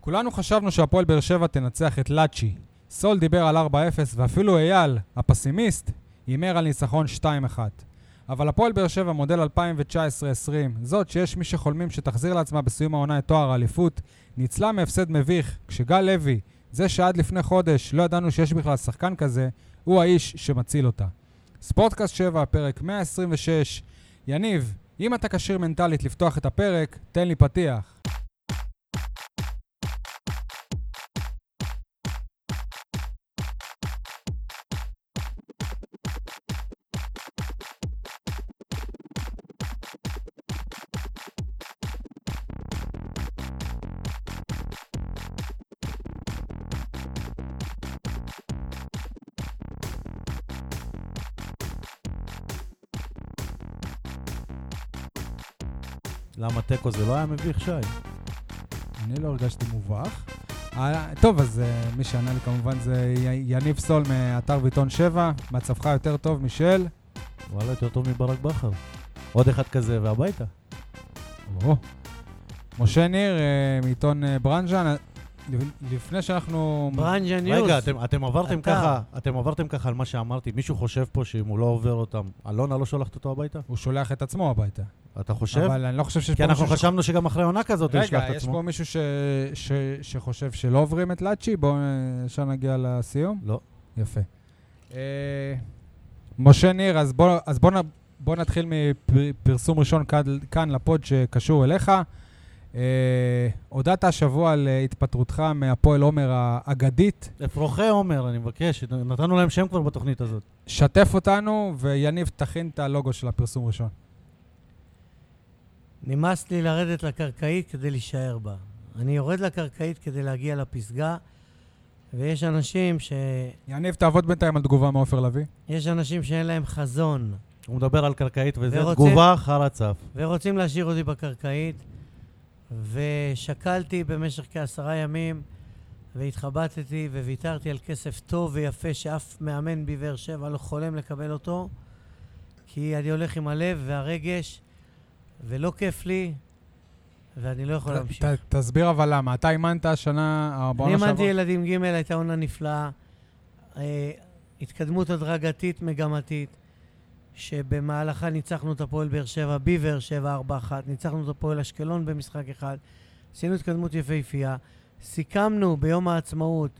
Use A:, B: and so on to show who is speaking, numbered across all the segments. A: כולנו חשבנו שהפועל באר שבע תנצח את לאצ'י. סול דיבר על 4-0 ואפילו אייל, הפסימיסט, הימר על ניצחון 2-1. אבל הפועל באר שבע מודל 2019-2020, זאת שיש מי שחולמים שתחזיר לעצמה בסיום העונה את תואר האליפות, ניצלה מהפסד מביך כשגל לוי, זה שעד לפני חודש לא ידענו שיש בכלל שחקן כזה, הוא האיש שמציל אותה. ספורטקאסט 7, פרק 126. יניב, אם אתה כשיר מנטלית לפתוח את הפרק, תן לי פתיח.
B: למה תיקו זה לא היה מביך, שי?
A: אני לא הרגשתי מובך. אה, טוב, אז אה, מי שענה לי כמובן זה י- יניב סול מאתר ביטון 7, מצבך יותר טוב משל.
B: וואלה, יותר טוב מברק בכר. עוד אחד כזה והביתה.
A: או. משה ניר אה, מעיתון אה, ברנז'ן, אה, לפ- לפני שאנחנו...
C: ברנג'ה ניוז.
B: רגע, אתם- אתם עברתם
C: אתה.
B: ככה, אתם עברתם ככה על מה שאמרתי. מישהו חושב פה שאם הוא לא עובר אותם, אלונה לא שולחת אותו הביתה?
A: הוא שולח את עצמו הביתה.
B: אתה חושב?
A: אבל אני לא חושב שיש
B: כי
A: פה
B: אנחנו
A: מישהו... ש-
B: חשבנו שגם אחרי עונה כזאת הוא ישלח
A: רגע,
B: את
A: יש
B: עצמו.
A: פה מישהו ש- ש- שחושב שלא עוברים את לאצ'י? בואו אה, ישר נגיע לסיום.
B: לא.
A: יפה. אה, משה ניר, אז בוא, אז בוא, נ- בוא נתחיל מפרסום ראשון כאן, כאן לפוד שקשור אליך. אה, הודעת השבוע על אה, התפטרותך מהפועל עומר האגדית.
B: אפרוחי עומר, אני מבקש, נתנו להם שם כבר בתוכנית הזאת.
A: שתף אותנו, ויניב, תכין את הלוגו של הפרסום ראשון.
C: נמאס לי לרדת לקרקעית כדי להישאר בה. אני יורד לקרקעית כדי להגיע לפסגה, ויש אנשים ש...
A: יניב, תעבוד בינתיים על תגובה מעופר לביא.
C: יש אנשים שאין להם חזון,
B: הוא מדבר על קרקעית וזה
C: ורוצה-
B: תגובה אחר הצף.
C: ורוצים להשאיר אותי בקרקעית, ושקלתי במשך כעשרה ימים, והתחבטתי וויתרתי על כסף טוב ויפה שאף מאמן בבאר שבע לא חולם לקבל אותו, כי אני הולך עם הלב והרגש, ולא כיף לי, ואני לא יכול להמשיך.
A: ת- תסביר אבל למה. אתה אימנת השנה, אה,
C: אני
A: בעונה
C: האמנתי
A: שעברה.
C: ילדים ג' הייתה עונה נפלאה. אה, התקדמות הדרגתית, מגמתית, שבמהלכה ניצחנו את הפועל באר שבע, בבאר שבע 4-1, ניצחנו את הפועל אשקלון במשחק אחד, עשינו התקדמות יפהפייה, סיכמנו ביום העצמאות,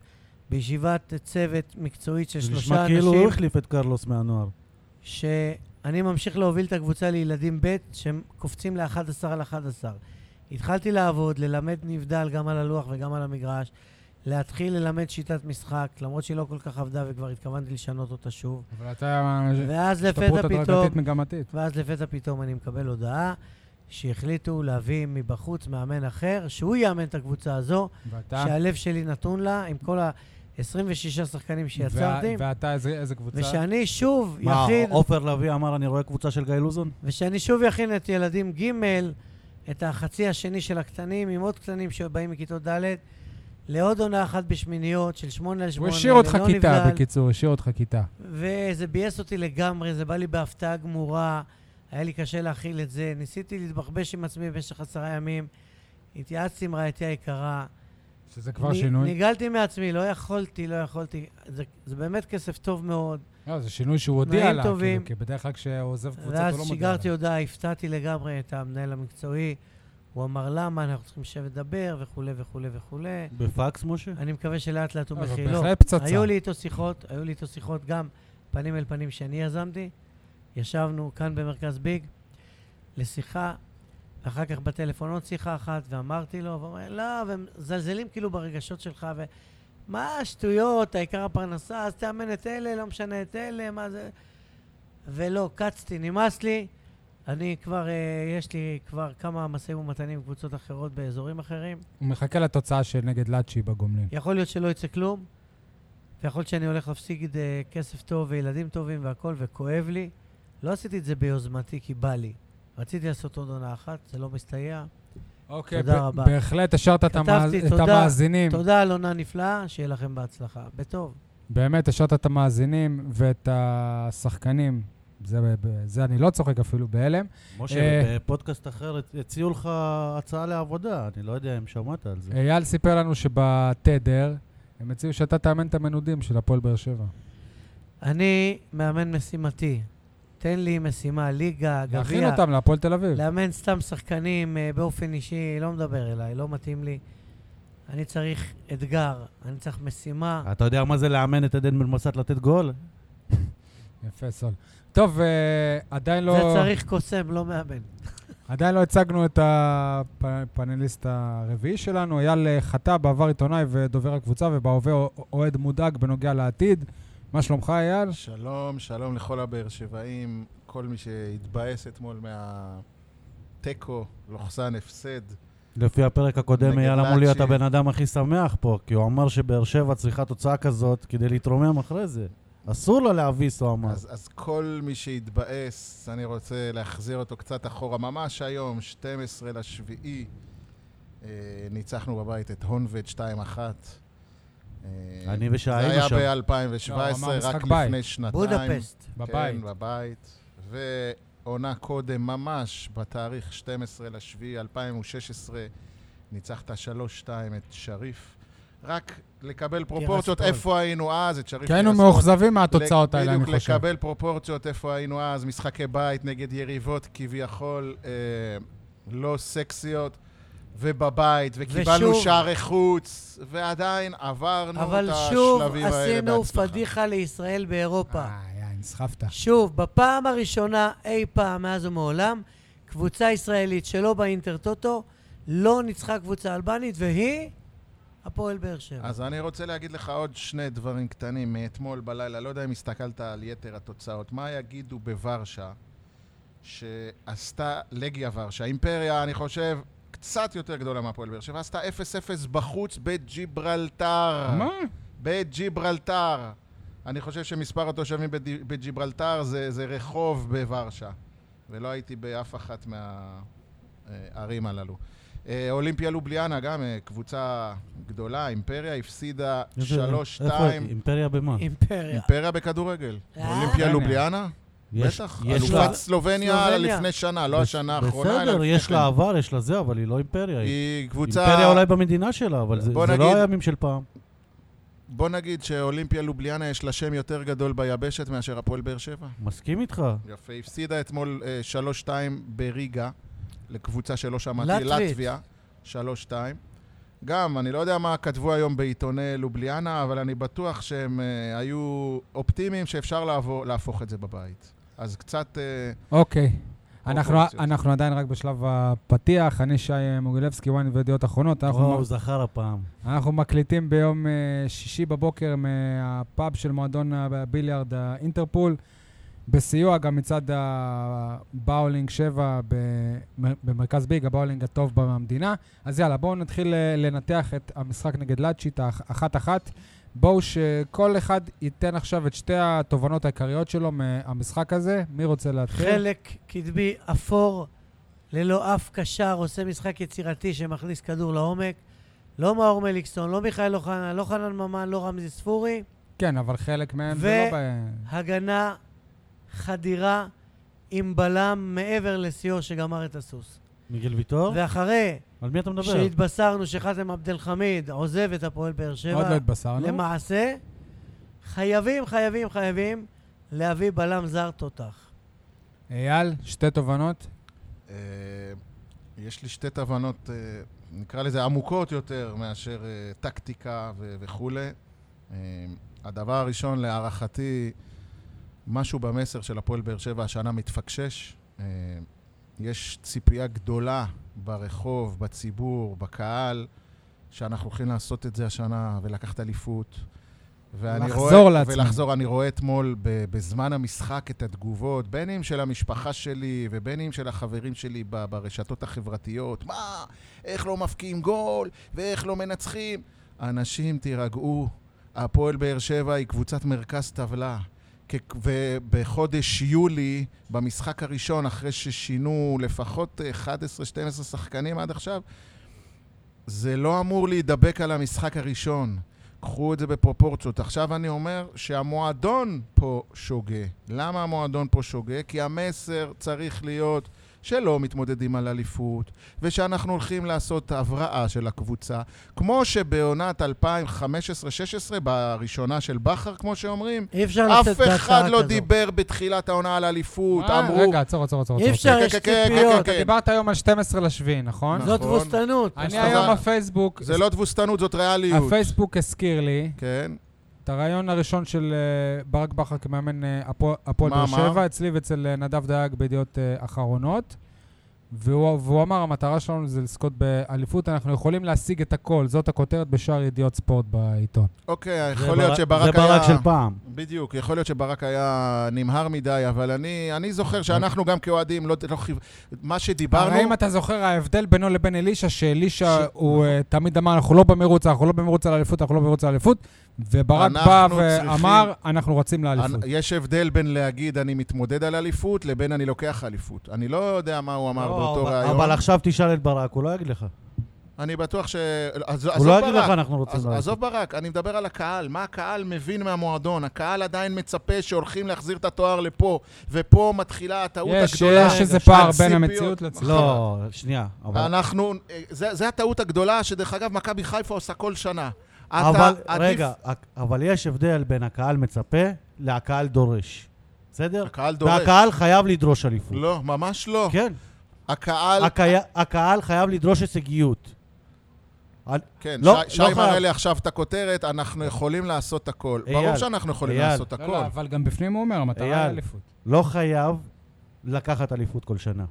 C: בישיבת צוות מקצועית של
B: זה
C: שלושה
B: נשמע
C: אנשים,
B: כאילו הוא החליף את קרלוס מהנוער.
C: שאני ממשיך להוביל את הקבוצה לילדים ב' שהם קופצים ל-11 על 11. התחלתי לעבוד, ללמד נבדל גם על הלוח וגם על המגרש, להתחיל ללמד שיטת משחק, למרות שהיא לא כל כך עבדה וכבר התכוונתי לשנות אותה שוב.
A: אבל אתה...
C: ואז
A: השתפרות
C: לפתע פתאום,
A: הדרגתית מגמתית.
C: ואז לפתע פתאום אני מקבל הודעה שהחליטו להביא מבחוץ מאמן אחר, שהוא יאמן את הקבוצה הזו,
A: ואתה...
C: שהלב שלי נתון לה, עם כל ה-26 שחקנים שיצרתי,
A: וה- ואתה איזה איזה קבוצה?
C: ושאני שוב
B: מה,
C: יחיד...
B: עופר לביא אמר, אני רואה קבוצה של גיא לוזון?
C: ושאני שוב אכין את ילדים ג', את החצי השני של הקטנים, עם עוד קטנים שבאים מכיתות ד', לעוד עונה אחת בשמיניות של שמונה על
A: הוא
C: שמונה,
A: השאיר אותך
C: ללא
A: כיתה,
C: נבדל,
A: בקיצור, השאיר אותך כיתה.
C: וזה ביאס אותי לגמרי, זה בא לי בהפתעה גמורה, היה לי קשה להכיל את זה. ניסיתי להתבחבש עם עצמי במשך עשרה ימים, התייעצתי עם רעייתי היקרה.
A: שזה כבר
C: נ-
A: שינוי.
C: ניגלתי מעצמי, לא יכולתי, לא יכולתי. זה, זה באמת כסף טוב מאוד.
A: לא, זה שינוי שהוא הודיע
C: תנאים
A: לה, כאילו,
C: טובים.
A: כי בדרך כלל כשהוא עוזב קבוצות הוא לא מודיע לה.
C: ואז שיגרתי הודעה, הפתעתי לגמרי את המנהל המקצועי. הוא אמר למה, אנחנו צריכים לשבת לדבר וכולי וכולי וכולי.
B: בפקס, משה?
C: אני מקווה שלאט לאט הוא
A: לא, זאת
C: מכיל. לא,
A: בהחלט פצצה.
C: היו לי איתו שיחות, היו לי איתו שיחות גם פנים אל פנים שאני יזמתי. ישבנו כאן במרכז ביג לשיחה, ואחר כך בטלפון עוד שיחה אחת, ואמרתי לו, והוא אומר, לא, והם מזלזלים כאילו ברגשות שלך, ומה השטויות, העיקר הפרנסה, אז תאמן את אלה, לא משנה את אלה, מה זה... ולא, קצתי, נמאס לי. אני כבר, אה, יש לי כבר כמה משאים ומתנים עם קבוצות אחרות באזורים אחרים.
A: הוא מחכה לתוצאה של נגד לאצ'י בגומלין.
C: יכול להיות שלא יצא כלום, ויכול להיות שאני הולך להפסיק אה, כסף טוב וילדים טובים והכל, וכואב לי. לא עשיתי את זה ביוזמתי כי בא לי. רציתי לעשות עוד עונה אחת, זה לא מסתייע.
A: אוקיי,
C: תודה
A: ב-
C: רבה.
A: בהחלט השארת את
C: כתבתי,
A: המאז- את
C: תודה,
A: המאזינים.
C: תודה על עונה נפלאה, שיהיה לכם בהצלחה. בטוב.
A: באמת השארת את המאזינים ואת השחקנים זה, ב- ב- זה אני לא צוחק אפילו, בהלם.
B: משה,
A: אה.
B: בפודקאסט אחר הצ- הציעו לך הצעה לעבודה, אני לא יודע אם שמעת על זה.
A: אייל סיפר לנו שבתדר, הם הציעו שאתה תאמן את המנודים של הפועל באר שבע.
C: אני מאמן משימתי. תן לי משימה, ליגה,
A: להכין
C: גביע.
A: אותם להפועל תל אביב.
C: לאמן סתם שחקנים אה, באופן אישי, לא מדבר אליי, לא מתאים לי. אני צריך אתגר, אני צריך משימה.
A: אה.
B: אתה יודע מה זה לאמן את עדן בן מסת לתת גול?
A: יפה, סול. טוב, אה, עדיין
C: זה
A: לא,
C: צריך קוסם, לא מאמן.
A: עדיין לא הצגנו את הפאנליסט הרביעי שלנו. אייל אה, חטאב, בעבר עיתונאי ודובר הקבוצה, ובהווה א- אוהד מודאג בנוגע לעתיד. מה שלומך, אייל?
D: שלום, שלום לכל הבאר שבעים, כל מי שהתבאס אתמול מהתיקו, לוחסן הפסד.
B: לפי הפרק הקודם,
D: נגד
B: אייל אמור להיות
D: לאצ'י.
B: הבן אדם הכי שמח פה, כי הוא אמר שבאר שבע צריכה תוצאה כזאת כדי להתרומם אחרי זה. אסור לו להביס, הוא אמר.
D: אז, אז כל מי שהתבאס, אני רוצה להחזיר אותו קצת אחורה. ממש היום, 12 לשביעי, אה, ניצחנו בבית את הונבד 2-1. אה,
B: אני ושעה היינו שם.
D: זה היה
A: לא, הוא אמר
D: ב-2017,
A: משחק
D: רק
A: בית.
D: לפני שנתיים.
C: בודפשט.
A: בבית.
D: כן, בבית. ועונה קודם, ממש בתאריך 12 לשביעי 2016, ניצחת 3-2 את שריף. רק לקבל פרופורציות
C: טירס
D: איפה היינו אז, את שריף...
A: כי היינו
D: טירס
A: כן, מאוכזבים מהתוצאות האלה, אני
D: בדיוק,
A: חושב.
D: לקבל פרופורציות איפה היינו אז, משחקי בית נגד יריבות כביכול אה, לא סקסיות, ובבית, וקיבלנו
C: ושוב-
D: שערי חוץ, ועדיין עברנו את
C: אבל
D: השלבים
C: שוב
D: האלה בהצלחה.
C: עשינו פדיחה לישראל באירופה.
A: אה, יאי, נסחפת.
C: שוב, בפעם הראשונה אי פעם מאז ומעולם, קבוצה ישראלית שלא באינטרטוטו לא ניצחה קבוצה אלבנית, והיא הפועל באר שבע.
D: אז אני רוצה להגיד לך עוד שני דברים קטנים מאתמול בלילה. לא יודע אם הסתכלת על יתר התוצאות. מה יגידו בוורשה, שעשתה לגיה ורשה, אימפריה, אני חושב, קצת יותר גדולה מהפועל באר שבע, עשתה 0-0 בחוץ בג'יברלטר.
A: מה?
D: בג'יברלטר. אני חושב שמספר התושבים בד- בג'יברלטר זה, זה רחוב בוורשה. ולא הייתי באף אחת מהערים הללו. אה, אולימפיה לובליאנה, גם אה, קבוצה גדולה, אימפריה, הפסידה
B: איזה-
D: 3-2.
B: איפה? אימפריה במה?
C: אימפריה.
D: אימפריה בכדורגל.
C: אה.
D: אולימפיה לובליאנה?
B: יש-
D: בטח.
B: יש לה-
D: אלופת סלובניה
C: סלובניה.
D: לפני שנה, לא השנה האחרונה. אלא
B: בסדר,
D: לפני
B: יש
D: כן.
B: לה עבר, יש לה זה, אבל היא לא אימפריה. היא
D: היא
B: אימפריה
D: קבוצה...
B: אולי במדינה שלה, אבל זה
D: בוא
B: זה לא
D: נגיד-
B: הימים של פעם.
D: בוא נגיד שאולימפיה לובליאנה יש לה שם יותר גדול ביבשת מאשר הפועל באר שבע.
B: מסכים איתך.
D: יפה, הפסידה אתמול אה, 3-2 בריגה לקבוצה שלא שמעתי,
C: לטבית.
D: לטביה, 3-2. גם, אני לא יודע מה כתבו היום בעיתוני לובליאנה, אבל אני בטוח שהם אה, היו אופטימיים שאפשר לעבור, להפוך את זה בבית. אז קצת... אה,
A: אוקיי. אנחנו-
D: פרופורציות.
A: אנחנו עדיין רק בשלב הפתיח, אני שי מוגילבסקי, ynet וידיעות אחרונות.
B: או,
A: אנחנו
B: הוא זכר הפעם.
A: אנחנו מקליטים ביום אה, שישי בבוקר מהפאב של מועדון הביליארד האינטרפול, בסיוע גם מצד הבאולינג 7 במ- במרכז ביג, הבאולינג הטוב במדינה. אז יאללה, בואו נתחיל אה, לנתח את המשחק נגד לאצ'יט, האחת-אחת. בואו שכל אחד ייתן עכשיו את שתי התובנות העיקריות שלו מהמשחק הזה. מי רוצה להתחיל?
C: חלק קדמי אפור, ללא אף קשר, עושה משחק יצירתי שמכניס כדור לעומק. לא מאור מליקסון, לא מיכאל אוחנה, לא חנן ממן, לא רמזי ספורי.
A: כן, אבל חלק מהם
C: ו-
A: זה לא... ב-
C: הגנה, חדירה, עם בלם מעבר לשיאו שגמר את הסוס.
B: מיגל ויטור?
C: ואחרי
B: על מי אתה מדבר?
C: שהתבשרנו שחאתם עבד אל חמיד עוזב את הפועל באר
A: עוד לא
C: שבע,
A: התבשרנו.
C: למעשה, חייבים, חייבים, חייבים להביא בלם זר תותח.
A: אייל, שתי תובנות.
D: אה, יש לי שתי תובנות, אה, נקרא לזה עמוקות יותר מאשר אה, טקטיקה ו- וכולי. אה, הדבר הראשון, להערכתי, משהו במסר של הפועל באר שבע השנה מתפקשש. אה, יש ציפייה גדולה ברחוב, בציבור, בקהל, שאנחנו הולכים לעשות את זה השנה ולקחת אליפות. ואני
A: לחזור
D: רואה,
A: לעצמנו.
D: ולחזור, אני רואה אתמול ב- בזמן המשחק את התגובות, בין אם של המשפחה שלי ובין אם של החברים שלי ב- ברשתות החברתיות. מה, איך לא מפקיעים גול ואיך לא מנצחים? אנשים, תירגעו. הפועל באר שבע היא קבוצת מרכז טבלה. כ- ובחודש יולי, במשחק הראשון, אחרי ששינו לפחות אה, 11-12 שחקנים עד עכשיו, זה לא אמור להידבק על המשחק הראשון. קחו את זה בפרופורציות. עכשיו אני אומר שהמועדון פה שוגה. למה המועדון פה שוגה? כי המסר צריך להיות שלא מתמודדים על אליפות, ושאנחנו הולכים לעשות הבראה של הקבוצה. כמו שבעונת 2015-2016, בראשונה של בכר, כמו שאומרים,
C: אי אפשר
D: אף
C: לתת בהצעה
D: אחד לא
C: כזו.
D: דיבר בתחילת העונה על אליפות,
B: אה,
A: מה?
D: אמרו...
A: אה, רגע, עצור, עצור, עצור.
C: אי
A: עצור.
C: אפשר,
D: כן,
C: יש
D: כן, כן,
C: ציפיות.
D: כן, כן.
A: דיברת היום על 12 לשביעי, נכון?
D: נכון.
C: זאת תבוסתנות.
A: אני
D: זאת
A: היום
D: אומרת-
A: בפייסבוק,
D: זה לא תבוסתנות, זאת ריאליות.
A: הפייסבוק הזכיר לי
D: כן,
A: את הרעיון הראשון של אה, ברק בכר כמאמן אה, הפוע- הפועל
D: מה
A: באר
D: אמר?
A: שבע, אצלי ואצל אה, נדב דייג בידיעות אה, אחרונות. והוא, והוא אמר, המטרה שלנו זה לזכות באליפות, אנחנו יכולים להשיג את הכל, זאת הכותרת בשער ידיעות ספורט בעיתון.
D: אוקיי,
B: זה
D: יכול להיות
B: ברק-
D: שברק
B: זה ברק
D: היה...
B: של פעם.
D: בדיוק, יכול להיות שברק היה נמהר מדי, אבל אני, אני זוכר שאנחנו גם כאוהדים, לא, לא חיו... מה שדיברנו...
A: הרי אם אתה זוכר, ההבדל בינו לבין אלישע, שאלישע הוא אה, תמיד אמר, אנחנו לא במרוץ, אנחנו לא במרוץ על אליפות, אנחנו לא במרוץ על אליפות, וברק
D: אנחנו
A: בא
D: צריכים-
A: ואמר, אנחנו רצים לאליפות.
D: אני- יש הבדל בין להגיד אני מתמודד על אליפות, לבין אני לוקח אליפות. אני לא יודע מה הוא אמר
B: לא,
D: באותו
B: אבל-
D: ראיון.
B: אבל עכשיו תשאל את ברק, הוא לא יגיד לך.
D: אני בטוח ש... עז-
B: הוא
D: עזוב
B: לא יגיד לך,
D: ברק.
B: אנחנו רוצים...
D: עז-
B: לעשות."
D: עזוב ברק, אני מדבר על הקהל, מה הקהל מבין מהמועדון. הקהל עדיין מצפה שהולכים להחזיר את התואר לפה, ופה מתחילה הטעות
A: יש,
D: הגדולה.
A: יש איזה
D: של
A: פער בין
D: הציפיות.
A: המציאות לציפיות.
B: לא, שנייה. אבל-
D: אנחנו, אה, זה, זה הטעות הגדולה, שדרך אגב, מכבי חיפה עושה כל שנה. אתה
B: אבל,
D: עדיף-
B: רגע, הק- אבל יש הבדל בין הקהל מצפה להקהל דורש. בסדר?
D: הקהל דורש.
B: והקהל חייב לדרוש אליפות.
D: לא, ממש לא.
B: כן.
D: הקהל...
B: הקהל- הקהל חייב לדרוש הישגיות. אל-
D: כן,
B: לא,
D: שי-
B: לא
D: שי
B: חייב.
D: מראה לי עכשיו את הכותרת, אנחנו יכולים לעשות הכל. ברור
B: אייל,
D: שאנחנו יכולים
B: אייל.
D: לעשות
A: לא, לא,
D: הכל.
A: אבל גם בפנים הוא אומר, המטרה היא
B: אייל.
A: אליפות.
B: לא חייב לקחת אליפות כל שנה,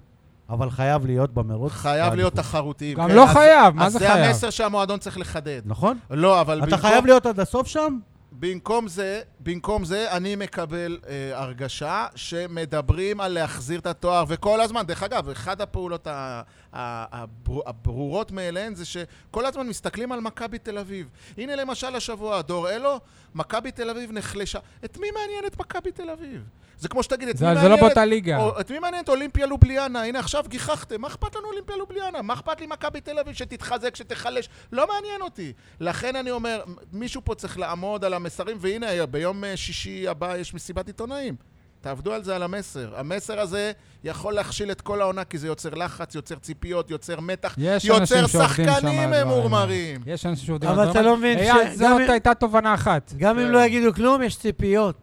B: אבל חייב להיות במרוץ.
D: חייב להיות
B: לאליפות.
D: תחרותיים.
A: גם
D: כן,
A: לא
D: אז-
A: חייב, מה זה
D: אז זה
A: חייב?
D: המסר שהמועדון צריך לחדד.
B: נכון?
D: לא, אבל
B: אתה
D: במקום-
B: חייב להיות עד הסוף שם?
D: במקום זה, במקום זה, אני מקבל אה, הרגשה שמדברים על להחזיר את התואר, וכל הזמן, דרך אגב, אחת הפעולות ה- ה- הבר- הברורות מאליהן זה שכל הזמן מסתכלים על מכבי תל אביב. הנה למשל השבוע, דור אלו, מכבי תל אביב נחלשה. את מי מעניין את מכבי תל אביב? זה כמו שתגיד, את מי
A: זה זה
D: מעניין
A: לא
D: את...
A: באותה ליגה.
D: או, את מי מעניין את אולימפיה לובליאנה? הנה עכשיו גיחכתם, מה אכפת לנו אולימפיה לובליאנה? מה אכפת לי מכבי תל אביב שתתחזק, שתחלש? לא מעניין אותי. לכן אני אומר, מ- מישהו פה צריך לעמוד על המסרים, והנה, ביום אה, שישי הבא יש מסיבת עיתונאים. תעבדו על זה, על המסר. המסר הזה יכול להכשיל את כל העונה, כי זה יוצר לחץ, יוצר ציפיות, יוצר מתח,
A: יש
D: יוצר
A: אנשים שעובדים שם על
D: שחקנים
A: הדברים האלה.
D: ממורמרים.
A: יש אנשים שעובדים
C: אבל
A: על
C: אתה
A: הדברים
C: לא מבין
A: האלה. אייל,
C: ש-
A: זאת
C: גם אם-
A: הייתה תובנה אחת.
C: גם אם
D: כן.
C: לא יגידו כלום, יש ציפיות.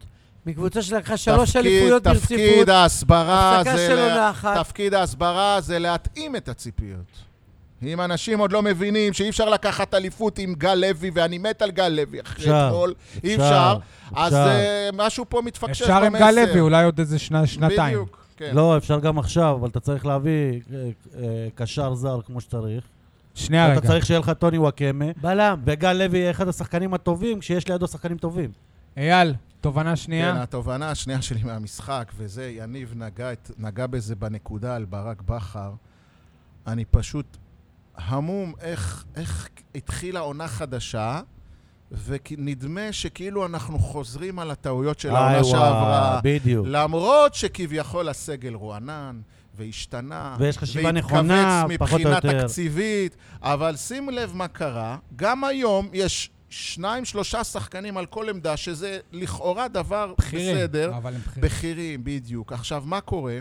C: מקבוצה שלקחה שלוש
D: תפקיד-
C: אליפויות ברציפות.
D: תפקיד ההסברה
C: הפסקה
D: זה...
C: של
D: לה-
C: עונה אחת.
D: תפקיד ההסברה זה להתאים את הציפיות. אם אנשים עוד לא מבינים שאי אפשר לקחת אליפות עם גל לוי, ואני מת על גל לוי אחרי
B: אפשר,
D: אתמול, אי אפשר, אז
B: אפשר.
D: אה, משהו פה מתפקשש במסר.
A: אפשר עם גל לוי, אולי עוד איזה שנה- שנתיים.
D: בדיוק, כן.
B: לא, אפשר גם עכשיו, אבל אתה צריך להביא אה, אה, קשר זר כמו שצריך.
A: שנייה
B: אתה
A: אה, רגע.
B: צריך שיהיה לך טוני וואקמה,
C: בלם.
B: וגל לוי יהיה אחד השחקנים הטובים, כשיש לידו שחקנים טובים.
A: אייל, תובנה
D: כן,
A: שנייה.
D: התובנה השנייה שלי מהמשחק, וזה, יניב נגע, את- נגע בזה בנקודה על ברק בכר, אני פשוט המום איך, איך התחילה עונה חדשה, ונדמה שכאילו אנחנו חוזרים על הטעויות של
B: איי,
D: העונה
B: וואו,
D: שעברה.
B: בדיוק.
D: למרות שכביכול הסגל רוענן, והשתנה,
B: ויש חשיבה
D: והתכווץ
B: נכונה, פחות או
D: מבחינה
B: יותר.
D: תקציבית, אבל שים לב מה קרה, גם היום יש שניים, שלושה שחקנים על כל עמדה, שזה לכאורה דבר
A: בכירים,
D: בסדר.
A: אבל הם בכירים.
D: בכירים, בדיוק. עכשיו, מה קורה?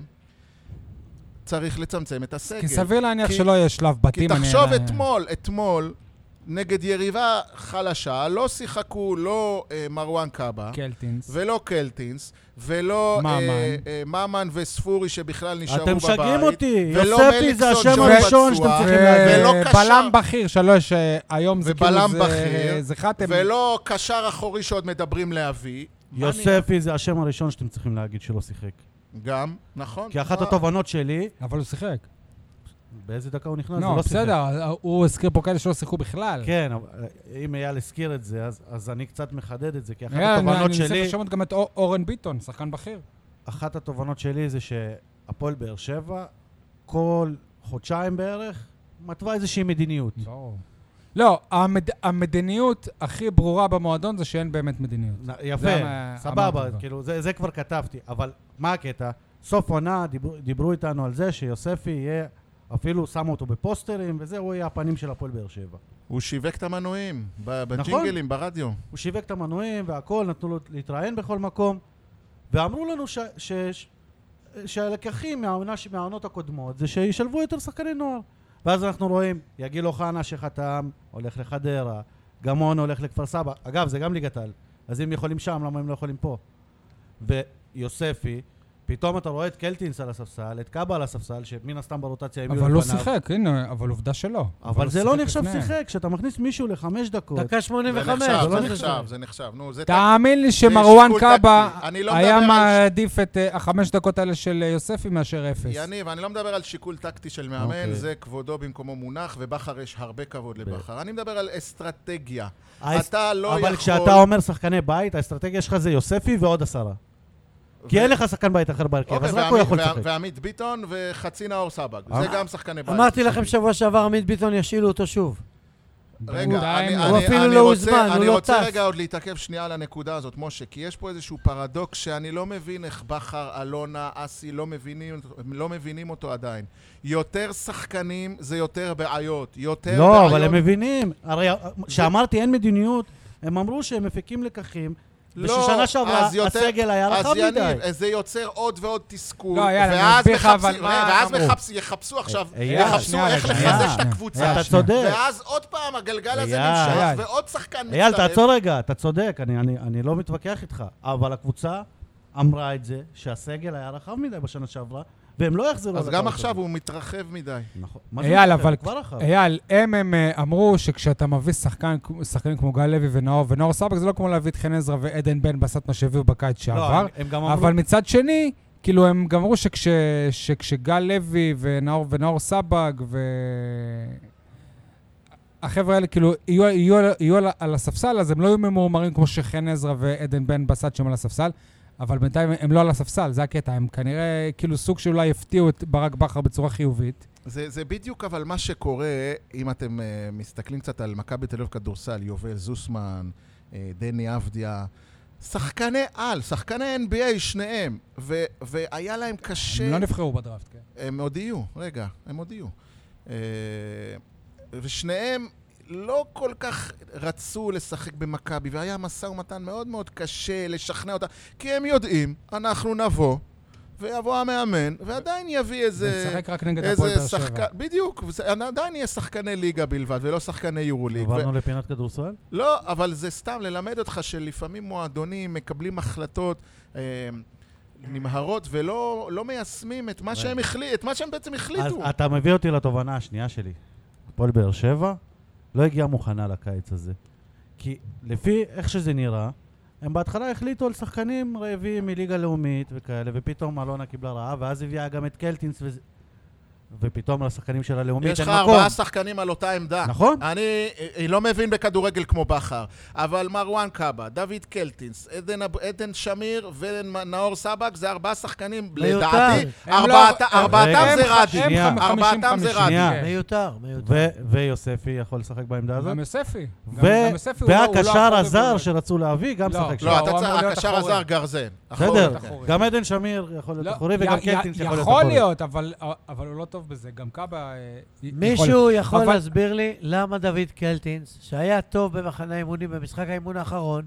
D: צריך לצמצם את הסגל.
A: כי סביר להניח
D: כי-
A: שלא יהיה שלב בתים.
D: כי
A: אני-
D: תחשוב
A: אני-
D: אתמול, אתמול, נגד יריבה חלשה, לא שיחקו לא אה, מרואן קאבה.
A: קלטינס.
D: ולא קלטינס, ולא
A: ממן.
D: אה, אה, ממן וספורי שבכלל נשארו
B: אתם
D: בבית.
B: משגעים אותי,
D: ולא
B: יוספי
D: מליקסון
B: זה השם
D: שהוא
B: הראשון
D: פצוע,
B: שאתם
D: כן.
B: צריכים
D: ו-
B: להגיד.
D: ולא
A: ובלם
D: קשר.
A: בכיר, שלוש, אה, היום זה כאילו...
D: ובלם
A: זה-
D: בכיר,
A: זה חתם.
D: ולא קשר אחורי שעוד מדברים להביא. מה
B: יוספי זה השם הראשון שאתם צריכים להגיד שלא שיחק.
D: אני- גם, נכון.
B: כי אחת
D: מה-
B: התובנות שלי, אבל
A: אבל הוא שיחק.
B: באיזה דקה הוא נכנס? הוא
A: לא,
B: לא שיחק.
A: בסדר, הוא הזכיר פה כאלה שלא שיחקו בכלל.
B: כן, אבל אה, אם אייל הזכיר את זה, אז- אז אני קצת מחדד את זה, כי אחת
A: אייל, אה, אני
B: התובנות
A: אני מנסה
B: שלי...
A: לשמות גם את אור- אורן ביטון, שחקן בכיר.
B: אחת התובנות שלי זה שהפועל באר שבע, כל חודשיים בערך, מתווה איזושהי מדיניות.
A: ברור. לא, המד... המדיניות הכי ברורה במועדון זה שאין באמת מדיניות.
B: נ- יפה,
A: זה מה-
B: סבבה,
A: אמרתי כבר.
B: כאילו, זה, זה כבר כתבתי, אבל מה הקטע? סוף עונה, דיברו, דיברו איתנו על זה שיוספי יהיה, אפילו שמו אותו בפוסטרים, וזה, הוא יהיה הפנים של הפועל באר שבע.
D: הוא שיווק את המנויים, ב-
B: נכון.
D: בג'ינגלים, ברדיו.
B: הוא שיווק את המנויים והכול, נתנו לו להתראיין בכל מקום, ואמרו לנו ש, ש, ש, שהלקחים מהעונה, ש- מהעונות הקודמות זה שישלבו יותר שחקני נוער. ואז אנחנו רואים, יגיל אוחנה שחתם, הולך לחדרה, גמון הולך לכפר סבא. אגב, זה גם ליגת העל. אז אם יכולים שם, למה הם לא יכולים פה? ויוספי, פתאום אתה רואה את קלטינס על הספסל, את קאבה על הספסל, שמן הסתם ברוטציה הביאו
A: אבל הוא
B: לפניו.
A: שיחק, הנה, אבל עובדה שלא.
B: אבל
A: הוא
B: זה לא
A: שיחק
B: נחשב
A: לפניהם.
B: שיחק, כשאתה מכניס מישהו לחמש דקות,
C: דקה
D: זה
C: 85.
D: נחשב,
B: לא
D: זה
B: נחשב.
D: נחשב, זה נחשב. נו, זה טקטי.
A: תאמין לי שמרואן
D: שיקול
A: קאבה
D: טקטי. אני לא
A: היה
D: מדבר על-
A: מעדיף את אה, החמש דקות האלה של אה, יוספי מאשר אפס.
D: יניב, אני לא מדבר על שיקול טקטי של מאמן,
B: אוקיי.
D: זה כבודו במקומו מונח, ובכר יש הרבה כבוד לבכר. אני מדבר על אסטרטגיה.
B: האס-
D: אתה לא יכול...
B: אבל כשאתה אומר שחקני בית, האסטרטגיה שלך זה יוספי ועוד עשרה. כי
D: ו-
B: אין לך שחקן בית אחר בהרכב,
D: אוקיי,
B: אז רק הוא
D: ועמית-
B: יכול
D: וה-
B: לשחק.
D: ועמית ביטון וחצי נאור סבג. זה
B: אמ-
D: גם שחקני בית.
C: אמרתי לכם שבוע שעבר עמית ביטון ישאילו אותו שוב.
D: רגע,
A: בינתיים
D: אני,
A: הוא
D: אני,
C: אפילו
D: אני
C: לא
D: רוצה,
C: הוזמן, הוא
D: אני
C: לא
D: רוצה
C: טס.
D: רגע עוד להתעכב שנייה על הנקודה הזאת, משה, כי יש פה איזשהו פרדוקס שאני לא מבין איך בכר, אלונה, אסי, לא מבינים, הם לא מבינים אותו עדיין. יותר שחקנים זה יותר בעיות. יותר
B: לא,
D: בעיות...
B: אבל הם מבינים. הרי כשאמרתי אין מדיניות, הם אמרו שהם מפיקים לקחים, וששנה שעברה
D: לא, אז יותר-
B: הסגל היה רחב
D: אז
B: מדי.
D: יניב, זה יוצר עוד ועוד תסכול,
A: לא, יאללה, אני
D: ואז
A: אסביר לך, אבל
D: מחפשים-
A: מה
D: ואז
A: אמרו.
D: מחפש- יחפשו עכשיו,
B: אייל,
D: יחפשו
A: שנייה,
D: איך
A: רגע,
D: לחזק את
A: שנייה.
D: הקבוצה.
A: אייל,
B: אה, אתה צודק.
D: ואז עוד פעם הגלגל הזה
B: אייל.
D: נמשך,
A: אייל.
D: ועוד שחקן מצטרף.
B: אייל, תעצור רגע, אתה צודק, אני- אני אני לא מתווכח איתך. אבל הקבוצה אמרה את זה, שהסגל היה רחב מדי בשנה שעברה, והם לא יחזרו...
D: אז
B: על הטעות
D: גם עכשיו
B: הזאת.
D: הוא מתרחב מדי.
B: נכון. מה זה
A: אייל,
B: מתרחב?
A: אבל...
B: כבר רחב.
A: אייל, הם, הם אה, אמרו שכשאתה מביא שחקן, שחקנים כמו גיא לוי ונאור, ונאור סבק זה לא כמו להביא את חן עזרא ועדן בן בסט מה שהביאו בקיץ
B: לא,
A: שעבר,
B: הם- הם גם אמרו...
A: אבל מצד שני, כאילו הם גם אמרו שכש, שכשגל לוי ונאור, ונאור סבג ו... החבר'ה האלה כאילו יהיו, יהיו, יהיו על, על הספסל, אז הם לא יהיו ממורמרים כמו שחן עזרא ועדן בן בסט שהם על הספסל, אבל בינתיים הם לא על הספסל, זה הקטע. הם כנראה כאילו סוג שאולי הפתיעו את ברק בכר בצורה חיובית.
D: זה, זה בדיוק אבל מה שקורה, אם אתם uh, מסתכלים קצת על מכבי תל אביב כדורסל, יובל זוסמן, uh, דני אבדיה, שחקני על, שחקני NBA שניהם, ו, והיה להם קשה...
A: הם לא נבחרו בדראפט, כן.
D: הם הודיעו, רגע, הם הודיעו. אה, ושניהם לא כל כך רצו לשחק במכבי, והיה משא ומתן מאוד מאוד קשה לשכנע אותם, כי הם יודעים, אנחנו נבוא, ויבוא המאמן, ועדיין יביא איזה...
A: נשחק רק נגד הפועל באר
D: איזה
A: שבע.
D: שחקן, בדיוק, וזה- עדיין יהיה שחקני ליגה בלבד, ולא שחקני יורו-ליג. ו-
B: עברנו לפינת כדורסל?
D: לא, אבל זה סתם ללמד אותך שלפעמים מועדונים מקבלים החלטות אה, נמהרות ולא לא מיישמים את מה
B: רגע.
D: שהם החליטו, את מה שהם בעצם
B: אז
D: החליטו.
B: אתה מביא אותי לתובנה השנייה שלי. הפועל באר שבע לא הגיעה מוכנה לקיץ הזה. כי לפי איך שזה נראה, הם בהתחלה החליטו על שחקנים רעבים מליגה לאומית וכאלה, ופתאום אלונה קיבלה רעה, ואז הביאה גם את קלטינס וזה... ופתאום לשחקנים של הלאומית
D: יש
B: אין
D: לך
B: מקום.
D: ארבעה שחקנים על אותה עמדה.
B: נכון?
D: אני אה, אה, לא מבין בכדורגל כמו בכר, אבל מרואן קאבה, דוד קלטינס, עדן, אב- עדן שמיר ונאור סבג, זה ארבעה שחקנים,
C: מיותר.
D: לדעתי,
A: הם
D: ארבעת-
A: לא-
D: ארבעתם
A: הם-
D: זה רדי.
A: הם
B: שנייה.
A: חמ- חמישים-
D: ארבעתם זה
A: חמישים.
D: רדי.
B: שנייה.
A: כן.
C: מיותר, מיותר.
B: ו- ויוספי יכול לשחק בעמדה הזאת.
A: גם יוספי. גם- גם יוספי
B: ו-
A: הוא לא- הוא לא
B: והקשר
A: אחורה
B: הזר
A: בגודל.
B: שרצו להביא גם
A: לא.
B: שחק שם.
D: לא, אתה
A: הוא
D: צריך,
A: אמור להיות
D: הקשר
A: אחורי.
D: הזר גרזן.
B: בסדר,
D: אחורי, כן.
B: גם עדן שמיר יכול להיות
A: לא,
B: אחורי,
A: י-
B: וגם
A: י-
B: קלטינס יכול להיות
A: יכול
B: אחורי.
A: להיות, אבל- אבל הוא לא טוב בזה. גם קאבה... אה, י- יכול-
C: מישהו יכול
A: אבל-
C: להסביר לי למה דוד קלטינס, שהיה טוב במחנה האימונים במשחק האימון האחרון,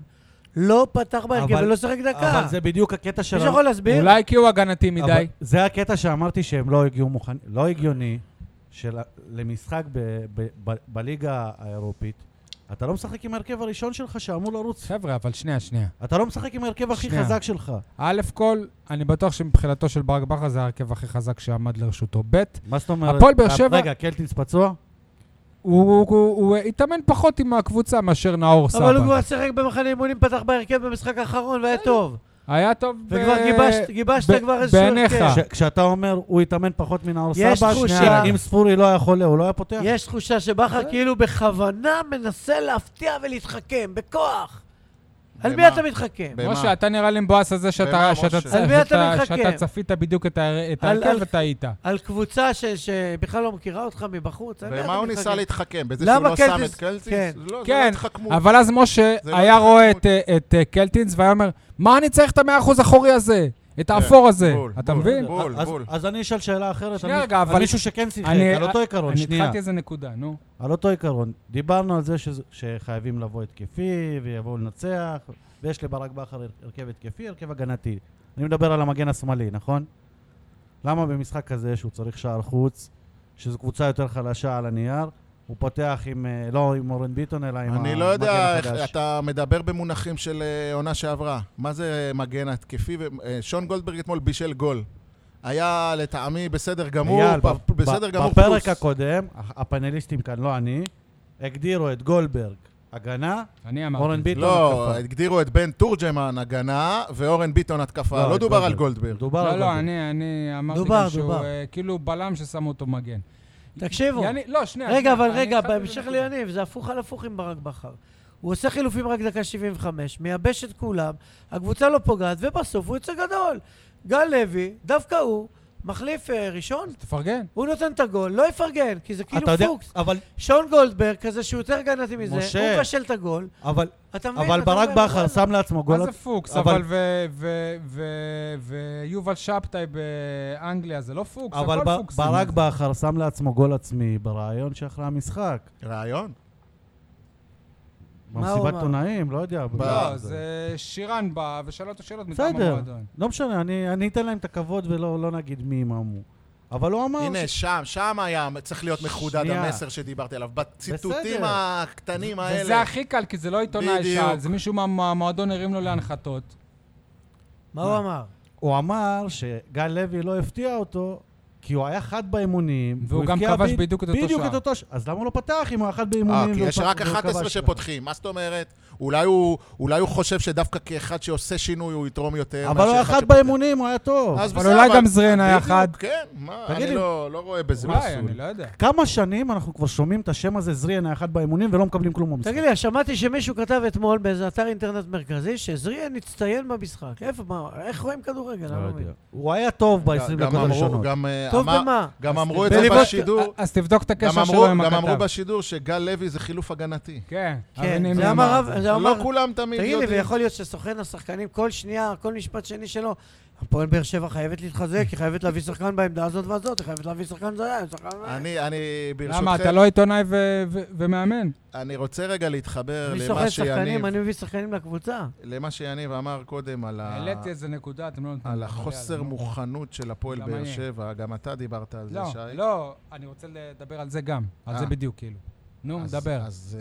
C: לא פתח בהרכב
B: אבל-
C: ולא שיחק דקה?
B: אבל זה בדיוק הקטע של...
C: מישהו יכול להסביר?
A: אולי כי הוא הגנתי
B: אבל
A: מדי.
B: זה הקטע שאמרתי שהם לא הגיעו מוכנים, לא הגיוני שלמשחק בליגה האירופית, אתה לא משחק עם ההרכב הראשון שלך שאמור לרוץ.
A: חבר'ה, אבל שנייה, שנייה.
B: אתה לא משחק עם ההרכב הכי
A: שנייה.
B: חזק שלך.
A: א' כל, אני בטוח שמבחינתו של ברק בכר זה ההרכב הכי חזק שעמד לרשותו. ב',
B: מה זאת אומרת? אה,
A: הפועל באר שבע-
B: רגע, קלטינס פצוע?
A: הוא- הוא הוא- הוא התאמן פחות עם הקבוצה מאשר נאור
C: אבל הוא
A: סבא.
C: כבר שיחק במחנה אימונים, פתח בהרכב במשחק האחרון והיה טוב.
A: היה טוב... ב-
C: וכבר גיבשת- גיבשת
A: ב-
C: כבר איזשהו...
A: בעיניך.
C: הרכב.
B: כש- כשאתה אומר, הוא התאמן פחות מנאור
C: יש
B: סבא,
C: תחושה-
B: שנייה, אם ספורי לא היה חולה, הוא לא היה פותח?
C: יש תחושה שבכר כאילו בכוונה מנסה להפתיע ולהתחכם, בכוח. על מי
D: במה?
C: אתה מתחכם?
D: במה?
A: משה, אתה נראה לי מבואס על זה שאתה
D: במה,
A: שאתה-
D: משה?
A: שאתה-
C: על מי אתה מתחכם?
A: שאתה צפית בדיוק את ה- את
C: על-
A: ההרכב
C: על-
A: וטעית.
C: על קבוצה ש- שבכלל לא מכירה אותך מבחוץ? על מי
D: במה
C: אתה
D: הוא
C: מתחכם?
D: ניסה להתחכם? בזה
C: למה
D: שהוא לא שם
C: קלטינס-
D: את קלטינס?
C: כן.
D: לא, זה לא
A: כן,
D: התחכמות.
A: אבל אז משה
D: זה לא
A: היה
D: התחכמות.
A: רואה את, אה, את אה, קלטינס והיה אומר, מה אני צריך את המאה אחוז אחורי הזה? את האפור הזה.
D: כן, בול,
A: אתה
D: בול,
A: מבין?
D: בול,
B: אז-
D: בול.
B: אז אני אשאל שאלה אחרת.
A: שנייה
B: על מי-
A: רגע, אבל-
B: על מישהו שכן שיחק,
A: אני-
B: על אותו עיקרון,
A: אני
B: שנייה.
A: התחלתי איזה נקודה, נו.
B: על אותו עיקרון. דיברנו על זה שזה- שחייבים לבוא התקפי, ויבואו לנצח, ויש לברק בכר הר- הרכב התקפי, הרכב הגנתי. אני מדבר על המגן השמאלי, נכון? למה במשחק כזה שהוא צריך שער חוץ, שזו קבוצה יותר חלשה על הנייר, הוא פותח עם, אה, לא עם אורן ביטון, אלא עם
D: אני
B: המגן
D: לא יודע, איך-
B: החדש?
D: אתה מדבר במונחים של אה, עונה שעברה. מה זה אה, מגן התקפי? ו- אה, שון גולדברג אתמול בישל גול. היה לטעמי בסדר גמור,
B: אייל,
D: פ-
B: ב-
D: בסדר
B: ב-
D: גמור
B: בפרק
D: פלוס.
B: הקודם, הפאנליסטים כאן, לא אני, הגדירו את גולדברג הגנה,
A: אני אמרתי.
B: אורן
A: את זה.
B: ביטון
D: לא,
B: התקפה.
D: הגדירו את בן תורג'מן הגנה ואורן ביטון התקפה. לא
B: את
D: דובר על גולדברג.
B: דובר
A: לא,
B: על
A: לא,
B: גולדברג.
A: אני אני אמרתי
C: דובר,
A: גם שהוא
C: דובר.
A: אה, כאילו בלם ששמו אותו מגן.
C: תקשיבו.
A: יעני- לא, שנייה.
C: רגע,
A: שנייה,
C: אבל
A: אני
C: רגע,
A: התחלתי
C: בהמשך
A: בנקודה.
C: ליניב, זה הפוך על הפוך עם ברק בכר. הוא עושה חילופים רק דקה 75, מייבש את כולם, הקבוצה לא פוגעת, ובסוף הוא יוצא גדול. גל לוי, דווקא הוא, מחליף אה, ראשון,
A: תפרגן.
C: הוא נותן את הגול, לא יפרגן, כי זה
B: אתה
C: כאילו
B: יודע,
C: פוקס.
B: אבל,
C: שון גולדברג, כזה שהוא יותר גנתי מזה,
B: משה.
C: הוא מבשל את הגול,
B: אבל,
C: אתה מבין?
B: אבל
C: אתה
B: ברק
C: אומר, לא,
B: בכר
C: וואלה.
B: שם לעצמו גול...
A: מה זה פוקס?
B: אבל-
A: אבל ו- ו- ו- ויובל שבתאי באנגליה זה לא פוקס,
B: אבל
A: הכל
B: ב-
A: פוקסים.
B: ברק בכר שם לעצמו גול עצמי ברעיון שאחרי המשחק.
D: רעיון?
C: מה הוא
B: במסיבת
C: אמר?
B: עיתונאים, לא יודע.
A: לא,
D: בא-
A: זה שירן בא ושאל אותו שאלות מטעם
B: בסדר,
A: המועדון.
B: לא משנה, אני אני אתן להם את הכבוד ולא לא נגיד מי מה הוא. אבל הוא אמר...
D: הנה, שם, שם היה, צריך להיות מחודד
B: שנייה.
D: המסר שדיברתי עליו. בציטוטים
B: בסדר.
D: הקטנים האלה.
A: וזה הכי קל, כי זה לא עיתונאי
D: בדיוק.
A: שאל, זה מישהו מהמועדון הרים לו להנחתות.
C: מה הוא אמר?
B: הוא אמר שגל לוי לא הפתיע אותו, כי הוא היה חד באימונים.
A: והוא גם
B: הבקיע
A: כבש
B: ב-
A: בדיוק את אותו
B: בדיוק
A: שער.
B: את אותו שער. אז למה הוא לא פתח אם הוא היה חד
D: אה,
B: באימונים?
D: כי
B: והוא
D: יש
B: פ-
D: רק
B: והוא
D: 11
B: כבש
D: שפותחים, מה זאת אומרת? אולי הוא, אולי הוא חושב שדווקא כאחד שעושה שינוי הוא יתרום יותר
B: אבל הוא היה
D: מאשר
B: חד
D: שפותח.
B: באימונים, הוא היה טוב.
D: אז
A: אבל
D: בסדר,
A: אולי גם זרין היה
D: בדיוק,
A: חד.
D: כן, מה,
B: תגיד
D: אני
B: לי-
D: לא לא רואה בזה
A: אולי, אני
D: מסלול.
A: לא יודע.
B: כמה שנים אנחנו כבר שומעים את השם הזה, זריאן האחד באימונים, ולא מקבלים כלום במשחק.
C: תגיד לי, שמעתי שמישהו כתב אתמול באיזה אתר אינטרנט מרכזי, שזריאן הצטיין במשחק. איפה, מה, איך רואים כדורגל?
B: כן,
C: אני לא מבין.
B: הוא היה טוב ב-20
D: גם
B: דקות
D: אמרו-
B: הראשונות.
D: גם, אה,
C: טוב
D: אמר-
C: במה?
D: גם אמרו את לא, זה
A: בליבות-
D: בשידור,
A: אה, אז תבדוק את
D: גם
A: הקשר
D: אמרו-
A: שלו עם
D: גם אמרו
A: הכתב.
D: בשידור שגל לוי זה חילוף הגנתי.
A: כן,
C: כן,
A: הרי
C: זה
A: נימני
C: אמר...
A: אמר.
C: רב- זה
D: לא
C: אמר-
D: כולם תמיד
C: תגיד לי,
D: יודעים.
C: ויכול להיות שסוכן השחקנים, כל שנייה, כל משפט שני שלו, הפועל באר שבע חייבת להתחזק, היא חייבת להביא שחקן בעמדה הזאת והזאת, היא חייבת להביא שחקן זה, שחקן זה.
D: אני, אני,
A: למה, אתה
D: ברשותכם, אה.
A: לא עיתונאי ו- ו- ומאמן?
D: אני רוצה רגע להתחבר
C: אני
D: למה
C: סוחט
D: שיניב-
C: שחקנים, אני מביא שחקנים לקבוצה.
D: למה שיניב אמר קודם על ה-
A: העליתי איזה נקודה, אתם לא נותנים.
D: על
A: לי,
D: החוסר
A: יאללה.
D: מוכנות של הפועל
A: גם
D: באר
A: אני.
D: שבע, גם אתה דיברת על זה,
A: לא,
D: שי.
A: לא, אני רוצה לדבר על זה גם. על
D: אה.
A: זה בדיוק, כאילו. נו,
D: אז-
A: דבר.
D: אז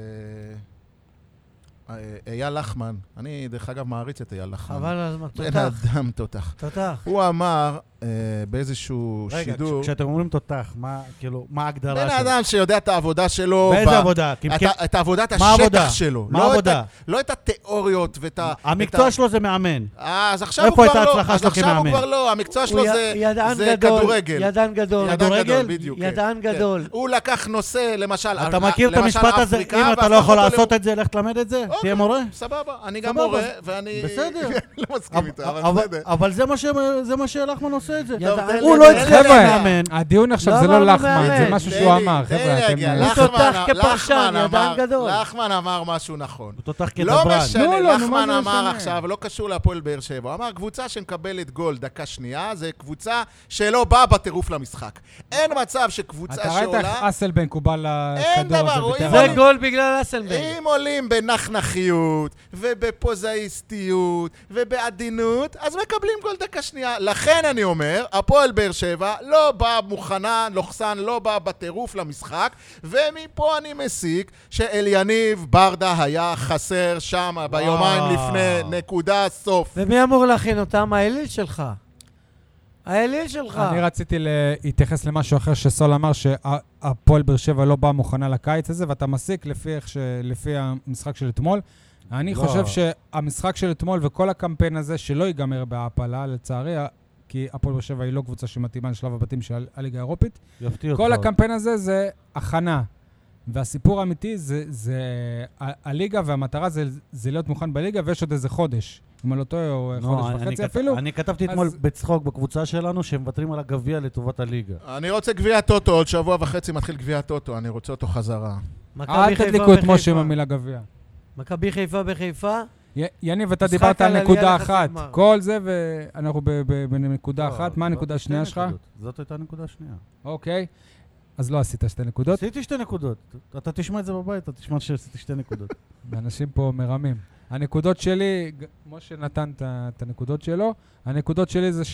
D: אה, אה, אייל לחמן, אני דרך אגב מעריץ את אייל לחמן.
C: חבל על הזמן,
D: בן
C: תותח,
D: אדם תותח.
C: תותח.
D: הוא אמר אה, באיזשהו
B: רגע,
D: שידור,
B: כש- כשאתם אומרים תותח, מה, כאילו, מה ההגדרה
D: בן
B: שלו?
D: אדם אה? שיודע את העבודה שלו. ב-
B: באיזה עבודה? כי- כן,
D: את
B: כי-
D: ה- את עבודת
B: מה העבודה?
D: השטח שלו.
B: מה
D: לא את ה-
B: העבודה?
D: לא את התיאוריות ואת ה...
B: המקצוע
D: את ה-
B: שלו זה מאמן.
D: אה, אז עכשיו
B: איפה
D: הוא כבר לא.
B: הייתה ההצלחה
D: אז
B: שלו
D: עכשיו הוא
B: כמאמן?
D: כבר לא, המקצוע שלו
C: הוא
D: זה-
C: י- ידען
D: זה
C: גדול,
D: כדורגל.
C: ידען גדול.
D: ידען גדול,
B: כדורגל?
D: בדיוק, כן.
C: ידען
D: כן.
C: גדול.
D: הוא לקח נושא, למשל,
B: אתה
D: אה,
B: מכיר את
D: למשל
B: המשפט הזה,
D: אפריקה,
B: אם אתה לא
D: והפך
B: יכול
D: אותו
B: לעשות את זה, לך תלמד את זה?
D: אוקיי.
B: תהיה מורה?
D: סבבה, אני גם
B: סבבה,
D: מורה,
B: אז-
D: ואני...
B: בסדר.
D: לא מסכים איתו, אבל
B: אבל-
D: בסדר.
B: אבל זה מה ש- זה מה שלחמן עושה את זה.
C: ידען
D: תן לי-
C: הוא
D: תן
C: לא
D: לי
C: הצליח
D: רגע.
A: חבר'ה,
B: מאמן.
A: הדיון עכשיו
C: לא
A: זה לא
C: אמרנו
A: לחמן, זה
C: מאמן.
A: משהו
D: תן
A: שהוא
D: לי-
A: אמר,
D: תן לי
A: חבר'ה,
D: להגיע.
A: אתם...
D: לחמן-
C: תותח כפרשן,
D: לחמן
C: ידען
D: אמר-
C: גדול.
D: לחמן אמר משהו נכון.
B: הוא תותח
D: לא
B: כדברן.
A: לא,
D: משנה,
A: לא, נו, מה
D: לחמן
A: זה
D: אמר
A: משנה?
D: עכשיו, לא קשור להפועל באר שבע. הוא אמר, קבוצה שמקבלת גול דקה שנייה, זה קבוצה שלא באה בטירוף למשחק. אין מצב שקבוצה
A: אתה ראית איך
D: שעולה...
A: אסל בן קובל
D: אין
A: לכדור
D: דבר,
A: הזה?
D: הוא
A: וטרן?
C: זה
D: אבל-
C: גול בגלל אסלבנג.
D: אם עולים בנחנחיות, ובפוזאיסטיות, ובעדינות, אז מקבלים גול דקה שנייה. לכן אני אומר, הפועל באר שבע לא באה מוכנה, לוחסן, לא באה בטירוף למשחק, ומפה אני מסיק שאל יניב ברדה היה חסר שם ביומיים לפני, נקודה, סוף.
C: ומי אמור להכין אותם? האליל שלך. האליל שלך.
A: אני רציתי להתייחס למשהו אחר שסול אמר, שהפועל באר שבע לא באה מוכנה לקיץ הזה, ואתה מסיק לפי, איך ש... לפי המשחק של אתמול. אני
B: לא.
A: חושב שהמשחק של אתמול וכל הקמפיין הזה, שלא ייגמר בהעפלה, לצערי, כי הפועל באר שבע היא לא קבוצה שמתאימה לשלב הבתים של הליגה האירופית,
B: יפתיע אותך.
A: כל
B: עוד.
A: הקמפיין הזה זה הכנה. והסיפור האמיתי זה, זה ה- הליגה והמטרה זה, זה להיות מוכן בליגה, ויש עוד איזה חודש. אם אני לא טועה, או
B: לא,
A: חודש
B: אני- אני
A: וחצי
B: כת-
A: אפילו.
B: אני כתבתי אתמול
A: אז-
B: בצחוק בקבוצה שלנו שמוותרים על הגביע לטובת הליגה.
D: אני רוצה גביע טוטו, עוד שבוע וחצי מתחיל גביע טוטו, אני רוצה אותו חזרה.
C: מכבי
A: אל
C: חיפה
A: תדליקו את
C: בחיפה.
A: משה עם המילה גביע.
C: מכבי חיפה בחיפה,
A: י- יניב, אתה
C: משחק
A: דיברת
C: על
A: על
C: עלייה
A: נקודה
C: לחצי
A: אחת.
C: גמר.
A: כל זה, ואנחנו ב- ב- בנקודה
B: לא,
A: אחת. מה
B: לא,
A: הנקודה
B: שתי
A: השנייה שלך?
B: נקודות. זאת הייתה נקודה שנייה.
A: אוקיי. אז לא עשית שתי נקודות.
B: עשיתי שתי נקודות. אתה תשמע את זה בבית, אתה תשמע שעשיתי שתי נקודות.
A: אנשים פה מרמים. הנקודות שלי, ג- משה נתן את ה- את הנקודות שלו, הנקודות שלי זה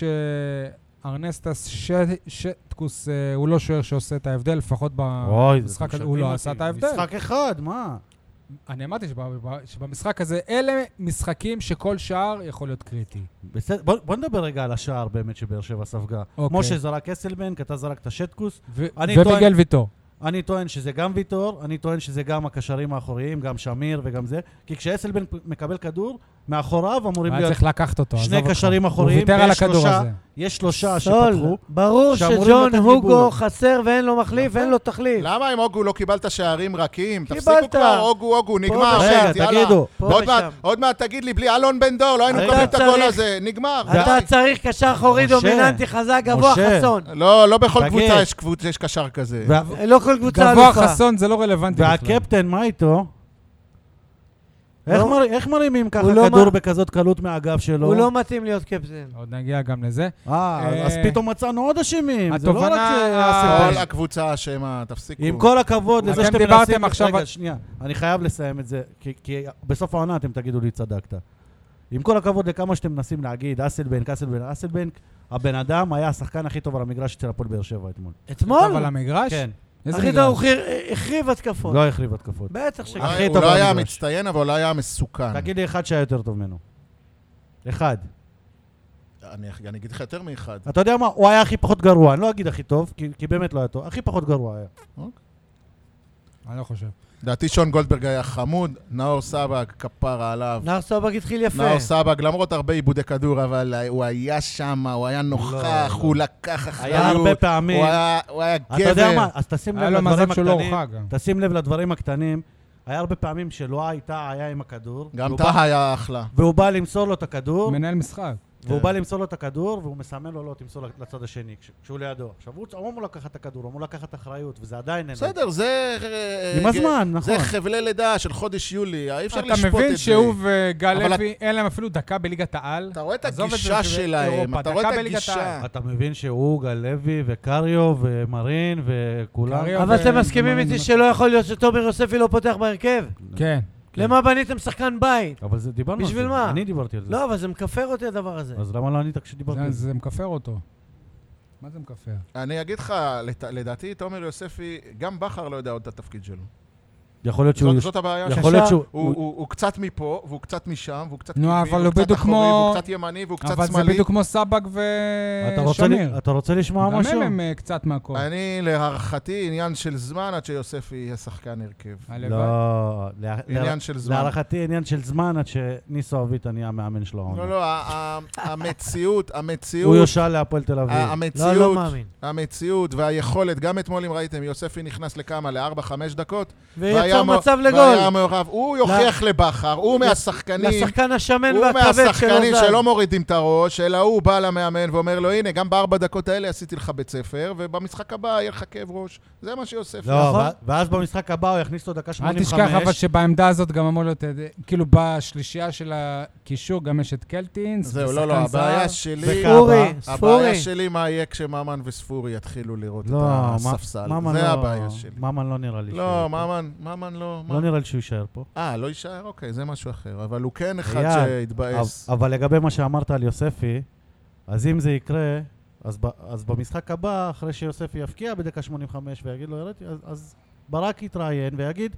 A: שארנסטס ש- שטקוס אה, הוא לא שוער שעושה את ההבדל, לפחות
B: אוי, זה
A: במשחק הזה הוא
B: משגעים
A: לא
B: אותי.
A: עשה את ההבדל.
B: משחק אחד, מה?
A: אני אמרתי שבא- שבמשחק הזה, אלה משחקים שכל שער יכול להיות קריטי.
B: בסדר, בוא, בוא נדבר רגע על השער באמת שבאר שבע ספגה.
A: אוקיי.
B: משה זרק אסלבנק, אתה זרקת שטקוס.
A: ו-
B: אני
A: ומיגל
B: טוען-
A: ויטור.
B: אני טוען שזה גם ויטור, אני טוען שזה גם הקשרים האחוריים, גם שמיר וגם זה. כי כשאסלבנק מקבל כדור, מאחוריו אמורים
A: היה
B: להיות
A: צריך לקחת אותו, עזוב
B: שני
A: אותך.
B: קשרים אחוריים.
A: הוא ויתר על
B: ויש
A: הכדור
B: שלושה-
A: הזה.
B: יש שלושה
C: סול,
B: שפתחו.
C: לא, ברור
B: שאמורים
C: שג'ון
B: לתת
C: הוגו
B: גיבוי.
C: חסר ואין לו מחליף, אין לו תחליף.
D: למה עם אוגו לא קיבלת שערים רכים? תפסיקו
C: קיבלת.
D: כבר, אוגו, אוגו, נגמר.
C: ושם.
D: אחרת,
B: רגע,
D: יאללה.
B: תגידו.
C: פה
D: עוד מעט-
C: ושם.
D: עוד מעט תגיד לי, בלי אלון בן דור, לא היינו
B: רגע.
D: מקבלים את הגול
C: צריך-
D: הזה. נגמר.
C: אתה
D: די.
C: צריך קשר אחורי
B: משה,
C: דומיננטי חזק, גבוה,
B: משה.
C: חסון.
D: לא, לא בכל
B: תגיד.
D: קבוצה יש קבוצ- יש קשר כזה.
B: וה-
C: לא כל קבוצה
A: גבוה
C: אלופה.
A: חסון זה לא רלוונטי בכלל.
B: והקפטן, מה איתו? איך
C: לא.
B: מר- איך מרימים ככה
C: לא
B: כדור
C: מ-
B: בכזאת קלות מהגב שלו?
C: הוא לא מתאים להיות קפטן.
A: עוד נגיע גם לזה.
B: אה,
A: אה,
B: אז פתאום מצאנו עוד אשמים. זה לא רק
A: התובנה-
B: שאסלבנק.
D: כל הקבוצה אשמה, תפסיקו.
B: עם כל הכבוד לזה
A: אתם
B: שאתם
A: דיברתם
B: מנסים...
A: עכשיו על-
B: רגע, שנייה. אני חייב לסיים את זה, כי- כי בסוף העונה אתם תגידו לי, צדקת. עם כל הכבוד לכמה שאתם מנסים להגיד, אסלבנק, אסלבנק, אסלבנק, הבן אדם היה השחקן הכי טוב על המגרש אצל הפועל באר שבע אתמול.
C: אתמול?
A: אבל המגרש?
B: כן.
A: איזה
C: אחי,
A: מגרש?
C: הוא חיר- החריב התקפות.
B: לא החריב התקפות.
C: בטח
D: אולי-
C: שכן.
B: הכי
D: הוא
B: טוב
D: לא היה
B: במגרש.
D: מצטיין, אבל לא היה מסוכן.
B: תגיד לי אחד שהיה יותר טוב ממנו. אחד.
D: אני אני אגיד לך יותר מאחד.
B: אתה יודע מה? הוא היה הכי פחות גרוע. אני לא אגיד הכי טוב, כי- כי באמת לא היה טוב. הכי פחות גרוע היה.
A: אני לא חושב.
D: לדעתי שון גולדברג היה חמוד, נאור סבג כפרה עליו.
C: נער סובג התחיל יפה.
D: נאור סבג, למרות הרבה עיבודי כדור, אבל הוא היה שם, הוא היה נוכח,
B: לא.
D: הוא לקח אחריות.
B: היה הרבה פעמים.
D: הוא היה- הוא היה גבר.
B: אתה יודע מה? אז תשים
A: היה
B: לב
A: לו
B: לדברים
A: מזל שהוא לא
B: הקטנים.
A: הורחק גם.
B: תשים לב לדברים הקטנים. היה הרבה פעמים שלא הייתה היה עם הכדור.
D: גם
B: והוא
D: טאה
B: בא-
D: היה אחלה.
A: כן.
B: והוא בא למסור לו את הכדור,
A: מנהל משחק.
B: והוא
D: כן.
B: בא למסור לו את הכדור, והוא מסמן לו לא תמסור לצד השני, כש- כשהוא לידו. עכשיו, הוא הוא אמור לקחת את הכדור, הוא אמור לקחת אחריות, וזה עדיין אין. לו.
D: בסדר, זה... אה,
B: עם הזמן,
D: זה
B: נכון.
D: חבלי לידה של חודש יולי, אה, אי אפשר לשפוט את
A: אתה
D: זה.
A: מבין שהוא וגל
D: אבל
A: לוי, אין להם אפילו דקה בליגת העל?
D: אתה רואה את
A: עזוב את זה
D: הגישה
A: בשביל
D: שלהם,
A: אירופה,
D: אתה רואה
A: דקה
D: את
A: בליגת
D: הגישה.
A: העל.
B: אתה מבין שהוא, גל לוי, וקריו, ומרין, וכולם.
A: קריו.
C: אבל אתם
A: ו-
C: מסכימים
A: ו-
C: איתי שלא יכול להיות שתומר יוספי לא פותח בהרכב?
A: כן.
C: למה בניתם שחקן בית?
B: אבל זה דיברנו על זה.
C: בשביל מה?
B: אני דיברתי על זה.
C: לא, אבל זה מכפר אותי הדבר הזה.
B: אז למה לא ענית כשדיברתי
A: זה-
B: על זה?
A: זה מכפר אותו. מה זה מכפר?
D: אני אגיד לך, לת- לדעתי, תומר יוספי, גם בכר לא יודע עוד את התפקיד שלו.
B: יכול להיות שהוא...
D: זאת- זאת הבעיה שלו.
B: יכול להיות שהוא...
D: הוא, הוא, הוא קצת מפה, והוא קצת משם, והוא קצת
A: נו,
D: קיבי,
A: אבל
D: והוא
A: הוא
D: קצת
A: בדיוק
D: אחורי,
A: כמו-
D: והוא קצת ימני, והוא קצת
A: אבל זה
D: שמאלי.
A: בדיוק כמו סבג
B: אתה רוצה לי-
A: ושמיר.
B: אתה רוצה לשמוע
A: אה, גם
B: משהו?
A: הם הם אה, קצת מהכל.
D: אני, להערכתי, עניין של זמן עד שיוספי יהיה שחקן הרכב.
A: הלוואי.
B: לא, לה- לה-
D: עניין של זמן.
B: להערכתי עניין של זמן עד שניסו אביטה נהיה המאמן של
C: נכון.
B: העונה.
D: לא, לא, ה- ה- המציאות,
B: הוא
D: המציאות,
B: יושל להפועל תל אביב.
D: ה-
C: לא, לא
D: המציאות,
C: מאמין.
D: המציאות והיכולת, גם אתמול אם ראיתם, יוספי נכנס לכמה? לארבע, חמש דקות? והיה
C: ויצר
D: מ-
C: מצב
D: והיה
C: לגול.
D: מעורב. הוא יוכיח לבכר, הוא מהשחקנים,
C: לשחקן השמן
D: הוא
C: והכבד
D: מהשחקנים
C: שלו זז.
D: שלא מורידים את הראש, אלא הוא בא למאמן ואומר לו, הנה, גם בארבע דקות האלה עשיתי לך בית ספר, ובמשחק הבא יהיה לך כאב ראש. זה מה שיוסף.
B: לא,
C: נכון.
B: ו- ואז במשחק הבא הוא יכניס לו דקה
A: אל תשכח אבל
B: 85.
A: שבעמדה הזאת גם אמור להיות, אה, כאילו בשלישייה של הקישור גם יש את קלטינס.
D: זהו, לא,
A: ושחקן
D: לא, הבעיה
A: זר.
D: שלי...
B: וכמה?
C: ספורי,
D: הבעיה
C: ספורי.
D: שלי מה יהיה כשממן וספורי יתחילו לראות את
B: לא, מה-
D: הספסל.
B: ממן לא-
D: אה, זה הבעיה שלי.
B: ממן לא נראה לי.
D: לא,
B: שהוא-
D: ממן, ממן לא...
B: לא נראה לי שהוא יישאר פה.
D: אה, לא יישאר? אוקיי, זה משהו אחר. אבל הוא כן אחד
B: אייל,
D: שהתבאס.
B: אב- אבל לגבי מה שאמרת על יוספי, אז אם זה יקרה, אז ב- אז במשחק הבא, אחרי שיוספי יפקיע בדקה 85 ויגיד לו, ירדתי, אז- אז ברק יתראיין ויגיד,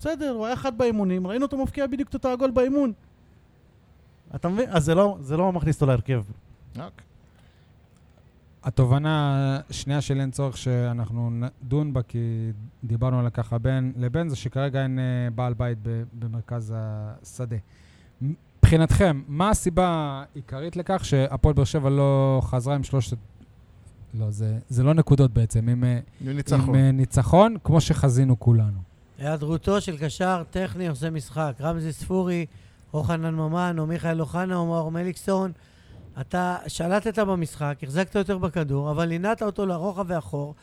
B: בסדר, הוא היה אחד באימונים, ראינו אותו מפקיע בדיוק את אותו הגול באימון. אתה מבין? אז זה לא- זה לא מכניס אותו להרכב.
D: אוקיי.
A: התובנה השנייה שלי אין צורך שאנחנו נדון בה, כי דיברנו עליה ככה בין לבין, זה שכרגע אין אה, בעל בית ב- במרכז השדה. מבחינתכם, מה הסיבה העיקרית לכך שהפועל באר שבע לא חזרה עם שלושת... לא, זה, זה לא נקודות בעצם, עם, אה, עם
D: ניצחון.
A: אה, ניצחון, כמו שחזינו כולנו.
C: היעדרותו של קשר טכני עושה משחק. רמזי ספורי, או חנן ממן, או מיכאל אוחנה, או מאור מליקסון. אתה שלטת במשחק, החזקת יותר בכדור, אבל לינעת אותו לרוחב ואחור,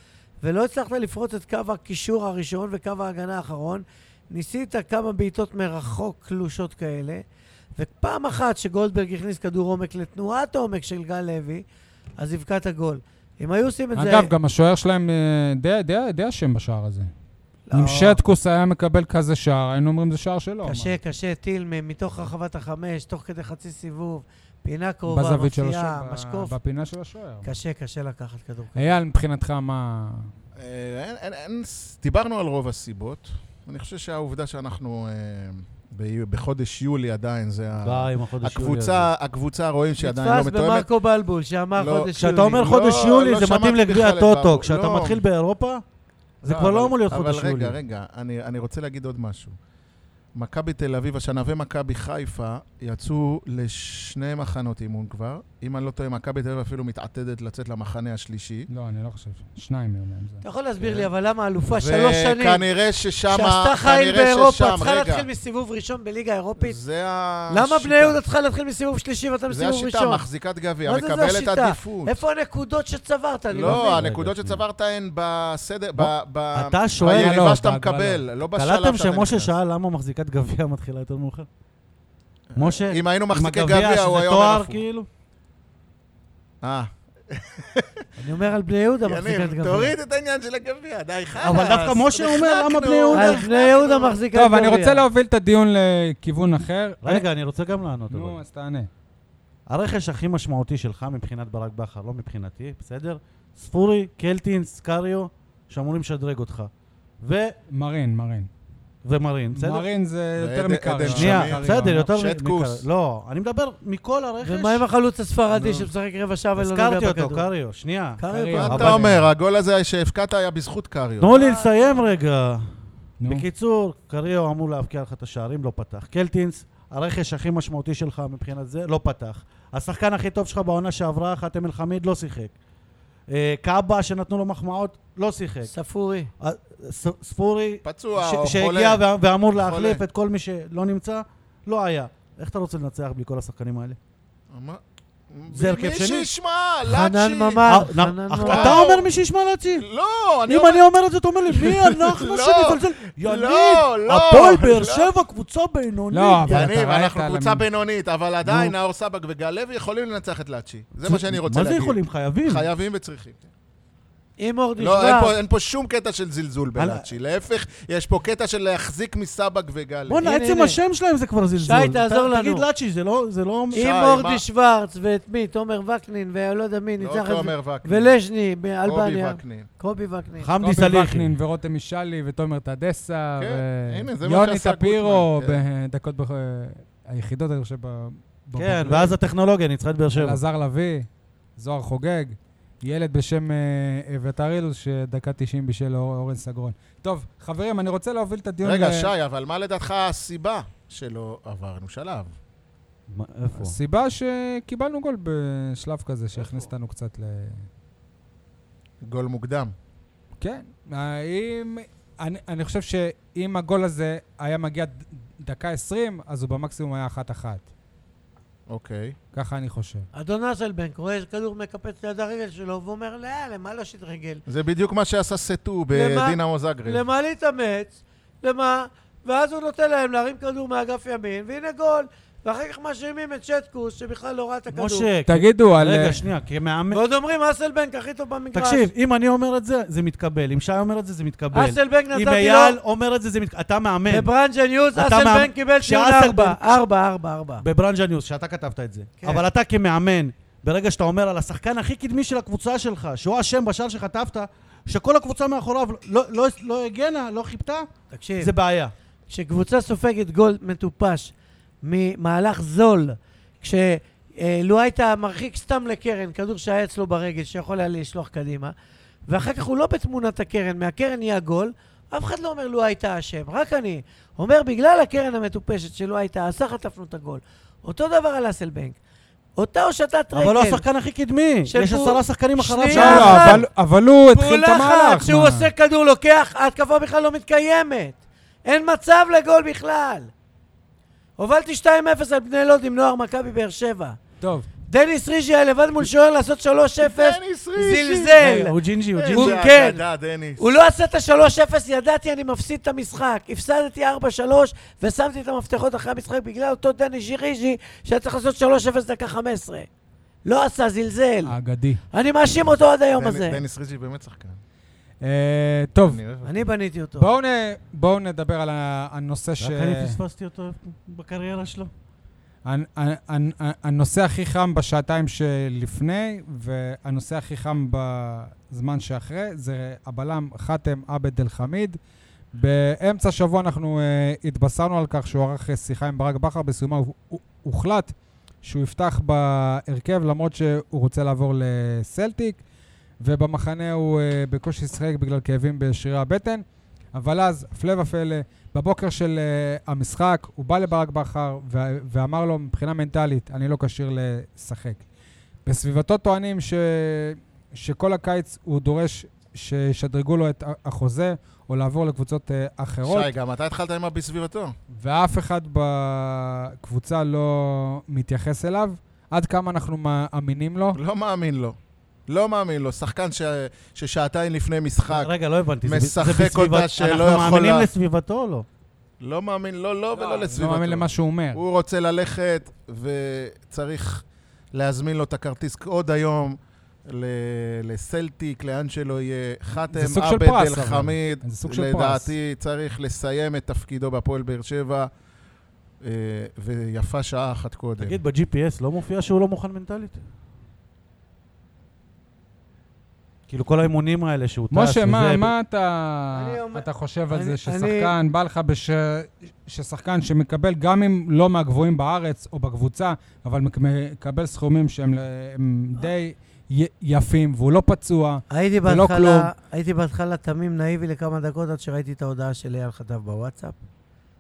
C: ולא הצלחת לפרוץ את קו הקישור הראשון וקו ההגנה האחרון. ניסית כמה בעיטות מרחוק קלושות כאלה, ופעם אחת שגולדברג הכניס כדור עומק לתנועת עומק של גל לוי, אז יבקע הגול. אם היו עושים את זה...
A: אגב, גם השוער שלהם אה, די- די- די אשם בשער הזה.
C: לא,
A: אם שטקוס היה מקבל כזה שער, היינו אומרים זה שער שלו.
C: קשה,
A: מה?
C: קשה, טיל מ- מתוך רחבת החמש, תוך כדי חצי סיבוב, פינה קרובה,
A: בזווית של
C: מפתיעה,
A: השוער,
C: משקוף.
A: בפינה של השוער.
C: קשה, קשה לקחת כדור כזה.
A: אייל, מבחינתך מה...
D: אה, אין, אין, אין, ס- דיברנו על רוב הסיבות. אני חושב שהעובדה שאנחנו אה, ב, בחודש יולי עדיין, זה ה-
B: די עם החודש יולי הזה.
D: אה, הקבוצה, הקבוצה רואים שעדיין לא
C: נתפס
D: מתואמת.
C: במרקו בלבול, שאמר
D: לא,
C: חודש יולי.
B: כשאתה אומר
D: לא,
B: חודש
D: לא
B: יולי, זה
D: שמעתי
B: מתאים לגביע
D: בכלל את
B: הטוטו.
D: ברבול.
B: כשאתה
D: לא.
B: מתחיל באירופה, זה כבר
D: אבל-
B: לא אמור להיות חודש
D: אבל
B: יולי.
D: רגע, רגע, אני, אני רוצה להגיד עוד משהו. מכבי תל אביב השנה ומכבי חיפה יצאו לשני מחנות אימון כבר. אם אני לא טועה, מכבי תל אביב אפילו מתעתדת לצאת למחנה השלישי.
A: לא, אני לא חושב. שניים מהם זה.
C: אתה יכול להסביר לי, אבל למה אלופה שלוש שנים,
D: וכנראה כן. ששם...
C: שעשתה חיים
D: כנראה
C: באירופה,
D: ששם-
C: צריכה
D: רגע,
C: להתחיל מסיבוב ראשון בליגה האירופית?
D: זה ה...
C: למה
D: השיטה.
C: בני יהודה צריכה להתחיל מסיבוב שלישי ואתה
D: זה
C: מסיבוב
D: השיטה,
C: ראשון?
D: מחזיקת גביע,
C: מה זה זה
D: מקבלת
C: השיטה?
D: עדיפות.
C: איפה הנקודות שצברת? אני לא
D: לא,
C: מבין.
D: הנקודות
A: רגע,
D: שצברת הן בסדר, ב...
B: בוא,
D: ב-
B: אתה שואל,
A: לא,
D: ביריבה שאתה
A: בהגרלה.
D: מקבל, לא בשלב שאתה
B: קלטתם
D: נכנס.
B: שמשה שאל למה מחזיקת גביע מתחילה יותר מאוחר? משה,
D: אה, אם היינו
B: עם
D: מחזיקי
B: הגביע,
D: גביע, הוא
B: שזה
D: היה אומר
B: תואר
D: הפוך.
B: כאילו?
D: אה,
C: אני אומר על בני יהודה מחזיקת
D: יניב,
C: גביע.
D: תוריד את העניין של הגביע, די, חלאס.
B: אבל דווקא משה אומר, למה בני יהודה?
C: על בני יהודה מחזיקת גביע.
A: טוב, אני רוצה להוביל את הדיון לכיוון אחר. אה,
B: רגע, אני רוצה גם לענות. אבל.
A: נו, אז תענה.
B: הרכש הכי משמעותי שלך מבחינת ברק בכר, לא מבחינתי, בסדר? ספורי, קלטינס, קריו, שאמורים לשדרג אותך. ו...
A: מרין, מרין.
B: ומרין, בסדר?
A: מרין זה יותר
D: ועדן-
A: מקרי.
D: עדן
B: שנייה,
D: שמיר,
B: בסדר, יותר
D: שטקוס.
B: מקר- לא, אני מדבר מכל הרכש.
C: ומה עם החלוץ הספרדי
D: נו.
C: שמשחק רבע שעה ולא נוגע
B: הזכרתי אותו,
C: בכדור?
B: לא קריו, שנייה.
C: קריו.
D: מה
A: אבל-
D: אתה אומר? הגול הזה שהבקעת היה בזכות קריו.
B: תנו לי לסיים רגע.
A: נו.
B: בקיצור, קריו אמור להבקיע לך את השערים, לא פתח. קלטינס, הרכש הכי משמעותי שלך מבחינת זה, לא פתח. השחקן הכי טוב שלך בעונה שעברה, חאתם אל-חמיד, לא שיחק. אה, קאבה, שנתנו לו מחמאות, לא שיחק.
C: ספורי.
B: אה, ס- ספורי,
D: פצוע
B: ש-
D: או
B: שהגיע
D: חולה.
B: וה- ואמור
D: חולה.
B: להחליף את כל מי שלא נמצא, לא היה. איך אתה רוצה לנצח בלי כל השחקנים האלה?
D: מה?
B: זה הרכב
D: מי
B: שני.
D: שישמע, לאצ'י.
C: חנן
B: אה,
C: ממן. חנן
B: נ-
C: ממן.
B: אתה אומר מי שישמע להציל.
D: לא, אני
B: אם
D: אומר...
B: אני אומר את זה, אתה אומר לי, מי אנחנו
D: לא,
B: שנזלזל? יניב,
D: לא,
B: הפועל באר
D: לא.
B: שבע, קבוצה בינונית.
A: לא, אבל אתה
D: יניב,
A: ראית...
D: אנחנו
A: על
D: קבוצה
A: המ-
D: בינונית, אבל עדיין
B: נו.
D: נאור סבק וגל לוי יכולים לנצח את לאצ'י. זה מה שאני רוצה
B: מה
D: להגיד.
B: זה יכולים? חייבים.
D: חייבים וצריכים.
C: אם אור
D: לא, אין
C: נשבר,
D: פה- אין פה שום קטע של זלזול
B: על-
D: בלאצ'י. להפך, יש פה קטע של להחזיק מסבק וגל לוי.
B: בואנה,
C: הנה,
B: עצם
C: הנה.
B: השם שלהם זה כבר זלזול.
C: שי, תעזור
B: ת-
C: לנו.
B: תגיד לאצ'י, זה לא... זה לא-
D: שי,
C: אם
D: מה?
C: אורדי שוורץ ואת מי, תומר וקנין ולא יודע מי,
D: לא
C: ניצח את זה,
D: תומר וקנין.
C: ולז'ני
D: קובי
C: באלבניה,
D: וקנין.
C: קובי וקנין.
B: חמדי
A: קובי
B: סליחי.
A: וקנין ורותם משאלי ותומר טדסה
D: כן, הנה, זה מה
A: ויוני
D: שעשה
A: טפירו
D: גוטמן, כן.
A: בדקות בכ- היחידות, אני חושב, ב-
B: כן,
A: בבוגרים.
B: ואז הטכנולוגיה ניצחה את באר שבע.
A: אלעזר לביא, זוהר חוגג, ילד בשם אה, אביתר אילוז, שדקה 90 בשל אור- אורן סגרון. טוב, חברים, אני רוצה להוביל את הדיון...
D: רגע,
A: ל-
D: שי, אבל מה לדעתך הסיבה שלא עברנו שלב?
B: מה, איפה?
A: הסיבה שקיבלנו גול בשלב כזה, שהכניס אותנו קצת ל...
D: גול מוקדם.
A: כן, אם... אני, אני חושב שאם הגול הזה היה מגיע ד- דקה 20, אז הוא במקסימום היה אחת-אחת.
D: אוקיי.
A: ככה אני חושב.
C: אדון אזלבנק רואה כדור מקפץ ליד הרגל שלו ואומר, לא, למה להושיט רגל?
D: זה בדיוק מה שעשה סטו
C: למה-
D: בדינמו זגרב.
C: למה להתאמץ? למה? ואז הוא נותן להם להרים כדור מאגף ימין, והנה גול. ואחר כך מאשימים את שטקוס, שבכלל לא ראה את הכדור.
B: משה,
A: תגידו, על... לא,
B: רגע, שנייה, כמאמן...
C: ועוד אומרים, אסלבנק הכי טוב במגרש.
B: תקשיב, אם אני אומר את זה, זה מתקבל. אם שי אומר את זה, זה מתקבל.
C: אסלבנק
B: אם
C: אה, לא נתתי
B: אייל
C: לו,
B: אומר את זה, זה מתקבל. אתה מאמן.
C: בברנג'ה ניוז,
B: אתה מאמן-
C: אסלבנק קיבל ציון
B: כשאסלבנק-
C: ארבע. ארבע, ארבע, ארבע.
B: בברנז'ה ניוז, שאתה כתבת את זה.
C: כן.
B: אבל אתה כמאמן, ברגע שאתה אומר על השחקן הכי קדמי של הקבוצה שלך, שהוא אשם בשער שחטפת, שכל הקבוצה מאחוריו לא- לא- לא הגנה, לא חיפתה,
C: תקשיב,
B: זה בעיה.
C: כשקבוצה סופגת גול מטופש ממהלך זול, כשלו הייתה מרחיק סתם לקרן, כדור שהיה אצלו ברגל, שיכול היה לשלוח קדימה, ואחר כך הוא לא בתמונת הקרן, מהקרן נהיה גול, אף אחד לא אומר לו הייתה אשם, רק אני. אומר בגלל הקרן המטופשת שלו הייתה, אז חטפנו את הגול. אותו דבר על אסלבנק. אותה הושטת רגל.
B: אבל לא השחקן הכי קדמי.
C: אה, כן. של
B: יש
C: פו-
B: עשרה שחקנים אחריו.
A: לא,
C: שנייה.
B: שם.
A: לא,
C: אחת.
A: אבל, אבל הוא התחיל את
C: פעולה
A: המהלך.
C: אחת, כשהוא
A: מה?
C: עושה כדור לוקח, ההתקפה בכלל לא מתקיימת. אין מצב לגול בכלל. הובלתי 2-0 על בני לוד עם נוער מכבי באר שבע.
A: טוב,
C: דניס ריג'י היה לבד מול שוער לעשות 3-0,
D: דניס רישי!
A: אה,
C: זלזל.
B: אה, הוא ג'ינג'י, הוא
D: איזה
B: ג'ינג'י.
C: אה, הוא- כן.
D: אה, אגדה, דניס.
C: הוא לא עשה את ה-3-0, ידעתי, אני מפסיד את המשחק. הפסדתי 4-3, ושמתי את המפתחות אחרי המשחק בגלל אותו דני ז'יריז'י, שהיה צריך לעשות 3-0 דקה 15. לא עשה, זלזל.
A: האגדי.
C: אני מאשים אותו עד היום
D: דני-
C: הזה.
D: דניס ריג'י באמת שחקן.
A: אה, טוב,
D: אני אוהב אותו.
C: אני בניתי אותו.
A: בואו נ- בואו נדבר על ה- הנושא ש...
B: רק אני פספסתי אותו בקריירה שלו.
A: הנ- הנ- הנ- הנושא הכי חם בשעתיים שלפני, והנושא הכי חם בזמן שאחרי, זה הבלם חאתם עבד אל חמיד. באמצע השבוע אנחנו uh, התבשרנו על כך שהוא ערך אה, שיחה עם ברק בכר, בסיומה הוא- הוא- הוחלט שהוא יפתח בהרכב למרות שהוא רוצה לעבור לסלטיק, ובמחנה הוא uh, בקושי שיחק בגלל כאבים בשרירי הבטן, אבל אז, הפלא ופלא, בבוקר של uh, המשחק, הוא בא לברק בכר ו- ואמר לו, מבחינה מנטלית, אני לא כשיר לשחק. בסביבתו טוענים ש- שכל הקיץ הוא דורש שישדרגו לו את ה- החוזה, או לעבור לקבוצות אה, אחרות,
D: שי, גם אתה התחלת עם הבסביבתו.
A: ואף אחד בקבוצה לא מתייחס אליו. עד כמה אנחנו מאמינים לו?
D: לא מאמין לו. לא מאמין לו. שחקן ש- ששעתיים לפני משחק,
B: רגע, לא הבנתי. זה ב- זה
D: משחק
B: בסביבת-
D: אותה שלא
B: אנחנו
D: יכול
B: מאמינים
D: לה-
B: לסביבתו או לא?
D: לא מאמין לו, לא ולא
A: לא מאמין
D: לסביבתו.
A: למה שהוא אומר.
D: כן. הוא רוצה ללכת, וצריך להזמין לו את הכרטיס עוד היום ל- לסלטיק, לאן שלא יהיה.
A: זה
D: חאתם
A: סוג של
D: עבד
A: פרס,
D: אל
A: אבל.
D: חמיד,
A: זה סוג של
D: לדעתי צריך לסיים את תפקידו בהפועל באר שבע, אה, ויפה שעה אחת קודם.
B: תגיד, ב-GPS לא מופיע שהוא לא מוכן מנטלית? כאילו כל האימונים האלה שהוא טס,
A: משה, מה,
B: וזה-
A: מה אתה,
C: אני אומר-
A: אתה חושב על
C: אני-
A: זה
C: אני-
A: ששחקן, בא לך בש... ששחקן שמקבל, גם אם לא מהגבוהים בארץ או בקבוצה, אבל מק- מקבל סכומים שהם ל- הם די י- יפים, והוא לא פצוע.
C: הייתי
A: ולא כלום.
C: בהתחלה, הייתי בהתחלה תמים נאיבי לכמה דקות עד שראיתי את ההודעה של אייל חטב בוואטסאפ,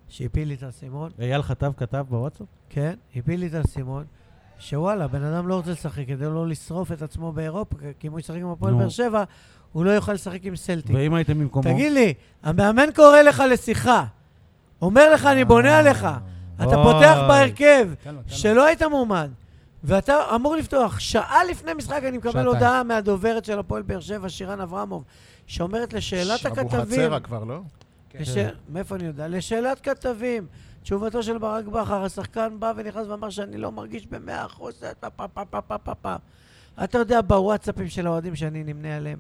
C: שהפיל לי את האסימון,
B: אייל חטב כתב בוואטסאפ?
C: כן, הפיל לי את האסימון, שוואלה, בן אדם לא רוצה לשחק כדי לא לשרוף את עצמו באירופה, כי אם הוא ישחק עם הפועל
B: נו.
C: באר שבע, הוא לא יוכל לשחק עם סלטיק.
B: ואם הייתם במקומו?
C: תגיד לי, המאמן קורא לך לשיחה, אומר לך, אני בונה עליך, אתה פותח
B: אוי.
C: בהרכב,
A: תן לו, תן לו.
C: שלא היית מועמד, ואתה אמור לפתוח. שעה לפני משחק אני מקבל
A: שעתיים.
C: הודעה מהדוברת של הפועל באר שבע, שירן אברמוב, שאומרת לשאלת הכתבים... כן.
D: אבוחצירא כבר, לא?
C: לש... מאיפה אני יודע? לשאלת כתבים. תשובתו של ברק בכר, השחקן בא ונכנס ואמר שאני לא מרגיש במאה אחוז, זה פה פה פה פה פה פה פה. אתה יודע בוואטסאפים של האוהדים שאני נמנה עליהם,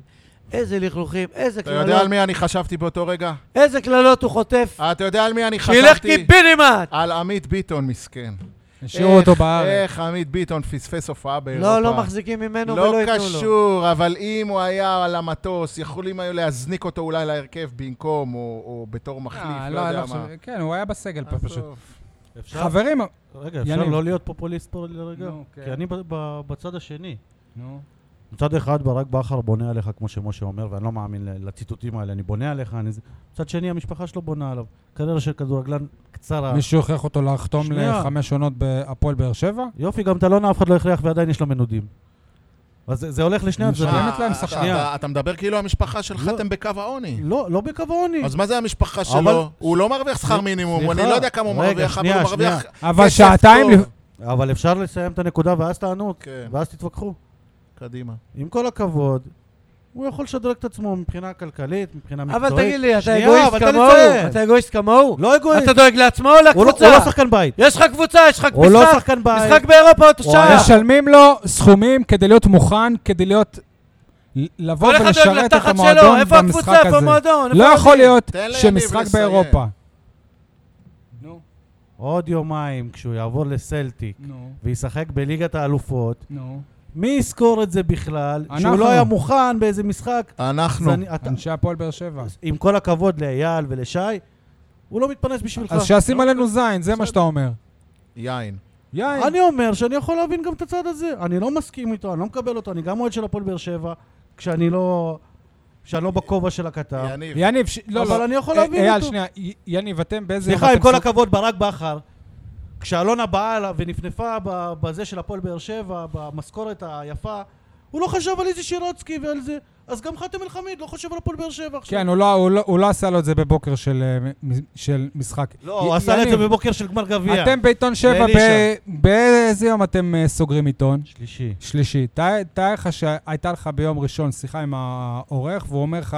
C: איזה לכלוכים, איזה
D: אתה יודע על
C: קללות,
D: מי אה, אני חשבתי באותו רגע?
C: איזה קללות הוא חוטף.
D: אתה יודע על מי אני
C: שילך
D: חשבתי?
C: קיבינימט!
D: על עמית ביטון, מסכן.
A: השאירו אותו
D: איך-
A: בארץ.
D: איך עמית ביטון פספס הופעה באירופה?
C: לא, לא מחזיקים ממנו
D: אה, לא
C: ולא ייתנו לו.
D: קשור, אבל אם הוא היה על המטוס, יכולים היו להזניק אותו אולי להרכב במקום, או, או בתור מחליף,
A: אה,
D: לא,
A: לא,
D: יודע
A: לא
D: מה.
A: חושב- כן, הוא היה בסגל פה
D: עזוב.
A: פשוט.
B: אפשר?
A: חברים,
B: רגע, אפשר
A: יניב.
B: לא להיות פופוליסט פה לרגע?
A: נו, כן.
B: כי אני ב- ב- בצד השני.
A: נו.
B: מצד אחד ברק בכר בונה עליך, כמו שמשה אומר, ואני לא מאמין ל- לציטוטים האלה, אני בונה עליך, אני זה... מצד שני, המשפחה שלו בונה עליו. קריירה של כדורגלן קצרה.
A: מישהו הכריח אותו לחתום
B: אה. שנייה.
A: לחמש עונות בהפועל באר שבע?
B: יופי, גם את אלונה אף אחד לא הכריח ועדיין יש לו מנודים. אז זה- זה הולך לשני
A: נשמע-
B: הצדדים.
A: באמת לא להם
D: אתה-
A: שחקן.
D: אתה- אתה מדבר כאילו המשפחה שלך,
B: לא.
D: אתם בקו העוני.
B: לא, לא בקו העוני.
D: אז מה זה המשפחה
B: אבל-
D: שלו? הוא לא מרוויח שכר
B: סליחה,
D: מינימום, אני לא יודע כמה הוא
B: רגע,
D: מרוויח, אבל
B: שנייה,
D: הוא מרוויח...
B: שנייה.
A: אבל
D: כסף
A: שעתיים...
D: טוב.
A: לפ-
B: אבל אפשר לסיים את הנקודה ואז תענו,
D: כן,
B: ואז תתווכחו.
D: קדימה.
B: עם כל הכבוד, הוא יכול לשדרג את עצמו מבחינה כלכלית, מבחינה מקצועית.
C: אבל תגיד לי, אתה
B: שנייה,
C: אגואיסט
B: אבל תן לי
C: כמוהו?
B: לסיים.
C: אתה אגואיסט כמוהו?
B: לא אגואיסט.
C: אתה דואג לעצמו או
B: הוא לא-
C: לקבוצה?
B: הוא לא שחקן בית.
C: יש לך קבוצה, יש לך
B: הוא לא
C: משחק,
B: שחקן בית.
C: משחק באירופה עוד
B: הוא
C: שעה.
B: היה
A: משלמים לו סכומים כדי להיות מוכן, כדי להיות... לבוא
C: כל אחד דואג
A: ולשרת את
C: לתחת שלו,
A: המועדון
C: איפה
A: במשחק
C: הקבוצה, איפה
A: הזה.
C: המועדון?
A: לא יכול להיות
D: תן ליניב
A: שמשחק
D: לסיים.
A: באירופה. נו,
B: עוד יומיים, כשהוא יעבור לסלטיק
A: נו,
B: וישחק בליגת האלופות,
A: נו.
B: מי יזכור את זה בכלל? שהוא
A: אנחנו.
B: לא היה מוכן באיזה משחק?
D: אנחנו,
B: אז אני- אתה-
A: אנשי הפועל באר שבע.
B: עם כל הכבוד לאייל ולשי, הוא לא מתפרנס בשבילך.
A: אז שישים עלינו זין, זה מה שאתה אומר.
D: יין.
A: יין.
B: אני אומר שאני יכול להבין גם את הצד הזה. אני לא מסכים איתו, אני לא מקבל אותו, אני גם אוהד של הפועל באר שבע, כשאני לא... כשאני לא בכובע של הכתב.
D: יניב,
A: יניב, ש- לא, לא.
B: אבל אני יכול
A: אה,
B: להבין
A: אייל,
B: אותו.
A: שנייה. י- יניב, אתם באיזה... יום
B: סליחה, עם
A: אתם
B: כל
A: סוג-
B: הכבוד, ברק בכר, כשאלונה באה אליו ונפנפה ב- בזה של הפועל באר שבע, במשכורת היפה, הוא לא חשב על איזי שירוצקי ועל זה. אז גם חתם אל-חמיד לא חושב על הפועל באר שבע עכשיו.
A: כן, הוא לא- הוא לא- הוא לא עשה לו את זה בבוקר של, אה, מ- של משחק.
B: לא,
A: י-
B: הוא עשה לה את זה
A: יניב,
B: בבוקר של גמר גביע.
A: אתם בעיתון שבע,
B: לאלישע.
A: ב- באיזה יום אתם אה, סוגרים עיתון?
B: שלישי.
A: שלישי. תאר- תאר לך שהייתה לך ביום ראשון שיחה עם העורך, והוא אומר לך,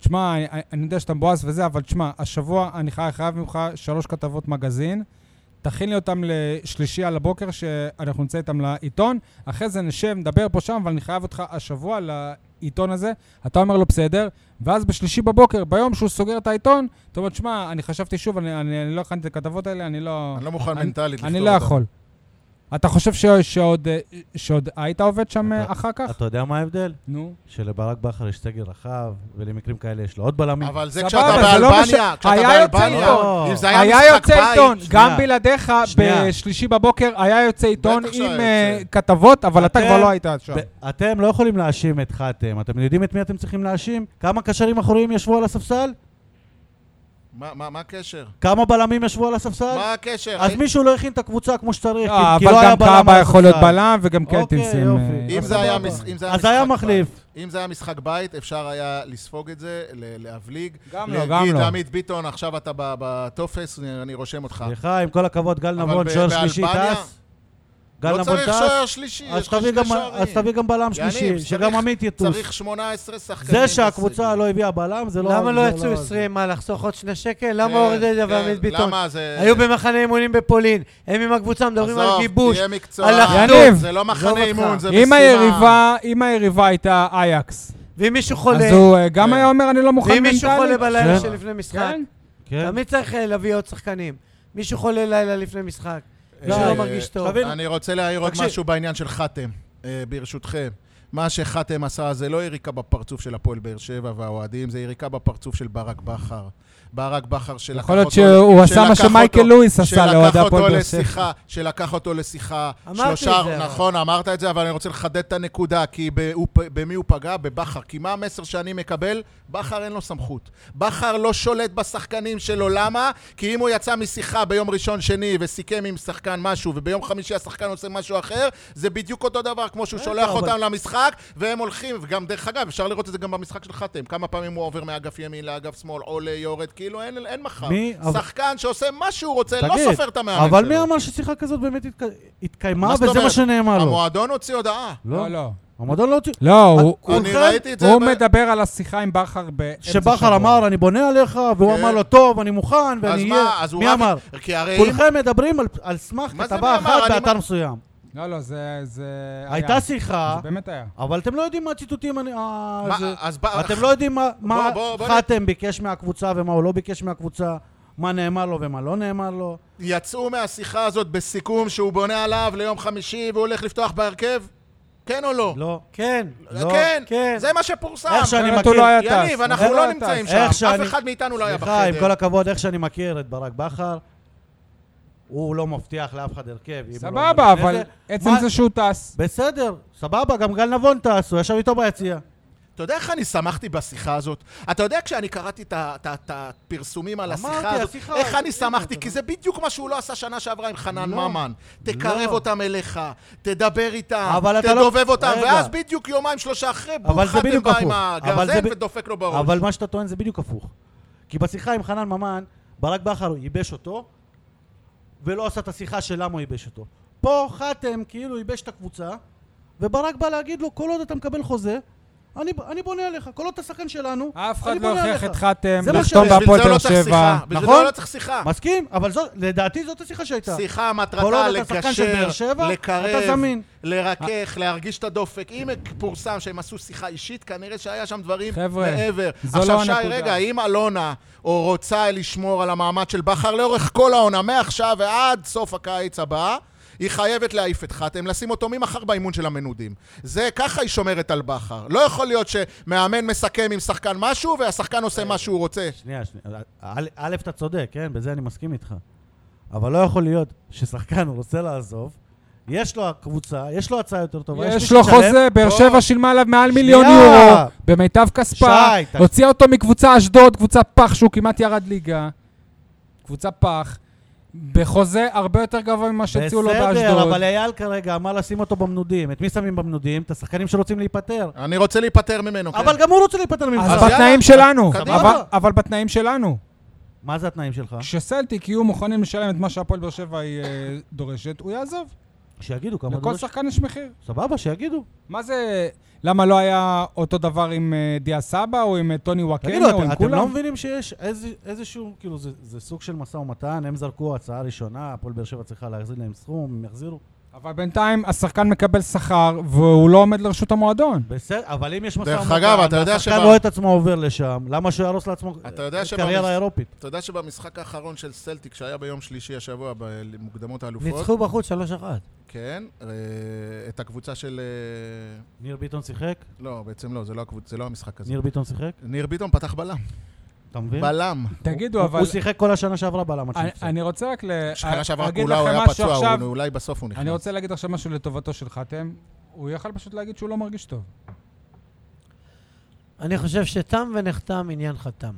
A: תשמע, אני- אני יודע שאתה מבואס וזה, אבל תשמע, השבוע אני חי- חייב ממך שלוש כתבות מגזין, תכין לי אותם לשלישי על הבוקר, שאנחנו נצא איתם לעיתון, אחרי זה נשב, נדבר פה שם, אבל אני חייב אותך השבוע לעיתון הזה. אתה אומר לו, בסדר, ואז בשלישי בבוקר, ביום שהוא סוגר את העיתון, אתה אומר, תשמע, אני חשבתי שוב, אני, אני, אני לא הכנתי את הכתבות האלה, אני לא...
D: אני לא מוכן
A: אני-
D: מנטלית לפתור
A: אני לא
D: אותה.
A: יכול. אתה חושב ש- שעוד, אה, שעוד היית עובד שם אה,
B: אתה-
A: אחר כך?
B: אתה יודע מה ההבדל?
A: נו.
B: שלברק בכר יש סגל רחב, ולמקרים כאלה יש לו עוד בלמים.
D: אבל זה
A: סבבה,
D: כשאתה
A: זה לא
D: באלבניה,
A: מש-
D: כשאתה
A: היה יוצא
D: באלבניה,
B: עיתון.
D: אם זה היה
A: היה
D: משחק
A: יוצא עיתון,
D: בית,
A: גם
B: שנייה.
A: בלעדיך,
B: שנייה.
A: בשלישי בבוקר היה יוצא עיתון
D: בטח שהיה
A: עם אה,
D: יוצא.
A: כתבות, אבל אתה
B: אתם-
A: כבר לא היית שם.
B: ב- אתם לא יכולים להאשים את חתם. אתם יודעים את מי אתם צריכים להאשים? כמה קשרים אחוריים ישבו על הספסל?
D: מה- מה מה הקשר?
B: כמה בלמים ישבו על הספסל?
D: מה הקשר?
B: אז מישהו לא הכין את הקבוצה כמו שצריך,
A: לא,
B: כי- כי לא
A: אבל
B: היה
A: גם
B: בלם על
A: קאבה יכול להיות
B: הספסל.
A: בלם וגם
B: אוקיי,
A: קלטינסים.
B: יופי.
A: אה,
D: אם
B: אבל
D: זה היה
B: סבבה.
D: מס- אם זה היה
B: אז היה
D: משחק
B: מחליף.
D: אם זה היה משחק בית, אפשר היה לספוג את זה, ל- להבליג.
A: גם לא,
D: להגיד
A: גם לא.
D: לעמית ביטון, עכשיו אתה ב- בטופס, אני אני רושם אותך.
B: סליחה, עם כל הכבוד, גל
D: אבל
B: נבון,
D: ב-
B: שוער שלישי
D: באלבניה?
B: טס. גל
D: לא
B: נבון
D: צריך
B: טס.
D: שוער שלישי, יש
B: אז
D: לך שני
B: תביא גם- אז
D: שערים.
B: תביא גם בלם
D: יניב,
B: שלישי, שגם
D: צריך-
B: עמית יטוס.
D: צריך 18 שחקנים.
B: זה שהקבוצה
D: בסגל.
B: לא הביאה בלם, זה לא...
C: למה לא
B: זה
C: יצאו 20? מה, לחסוך עוד שני שקל? למה
D: כן,
C: אורדדיה
D: כן,
C: ועמית ביטון?
D: למה זה...
C: היו במחנה אימונים בפולין, הם עם הקבוצה מדברים על
D: עזוב,
C: גיבוש.
D: תהיה מקצוען.
C: על אחדות.
A: יניב,
D: זה לא
C: עזוב
D: מחנה אימון,
C: אותך.
D: זה
A: אם
D: משימה.
A: היריבה- אם היריבה הייתה אייקס,
C: ואם מישהו
A: אז
C: חולה,
A: הוא אה, גם
D: כן.
A: היה אומר, אני לא מוכן
C: ואם
A: מנטלית.
C: מישהו חולה בלילה
B: כן.
C: שלפני משחק,
A: כן?
B: כן.
C: תמיד צריך אה, להביא עוד שחקנים. מישהו חולה לילה לפני משחק,
D: אה,
C: שלא
D: אה,
C: לא, מרגיש טוב.
B: תבין,
D: אני רוצה להעיר עוד
C: תקשיב.
D: משהו בעניין של חתם, אה, ברשותכם. מה שחתם עשה זה לא יריקה בפרצוף של הפועל באר שבע והאוהדים, זה יריקה בפרצוף של ברק בכר. ברק בכר שלקח אותו...
A: יכול להיות שהוא עשה מה
D: שלקח
A: שמייקל
D: אותו-
A: לואיס עשה לאוהדי
D: שלקח
A: הפועל
D: אותו
A: באר שבע.
D: לשיחה, שלקח אותו לשיחה.
C: אמרתי
D: שלושה,
C: את זה, אבל.
D: נכון, אמרת את זה, אבל אני רוצה לחדד את הנקודה, כי ב, הוא, פ- במי הוא פגע? בבכר. כי מה המסר שאני מקבל? בכר אין לו סמכות. בכר לא שולט בשחקנים שלו, למה? כי אם הוא יצא משיחה ביום ראשון-שני וסיכם עם שחקן משהו, וביום חמישי השחקן עושה משהו אחר, זה בדיוק אותו דבר, כמו שהוא שולח
B: אה, אבל-
D: אותם למשחק, והם הולכים, וגם, דרך אגב, אפשר לראות את זה גם במשחק של חתם, כמה פעמים הוא עובר מאגף ימין לאגף שמאל, עולה, יורד, כאילו אין, אין מחר.
B: מי-
D: שחקן שעושה מה שהוא רוצה, לא
B: תגיד,
D: סופר את המאמן שלו.
B: אבל מי אמר ששיחה כזאת באמת התק- התקיימה,
D: מה זאת
B: וזה מה
D: אומרת?
B: שנאמר לו?
D: המועדון הוציא הודעה.
A: לא, לא.
B: המועדון לא הוציא...
A: לא, הוא...
B: כולכם-
D: אני ראיתי את זה.
A: הוא
D: ב-
A: מדבר על השיחה עם בכר באמצע
B: שבכר
A: שבוע.
B: אמר, אני בונה עליך, והוא
D: כן.
B: אמר לו, טוב, אני מוכן,
D: אז
B: ואני
D: מה,
B: אהיה...
D: אז הוא
B: מי
D: רק-
B: אמר?
D: כי הרי אם...
B: כולכם מדברים על- על סמך
D: מה זה
B: כתבה
D: מי אמר?
B: אחת
D: אני-
B: באתר מסוים.
A: לא, לא, זה... זה היה.
B: הייתה שיחה,
A: זה באמת היה.
B: אבל אתם לא יודעים מה הציטוטים... אני- ה-
D: מה,
B: זה-
D: אז בא...
B: אתם לא יודעים מה- מה
D: בוא, בוא נ-
B: חתם ביקש מהקבוצה ומה הוא לא ביקש מהקבוצה, מה נאמר לו ומה לא נאמר לו.
D: יצאו מהשיחה הזאת בסיכום שהוא בונה עליו ליום חמישי והוא הולך לפתוח בהרכב? כן או לא?
B: לא.
C: כן.
B: לא,
D: כן,
C: כן.
D: זה מה שפורסם.
B: איך שאני
A: באמת
B: מכיר...
A: הוא לא היה טס.
D: יניב, אנחנו
A: איך
D: לא
A: היה
D: נמצאים
A: טס?
D: שם.
B: איך
D: אף
B: שאני-
D: אחד מאיתנו לא היה
B: סליחה, עם
D: בחדר.
B: כל הכבוד, איך שאני מכיר את ברק בכר, הוא לא מבטיח לאף אחד הרכב. אם הוא לא
A: סבבה,
B: אומר לפני
A: אבל
B: זה.
A: עצם
B: מה-
A: זה שהוא טס.
B: בסדר, סבבה, גם גל נבון טס, הוא ישב איתו ביציע.
D: אתה יודע איך אני שמחתי בשיחה הזאת? אתה יודע כשאני קראתי את ה- את ה- את הפרסומים על
B: אמרתי,
D: השיחה הזאת,
B: השיחה,
D: איך אני
B: הנה,
D: שמחתי?
B: אתה
D: כי זה בדיוק מה שהוא לא עשה שנה שעברה עם חנן
B: לא,
D: ממן. תקרב
B: לא.
D: אותם אליך, תדבר איתם,
B: אבל אתה לא-
D: תדובב אותם,
B: רגע.
D: ואז בדיוק יומיים שלושה אחרי,
B: אבל זה
D: בוכתם
B: בדיוק
D: בא עם
B: הפוך. אבל זה
D: הגרזן
B: ב-
D: ודופק לו בראש.
B: אבל מה שאתה טוען זה בדיוק הפוך. כי בשיחה עם חנן ממן, ברק בכר ייבש אותו, ולא עשה את השיחה של למה הוא ייבש אותו. פה חתם כאילו ייבש את הקבוצה, וברק בא להגיד לו, כל עוד אתה מקבל חוזה, אני, אני בונה עליך, כל עוד אתה שחקן שלנו,
A: אף אחד
B: אני
A: לא
B: בונה
A: הוכיח את
B: עליך.
A: חתם
B: זה מה
A: לחתום
B: שאני-
D: בשביל
A: בהפועל
D: זה
A: באר
D: לא צריך
A: שבע.
D: שיחה, בשביל
B: נכון?
D: זה לא צריך שיחה.
B: מסכים, אבל זאת, לדעתי זאת השיחה שהייתה.
D: שיחה
B: כל
D: מטרתה
B: עוד אתה שחקן של
D: לקשר,
B: באר שבע,
D: לקרב,
B: אתה זמין.
D: לרכך, להרגיש את הדופק. אם פורסם שהם עשו שיחה אישית, כנראה שהיה שם דברים
A: חבר'ה,
D: מעבר.
A: זו
D: עכשיו,
A: לא
D: שי,
A: הנקודה.
D: רגע, אם אלונה או רוצה לשמור על המעמד של בכר לאורך כל העונה, מעכשיו ועד סוף הקיץ הבא, היא חייבת להעיף את חתם, לשים אותו ממחר באימון של המנודים. זה, ככה היא שומרת על בכר. לא יכול להיות שמאמן מסכם עם שחקן משהו, והשחקן עושה מה שהוא רוצה.
B: שנייה, שנייה. א', א', אתה צודק, כן? בזה אני מסכים איתך. אבל לא יכול להיות ששחקן רוצה לעזוב, יש לו קבוצה, יש לו הצעה יותר טובה, מי
A: יש לו
B: שישלם.
A: חוזה, באר
D: בוא.
A: שבע שילמה עליו מעל מיליון
B: שנייה.
A: יורו, במיטב כספה,
B: שי, ת-
A: הוציאה אותו מקבוצה אשדוד, קבוצה פח שהוא כמעט ירד ליגה, קבוצה פח, בחוזה הרבה יותר גבוה ממה שהציעו לו באשדוד.
B: בסדר, אבל אייל כרגע אמר לשים אותו במנודים. את מי שמים במנודים? את השחקנים שרוצים להיפטר.
D: אני רוצה להיפטר ממנו, כן.
B: אבל גם הוא רוצה להיפטר ממך.
A: אוקיי. אז
D: אז יאללה,
A: בתנאים שלנו,
D: קדימה.
A: אבל- אבל בתנאים שלנו.
B: מה זה התנאים שלך?
A: כשסלטיק יהיו מוכנים לשלם את מה שהפועל באר שבע היא אה, דורשת, הוא יעזוב.
B: שיגידו כמה
A: לכל
B: דורש.
A: שחקן יש מחיר.
B: סבבה, שיגידו.
A: מה זה... למה לא היה אותו דבר עם אה, דיה סבא, או עם אה, טוני
B: תגידו,
A: וואקמה, או
B: אתם-
A: עם
B: אתם לא
A: כולם?
B: מבינים שיש איזה- איזשהו, כאילו, זה- זה סוג של משא ומתן, הם זרקו הצעה ראשונה, הפועל באר שבע צריכה להחזיר להם סכום, הם יחזירו.
A: אבל בינתיים השחקן מקבל שכר, והוא לא עומד לרשות המועדון.
B: בסדר, אבל אם יש משא
D: דרך
B: ומתן,
D: אגב, אתה יודע
B: השחקן לא
D: שבא-
B: רואה את עצמו עובר לשם, למה שהוא יהרוס לעצמו
D: אתה יודע שבא-
B: קריירה אירופית?
D: אתה יודע שבמשחק האחרון של סלטיק, שהיה ביום שלישי השבוע במוקדמות האלופות,
C: ניצחו בחוץ 3-1.
D: כן, אה, את הקבוצה של... אה,
B: ניר ביטון שיחק?
D: לא, בעצם לא, זה לא הקבוצה, זה לא המשחק הזה.
B: ניר כן. ביטון שיחק?
D: ניר ביטון פתח בלם.
B: אתה מבין?
D: בלם.
A: תגידו,
B: הוא-
A: אבל...
B: הוא שיחק כל השנה שעברה בלם. עד
A: אני-
B: שנפצע.
A: אני רוצה רק ל-
D: שנה שעברה
A: להגיד
D: כולה הוא
A: לכם
D: היה
A: משהו
D: פצוע,
A: עכשיו.
D: הוא- לא- אולי בסוף הוא נכנס.
A: אני רוצה להגיד עכשיו משהו לטובתו של חתם. הוא יכל פשוט להגיד שהוא לא מרגיש טוב.
C: אני חושב שתם ונחתם עניין חתם.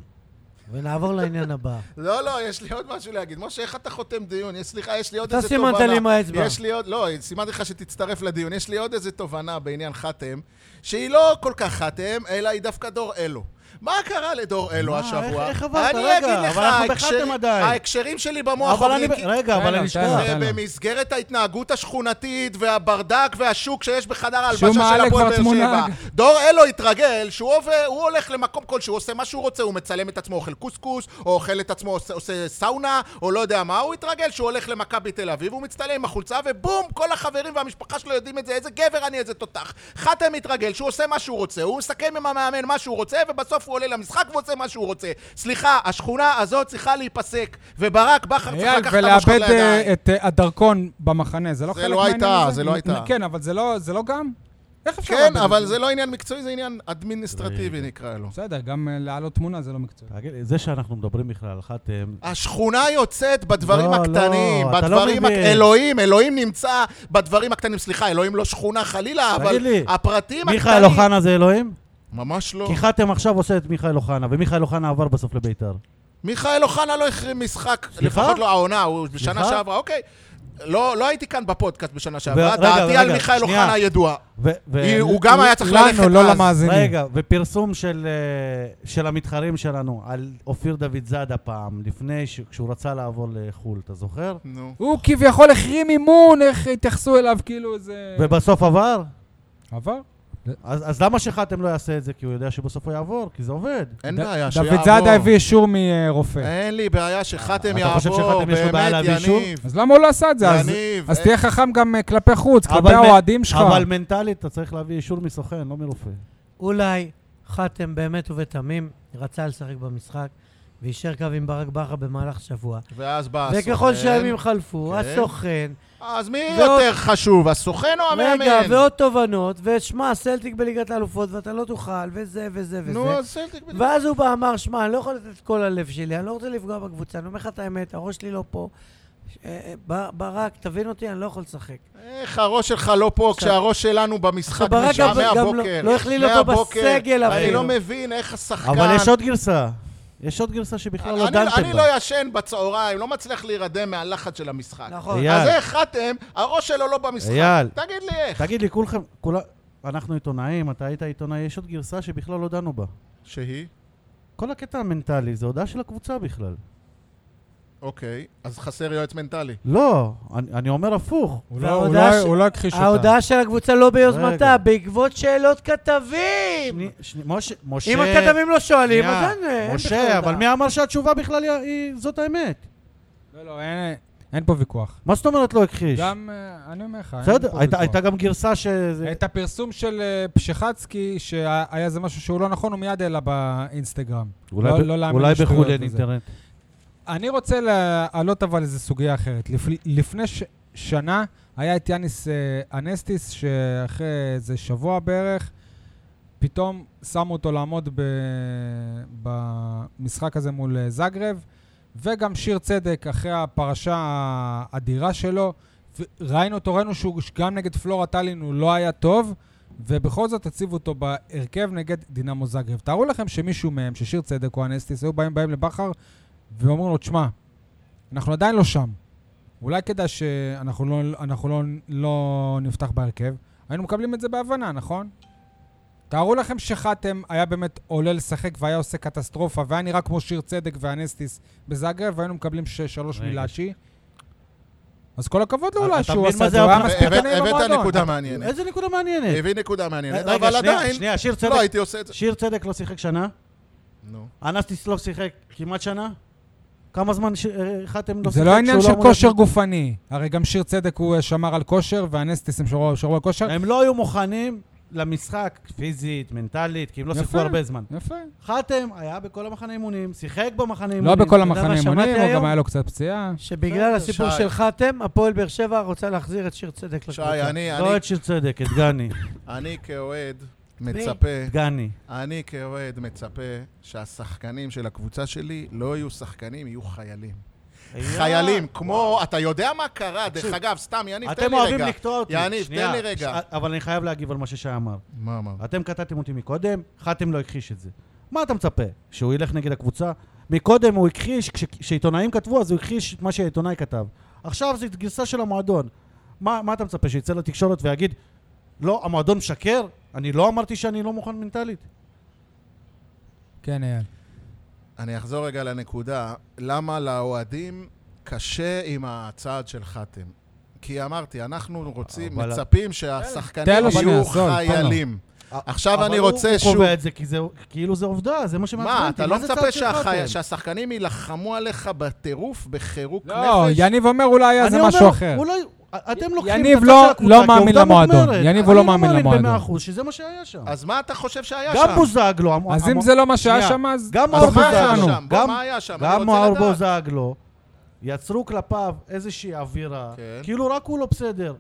C: ונעבור לעניין הבא.
D: לא, לא, יש לי עוד משהו להגיד. משה, איך אתה חותם דיון? יש- סליחה, יש לי עוד
C: אתה
D: איזה תובנה.
C: סימנת לי עם האצבע.
D: יש לי עוד, לא, סימנתי לך שתצטרף לדיון. יש לי עוד איזה תובנה בעניין חתם, שהיא לא כל כך חתם, אלא היא דווקא דור אלו. מה קרה לדור אלו
B: מה,
D: השבוע?
B: איך- איך עברת?
D: אני
B: רגע,
D: אגיד לך,
B: אבל אנחנו
D: ההקשר-
B: בחתם עדיין.
D: ההקשרים שלי במוח
B: אבל אני...
D: אומרים... כי-
B: רגע, אבל
A: תן
B: אני
A: לו, תן לו.
B: שנייה.
D: זה במסגרת ההתנהגות השכונתית והברדק והשוק שיש בחדר ההלבשה
A: שהוא
D: של
A: מעלה
D: הפועל
A: כבר
D: באר
A: תמונה.
D: שבע. דור אלו התרגל שהוא עובר, הוא הולך למקום כלשהו, עושה מה שהוא רוצה, הוא מצלם את עצמו אוכל קוסקוס, או אוכל את עצמו עושה, עושה סאונה, או לא יודע מה, הוא התרגל שהוא הולך למכבי תל אביב, הוא מצטלם עם החולצה, ובום, כל החברים והמשפחה שלו יודעים את זה, איזה גבר אני, איזה תותח. חתם התרגל שהוא עושה מה שהוא רוצה, הוא מסכם עם המאמן מה שהוא רוצה, ובסוף הוא עולה למשחק ועושה מה שהוא רוצה. סליחה, השכונה הזאת צריכה להיפסק, וברק בכר צריך
A: אייל,
D: לקחת את המושכות
A: ולאבד
D: לידיים.
A: אה, את אה, הדרכון במחנה, זה לא
D: זה
A: חלק
D: לא
A: מהעניין
D: הייתה,
A: הזה?
D: זה לא הייתה.
A: כן, אבל זה לא- זה לא גם? איך אפשר
D: כן,
A: לאבד את
D: אבל זה לא עניין מקצועי, זה עניין
A: אוקיי.
D: אדמיניסטרטיבי נקרא לו.
A: בסדר, גם אה, להעלות תמונה זה לא מקצועי.
B: תגיד לי, זה שאנחנו מדברים בכלל על חתם,
D: השכונה יוצאת בדברים
B: לא, לא,
D: הקטנים,
B: אתה לא
D: בדברים, הק-
B: מבין.
D: אלוהים, אלוהים נמצא בדברים הקטנים, סליחה, אלוהים לא שכונה חלילה,
B: תגיד
D: אבל
B: לי,
D: הפרטים
B: מיכאל
D: הקטנים...
B: אוחנה זה אלוהים?
D: ממש לא.
B: כי חתם עכשיו עושה את מיכאל אוחנה, ומיכאל אוחנה עבר בסוף לביתר.
D: מיכאל אוחנה לא החרים משחק,
B: סליחה?
D: לפחות לא העונה, הוא בשנה
B: סליחה?
D: שעברה, אוקיי. לא לא הייתי כאן בפודקאסט בשנה שעברה,
B: רגע,
D: דעתי על
B: רגע,
D: מיכאל
B: שנייה.
D: אוחנה ידועה.
B: ו- ו-
D: היא- הוא גם היה צריך ללכת
A: לנו, לא
D: אז.
A: למאזינים.
B: רגע, ופרסום של, אה, של המתחרים שלנו על אופיר דוד זאדה פעם, לפני, ש- כשהוא רצה לעבור לחו"ל, אתה זוכר?
D: נו.
A: הוא כביכול החרים אימון, איך התייחסו אליו כאילו איזה...
B: ובסוף עבר?
A: עבר?
B: אז, אז למה שחתם לא יעשה את זה? כי הוא יודע שבסוף הוא יעבור, כי זה עובד.
D: אין
A: ד-
D: בעיה, שיעבור.
A: דוד זאדה הביא אישור מרופא.
D: אין לי בעיה שחתם
B: אתה חושב
D: יעבור,
B: שחתם יש לו בעיה
D: באמת,
B: להביא אישור?
D: יניב.
A: אז למה הוא לא עשה את זה? אז-
D: יניב,
A: אז
D: אה,
A: תהיה חכם גם אה, כלפי חוץ,
B: אבל
A: כלפי
B: מ-
A: האוהדים שלך. לא-
B: אבל מנטלית אתה צריך להביא אישור מסוכן, לא מרופא.
C: אולי חתם באמת ובתמים רצה לשחק במשחק, ויישר קו עם ברק בכר במהלך שבוע.
D: ואז בא הסוכן.
C: וככל שהימים חלפו,
D: כן.
C: הסוכן,
D: אז מי
C: ועוד-
D: יותר חשוב, הסוכן או המאמן?
C: רגע, ועוד תובנות, ושמע, סלטיק בליגת האלופות, ואתה לא תוכל, וזה וזה וזה.
D: נו, אז סלטיק בדיוק.
C: ואז הוא בא, אמר, שמע, אני לא יכול לתת את כל הלב שלי, אני לא רוצה לפגוע בקבוצה, אני אומר לך את האמת, הראש שלי לא פה. ש- אה, אה, בר- ברק, תבין אותי, אני לא יכול לשחק.
D: איך הראש שלך לא פה כשהראש שלנו במשחק
C: ברק
D: משעה
C: גם- גם לא-
D: מהבוקר.
C: לא הכליל אותו
D: מהבוקר.
C: בסגל
D: אני
C: אפילו.
D: לא מבין איך השחקן...
B: אבל יש עוד גרסה. יש עוד גרסה שבכלל לא
D: אני-
B: דנתם בה.
D: אני לא ישן בצהריים, לא מצליח להירדם מהלחץ של המשחק.
C: נכון.
B: אייל.
D: אז איך חתם, הראש שלו לא במשחק.
B: אייל.
D: תגיד לי איך.
B: תגיד לי, כולכם, כולה, אנחנו עיתונאים, אתה היית עיתונאי, יש עוד גרסה שבכלל לא דנו בה.
D: שהיא?
B: כל הקטע המנטלי זה הודעה של הקבוצה בכלל.
D: אוקיי, אז חסר יועץ מנטלי.
B: לא, אני, אני אומר הפוך.
A: הוא לא- הוא
C: וההודעה
A: לא-
C: ש-
A: הוא לא הכחיש אותה.
C: ההודעה של הקבוצה לא ביוזמתה,
B: רגע.
C: בעקבות שאלות כתבים!
B: שני, שני, משה, משה...
C: אם הכתבים לא שואלים, אז
B: שנייה,
C: אין אין בכלל
B: משה,
C: הודעה.
B: אבל מי אמר שהתשובה בכלל היא, היא זאת האמת?
A: לא, לא, אין- אין פה ויכוח.
B: מה זאת אומרת לא הכחיש?
A: גם, אה, אני אומר לך, אין פה ויכוח.
B: בסדר, הייתה, הייתה גם גרסה ש... זה-
A: את הפרסום של אה, פשחצקי, שהיה איזה משהו שהוא לא נכון, הוא מיד העלה באינסטגרם.
B: אולי,
A: לא-
B: ב-
A: לא להאמין
B: אולי
A: לשטויות
B: בחו"ל אין
A: וזה.
B: אינטרנט.
A: אני רוצה להעלות אבל איזו סוגיה אחרת. לפ... לפני ש... שנה היה את יאניס אה, אנסטיס, שאחרי איזה שבוע בערך, פתאום שמו אותו לעמוד ב... במשחק הזה מול אה, זגרב, וגם שיר צדק, אחרי הפרשה האדירה שלו, ו- ראינו אותו, ראינו שהוא גם נגד פלורה טאלין הוא לא היה טוב, ובכל זאת הציבו אותו בהרכב נגד דינמו זגרב. תארו לכם שמישהו מהם, ששיר צדק או אנסטיס, היו באים, באים לבכר ואומרים לו, תשמע, אנחנו עדיין לא שם. אולי כדאי שאנחנו לא, אנחנו לא, לא נפתח בהרכב, היינו מקבלים את זה בהבנה, נכון? תארו לכם שחתם היה באמת עולה לשחק והיה עושה קטסטרופה, והיה נראה כמו שיר צדק ואנסטיס בזאגרב, והיינו מקבלים ש- שלוש
E: רגע.
A: מלאצ'י. אז כל הכבוד לו
B: אתה
A: אולי שהוא
B: מבין
A: עשה
B: מה
A: את
B: זה
A: זה, הוא היה
C: אה,
B: הבנה?
A: מספיק
D: הבאת-
A: עניין
D: הבאת
A: במועדון.
D: נקודה מעניינת.
B: איזה נקודה מעניינת. אה,
D: הביא נקודה מעניינת,
B: רגע,
D: אה, אבל
B: שנייה,
D: עדיין,
B: שנייה, שיר צדק.
D: לא הייתי עושה את זה.
B: שיר צדק לא שיחק שנה,
D: נו.
B: אנסטיס לא שיחק כמעט שנה. כמה זמן ש- אה, חתם לא שיחק?
A: זה לא עניין
B: שהוא
A: של
B: אמור
A: כושר
B: להיות-
A: גופני. הרי גם שיר צדק הוא אה, שמר על כושר, ואנסטיס הם שמרו שמרו על כושר.
B: הם לא היו מוכנים למשחק, פיזית, מנטלית, כי הם לא שיחקו
A: יפה.
B: הרבה זמן.
A: יפה.
B: חתם היה בכל המחנה אימונים, שיחק במחנה
A: לא
B: אימונים.
A: בכל
C: יודע
A: המחנה
C: מה שמעתי
A: אימונים, הוא
C: היום?
A: גם היה לו קצת פציעה.
C: שבגלל הסיפור
D: שי.
C: של חתם, הפועל באר שבע רוצה להחזיר את שיר צדק
D: שי,
C: לקבוצה.
D: אני,
B: לא
D: אני,
B: את שיר צדק, את גני.
D: אני כאוהד מצפה,
B: גני.
D: אני כאוהד מצפה שהשחקנים של הקבוצה שלי לא יהיו שחקנים, יהיו חיילים. חיילים, כמו, אתה יודע מה קרה, דרך
B: תקשיב,
D: אגב, סתם, יניב, תן
B: אתם
D: לי
B: אוהבים
D: רגע.
B: לקטוע אותי.
D: יניב, תן
B: שנייה.
D: לי רגע.
B: ש- אה, אבל אני חייב להגיב על מה ששי אמר.
D: מה אמר?
B: אתם קטעתם אותי מקודם, חתם לא הכחיש את זה. מה אתה מצפה? שהוא ילך נגד הקבוצה? מקודם הוא הכחיש, כש- כשעיתונאים כתבו אז הוא הכחיש את מה שהעיתונאי כתב. עכשיו זו גרסה של המועדון. מה, מה אתה מצפה, שיצא לתקשורת ויגיד, לא, המועדון משקר? אני לא אמרתי שאני לא מוכן מנטלית.
A: כן, אייל.
D: אני אחזור רגע לנקודה, למה לאוהדים קשה עם הצעד של חתם? כי אמרתי, אנחנו רוצים,
B: אבל-
D: מצפים
A: תן
D: שהשחקנים
A: לו שנייה,
D: יהיו
A: זול, תן לו.
D: חיילים. עכשיו
B: אבל
D: אני
B: הוא-
D: רוצה
B: הוא
D: שוב...
B: קובע את זה, כי זה כאילו זה עובדה, זה מה שמעצבן
D: מה,
B: אותי.
D: אתה לא
B: זה
D: מצפה
B: צעד של
D: שהחי-
B: חתם?
D: שהשחקנים יילחמו עליך בטירוף, בחירוק נפש?
A: לא, יניב אומר אולי היה
B: אני
A: זה
B: אומר,
A: משהו אחר.
B: הוא לא- אתם לוקחים
A: יניב
B: את הצד
A: לא-
B: של הקבוצה
A: לא מאמין
B: כעובדה
A: למועדון.
B: מוגמרת.
A: יניב, הוא לא מאמין למועדון.
B: אני לא מאמין ב-100% שזה מה שהיה שם.
D: אז מה אתה חושב שהיה שם?
B: גם בוזגלו, המ-
A: אז אם
B: המ-
A: זה לא מה שהיה
B: שנייה.
A: שם, אז...
B: גם
A: אז
B: אור
A: מה
D: היה
A: יש לנו?
D: שם? בוא,
B: גם-
D: מה היה שם? אני
B: גם
D: רוצה
B: מאור
D: לדעת.
B: בוזגלו, יצרו כלפיו איזושהי אווירה,
D: כן.
B: כאילו רק הוא לא בסדר.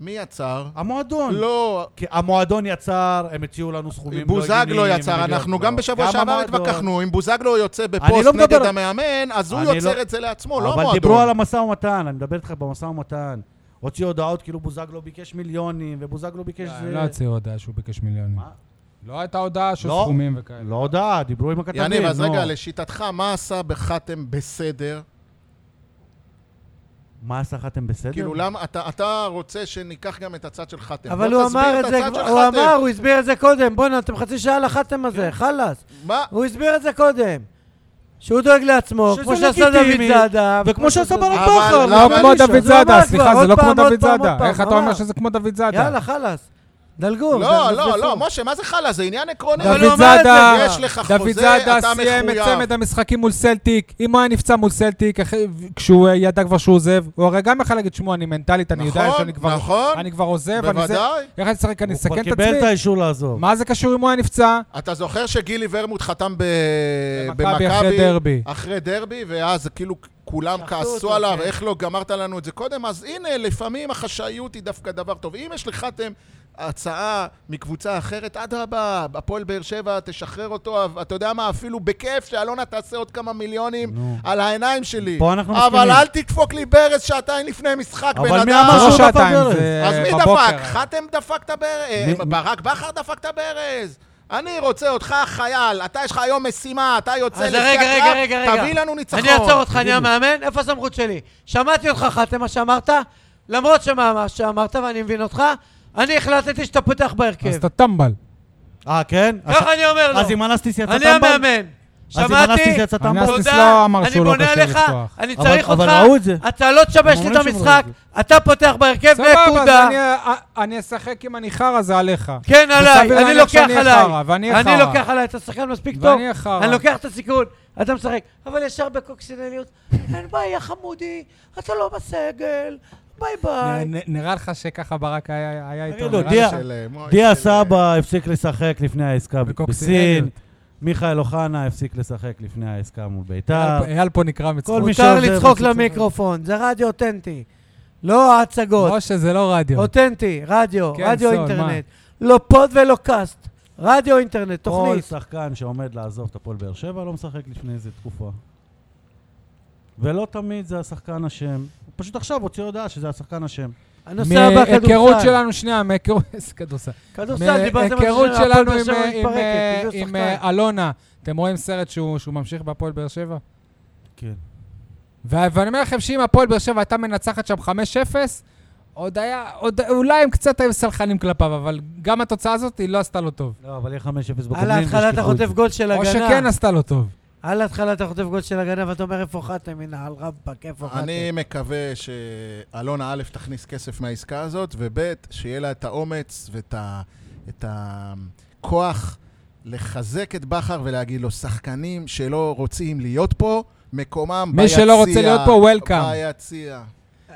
D: מי יצר?
B: המועדון.
D: לא,
B: כי המועדון יצר, הם הציעו לנו סכומים נכון. לא הגיוניים.
D: בוזגלו יצר,
B: הגיוניים.
D: אנחנו
B: לא.
D: גם בשבוע שעבר
B: המועדון.
D: התווכחנו, אם בוזגלו יוצא
B: אני
D: בפוסט
B: לא
D: נגד
B: מדבר-
D: המאמן, אז הוא
B: אני
D: יוצר
B: לא-
D: את זה לעצמו,
B: אבל
D: לא המועדון.
B: דיברו על המשא ומתן, אני מדבר איתך במשא ומתן. הוציאו הודעות כאילו בוזגלו ביקש מיליונים, ובוזגלו ביקש... זה-
A: הם לא הוציאו הודעה שהוא ביקש מיליונים.
B: מה?
A: לא הייתה הודעה של
B: לא.
A: סכומים וכאלה.
B: לא הודעה, דיברו עם הכתבים. לא.
D: יניב, אז
B: נו.
D: רגע, לשיטתך, מה עשה בחתם בסדר?
B: מה סחטתם בסדר?
D: כאילו, למה, אתה- אתה רוצה שניקח גם את הצד של חתם.
C: אבל
D: בוא
C: הוא
D: תסביר
C: אמר את
D: הצד
C: זה,
D: של
C: כבר- הוא
D: חתם.
C: אמר, הוא הסביר את זה קודם. בואנה, אתם חצי שעה על החתם הזה, חלאס.
D: מה?
C: הוא הסביר את זה קודם. שהוא דואג לעצמו,
B: שזה
C: כמו שעשה דוד
B: לגיטימי,
C: זאדה.
B: וכמו שעשה ברק
D: אבל-
B: בכר.
A: לא
D: אבל-
A: כמו
D: אבל-
A: דוד
C: לא, זה ממש
A: זאדה,
C: כבר,
A: סליחה, זה
C: עוד
A: לא
C: פעם,
A: כמו
C: עוד
A: דוד
C: פעם, עוד
A: זאדה.
C: פעם,
A: איך אתה
C: ממש.
A: אומר שזה כמו דוד זאדה?
C: יאללה, חלאס. דלגו.
D: לא,
C: דלגו.
D: לא, לא, משה, מה זה חלה? זה עניין עקרוני.
C: אבל הוא
A: דוד
C: אמר את זה
A: זאדה,
D: כבר. יש לך
A: דוד
D: חוזה,
A: זאדה
D: אתה
A: סיים את
D: מחויב.
A: צמד המשחקים מול סלטיק. אם הוא היה נפצע מול סלטיק, אחרי- כשהוא אה, ידע כבר שהוא עוזב, הוא הרי גם יכול להגיד, שמעו, אני מנטלית, אני יודע
D: נכון,
A: שאני כבר...
D: נכון.
A: אני כבר עוזב, אני זה...
D: בוודאי.
A: איך אני אשחק, אני
B: הוא כבר
A: אסכן את
B: קיבל את
A: עצמי?
B: האישור לעזוב.
A: מה זה קשור אם הוא היה נפצע?
D: אתה זוכר שגילי ורמוט חתם ב-
A: במכבי אחרי דרבי.
D: אחרי דרבי, ואז כאילו כולם
C: שחטו
D: כעסו
C: אותו,
D: עליו,
C: כן.
D: איך לא גמרת לנו את זה קודם? אז הנה, לפעמים החשאיות היא דווקא דבר טוב. אם יש לחתם הצעה מקבוצה אחרת, אדרבה, הפועל באר שבע, תשחרר אותו, אבל- אתה יודע מה, אפילו בכיף שאלונה תעשה עוד כמה מיליונים
B: נו.
D: על העיניים שלי.
B: פה אנחנו
D: אבל
B: מסכימים.
D: אל תדפוק לי ברז שעתיים לפני משחק, בן אדם.
B: אבל מי
A: זה
B: אמר
A: לא
B: שהוא דפק
A: שעתיים,
B: ברז?
A: זה
D: אז מי
A: בבוקר.
D: דפק? חתם דפק את הברז? אה,
B: מי-
D: ברק בכר דפק את הברז? אני רוצה אותך חייל, אתה יש לך היום משימה, אתה יוצא
C: אז
D: לשדה
C: רגע, רגע,
D: הקרב,
C: רגע, רגע.
D: תביא לנו ניצחון.
C: אני אעצור אותך, אני המאמן, איפה הסמכות שלי? שמעתי אותך, חתם, מה שאמרת, למרות שמה מה שאמרת ואני מבין אותך, אני החלטתי שאתה פותח
A: אז
C: בהרכב.
A: אתה טמבל.
B: אה, כן? אז-
C: ככה אני אומר לו.
B: אז אם אנסטיס יצא
C: אני
B: טמבל?
C: המאמן.
B: אז אם
C: שמעתי,
B: אנסטיס יצא טמבל?
A: אנסטיס לא
C: תודה,
A: אמר
C: אני
A: שהוא לא
C: בונה
A: קשה
C: עליך,
A: לפתוח.
C: אני
B: אבל-
C: צריך
B: אבל
C: אותך,
B: ראו את זה.
C: אתה לא תשבש
B: הם
C: לי את
B: אומרים שהם ראו
C: המשחק,
B: את
C: אתה פותח בהרכב,
A: סבבה,
C: נקודה.
A: אז אני- אה, אני אשחק עם הניחר הזה עליך.
C: כן,
A: וסביר
C: עליי, אני
A: להניח
C: לוקח
A: שאני
C: עליי.
A: חרא, ואני אהיה
C: אני
A: חרא.
C: לוקח עליי, אתה שחקן מספיק
A: ואני
C: טוב.
A: אהיה חרא.
C: אני לוקח את הסיכון, אתה משחק. אבל ישר בקוקסינליות, אין בעיה חמודי, אתה לא בסגל, ביי ביי.
A: נ- נ- נראה לך שככה ברק היה היה איתו?
B: תגיד לו,
A: נראה
B: דיה.
A: לך ש-
D: אה,
B: דיה סבא הפסיק לשחק לפני העסקה בסין,
A: בקוקסינליות.
B: מיכאל אוחנה הפסיק לשחק לפני העסקה מול ביתר.
A: אייל פה- אייל פה נקרע מצחוק.
B: כל מי
C: מותר
B: שעוזב,
C: לצחוק
B: מוציא
C: למיקרופון, זה רדיו אותנטי. לא ההצגות,
A: משה זה לא רדיו.
C: אותנטי, רדיו,
A: כן,
C: רדיו
A: סול,
C: אינטרנט. לא פוד ולא קאסט, רדיו אינטרנט,
B: כל
C: תוכנית.
B: שחקן שעומד לעזוב את הפועל באר שבע לא משחק לפני איזה תקופה. ולא תמיד זה השחקן אשם. הוא פשוט עכשיו הוציא הודעה שזה השחקן אשם.
C: הנושא הבא
A: מהיכרות
C: כדורסל.
A: שלנו, שנייה, מהיכרות כדורסל.
C: כדורסל, דיברתם על
A: מהיכרות
C: זה שהפועל
A: שלנו
C: באר
A: עם,
C: שבע
A: אה, עם, אה,
C: מתפרקת, בגלל
A: עם
C: שחקן.
A: אה, אלונה. אתם רואים סרט שהוא שהוא ממשיך בהפועל באר שבע?
B: כן.
A: ו- ואני אומר לכם שאם הפועל באר שבע הייתה מנצחת שם 5-0, עוד היה, עוד, אולי הם קצת היו סלחנים כלפיו, אבל גם התוצאה הזאת היא לא עשתה לו טוב.
B: לא, אבל יהיה 5-0 בקומלין.
C: על ההתחלה אתה חוטף גול של הגנה.
A: או שכן עשתה לו טוב.
C: על ההתחלה אתה חוטף גול של הגנה, ואתה אומר, איפה חתם? הנה, על רבאק, איפה חתם?
D: אה, אני מקווה שאלונה א' תכניס כסף מהעסקה הזאת, וב' שיהיה לה את האומץ ואת ה... את הכוח לחזק את בכר ולהגיד לו, שחקנים שלא רוצים להיות פה, מקומם
A: מי
D: ביציע.
A: שלא רוצה להיות פה, welcome."
D: ביציע.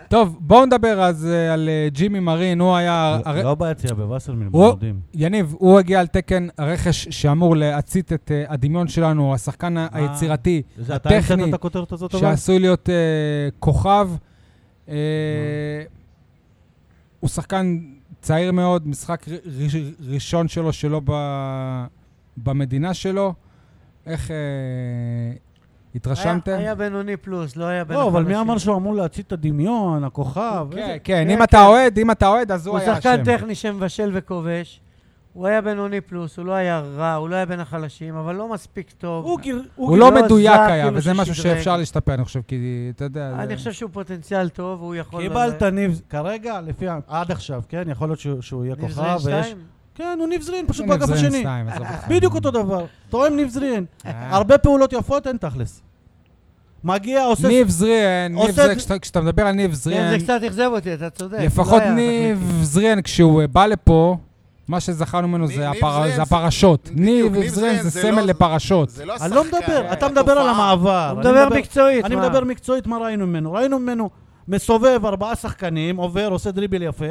A: טוב, בואו נדבר אז אה, על אה, ג'ימי מרין, הוא היה... הר-
B: לא ביציע, בווסרמן,
A: הוא-
B: במודים.
A: יניב, הוא הגיע על תקן הרכש שאמור להצית את אה, הדמיון שלנו, השחקן ה-
B: אה,
A: היצירתי,
B: זה אתה המצאת
A: הטכני,
B: את הכותרת הזאת אבל?
A: שעשוי להיות אה, כוכב. אה, הוא שחקן צעיר מאוד, משחק ר- ר- ראשון שלו שלו ב- במדינה שלו. איך אה, התרשמתם?
C: היה- היה בינוני פלוס, לא היה בינוני
B: לא, אבל מי אמר שהוא אמור להצית את הדמיון, הכוכב?
A: כן,
B: איזה-
A: כן, אם
B: כן,
A: אתה אוהד, אם אתה אוהד, אז הוא
C: הוא
A: לא היה
C: שחקן
A: אשם.
C: טכני שמבשל וכובש. הוא היה בינוני פלוס, הוא לא היה רע, הוא לא היה בין החלשים, אבל לא מספיק טוב.
B: הוא גיר-
A: הוא לא
C: לא
A: מדויק
C: עזר,
A: היה,
C: כאילו,
A: וזה משהו
C: ששדרג.
A: שאפשר להשתפר, אני חושב, כי אתה יודע... זה-
C: אני חושב שהוא פוטנציאל טוב, הוא יכול...
B: קיבלת ניב, כרגע, לפי, ה- עד עכשיו, כן? יכול להיות שהוא- שהוא יהיה
C: ניב
B: כוכב.
C: זרין
B: ויש-
C: שתיים?
B: כן, הוא ניב זרין, פשוט
A: הנה,
B: באגף
A: זרין
B: השני.
A: שתיים, עזוב אותך.
B: בדיוק אותו דבר. תואם ניב זרין.
A: אה.
B: הרבה פעולות יפות אין תכלס. מגיע, עושה...
A: ניב זריאן, ניב
B: עושה-
A: זריאן, כשאתה- כשאתה מדבר על ניב
C: כן, זה
A: זריאן,
C: קצת אכזב אותי, אתה צודק.
A: לפחות
C: לא היה
A: ניב
C: תכלית.
A: זריאן, כשהוא אה, בא לפה, מה שזכרנו ממנו
D: ניב-
A: זה
D: ניב
A: הפר-
D: זריאן
A: זה
D: זה-
A: הפרשות.
D: בדיוק,
A: ניב
D: ניב
A: זריאן
D: זריאן
A: זה
D: זה
A: סמל
D: לא-
A: לפרשות.
D: זה לא
B: אני
D: השחקן.
B: לא מדבר, אתה מדבר על
D: התופעה.
B: המעבר.
C: הוא
B: אני
C: מדבר מקצועית,
B: אני
C: מה?
B: מדבר מקצועית מה ראינו ממנו. ראינו ממנו מסובב ארבעה שחקנים, עובר, עושה דריבל יפה,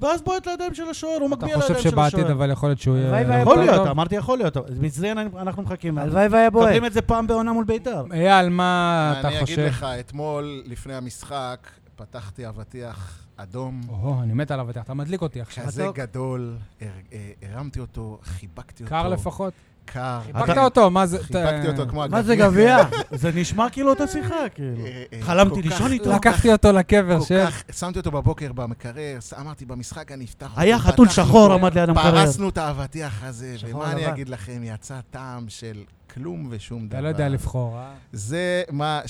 B: ואז בועט לידיים של השוער, הוא
A: אתה
B: מגביה לידיים
A: חושב
B: של השוער.
A: שבעתיד, אבל יכול להיות שהוא יהיה...
C: הלוואי והיה
B: יכול
A: יותר
B: להיות,
A: טוב.
B: אמרתי יכול להיות. אז מזריאן אנחנו מחכים.
C: הלוואי והיה בועט.
B: מקבלים את זה פעם בעונה מול ביתר.
A: אייל, מה אתה
D: אני אגיד
A: חושב?
D: לך, אתמול, לפני המשחק, פתחתי אבטיח אדום.
A: או, אני מת עליו, אתה מדליק אותי עכשיו.
D: כזה
C: מתוק.
D: גדול, הר- אה, הרמתי אותו, חיבקתי אותו.
A: קר לפחות.
D: קר.
A: חיבקת אותו, אה, מה זה...
D: חיבקתי אותו כמו
C: מה זה גביע?
B: זה נשמע כאילו אותה שיחה, כאילו.
D: אה, אה,
B: חלמתי
D: כל כך-
B: לישון איתו.
A: לקחתי אותו לקבר,
D: כל
A: של...
D: כך, שמתי אותו בבוקר במקרר, ס- אמרתי, במשחק אני אפתח אותו.
B: היה חתול
D: פתחנו,
B: שחור עמד ליד המקרר.
D: פרסנו את האבטיח הזה,
C: שחור
D: ומה אני
C: לבן.
D: אגיד לכם, יצא טעם של כלום ושום דבר.
A: אתה לא יודע לבחור, אה?
D: זה מה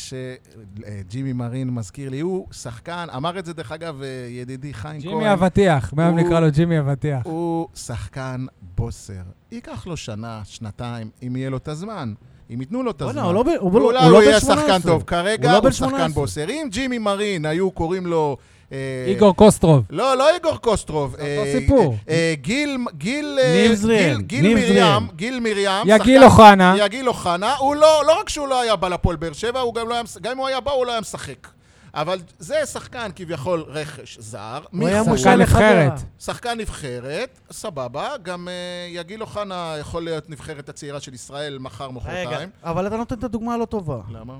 D: שג'ימי מרין מזכיר לי. הוא שחקן, אמר את זה דרך אגב אה, ידידי חיים כהן.
A: ג'ימי אבטיח, מהיום
D: הוא-
A: נקרא לו ג'ימי אבטיח.
D: הוא שחקן בוסר. ייקח לו שנה, שנתיים, אם יהיה לו את הזמן. אם ייתנו לו את הזמן.
B: בוא'נה, הוא לא ב- הוא ב-
D: אולי
B: הוא לא
D: הוא
B: בן
D: יהיה
B: 18.
D: שחקן טוב. כרגע
B: הוא לא
D: הוא
B: בן
D: שחקן
B: 18.
D: בוסר. אם ג'ימי מרין היו קוראים לו... אה,
A: איגור קוסטרוב.
D: לא, לא איגור קוסטרוב.
A: זה אותו
D: אה,
A: סיפור.
D: אה, גיל... גיל... אה,
B: ניב זריאן,
D: גיל-
B: ניב
D: גיל מרים.
B: זריאן.
D: גיל מרים.
A: יגיל
D: שחקן-
A: אוחנה.
D: יגיל אוחנה, הוא לא, לא רק שהוא לא היה בא לפועל באר שבע, הוא גם לא היה, מש- גם אם הוא היה בא, הוא לא היה משחק. אבל זה שחקן כביכול רכש זר.
C: הוא היה
D: מחו"ל.
C: מושל
A: שחקן נבחרת.
C: לחדרה.
D: שחקן נבחרת, סבבה, גם אה, יגיל אוחנה יכול להיות נבחרת הצעירה של ישראל מחר,
B: רגע,
D: מחרתיים.
B: אבל אתה נותן את הדוגמה הלא טובה.
D: למה?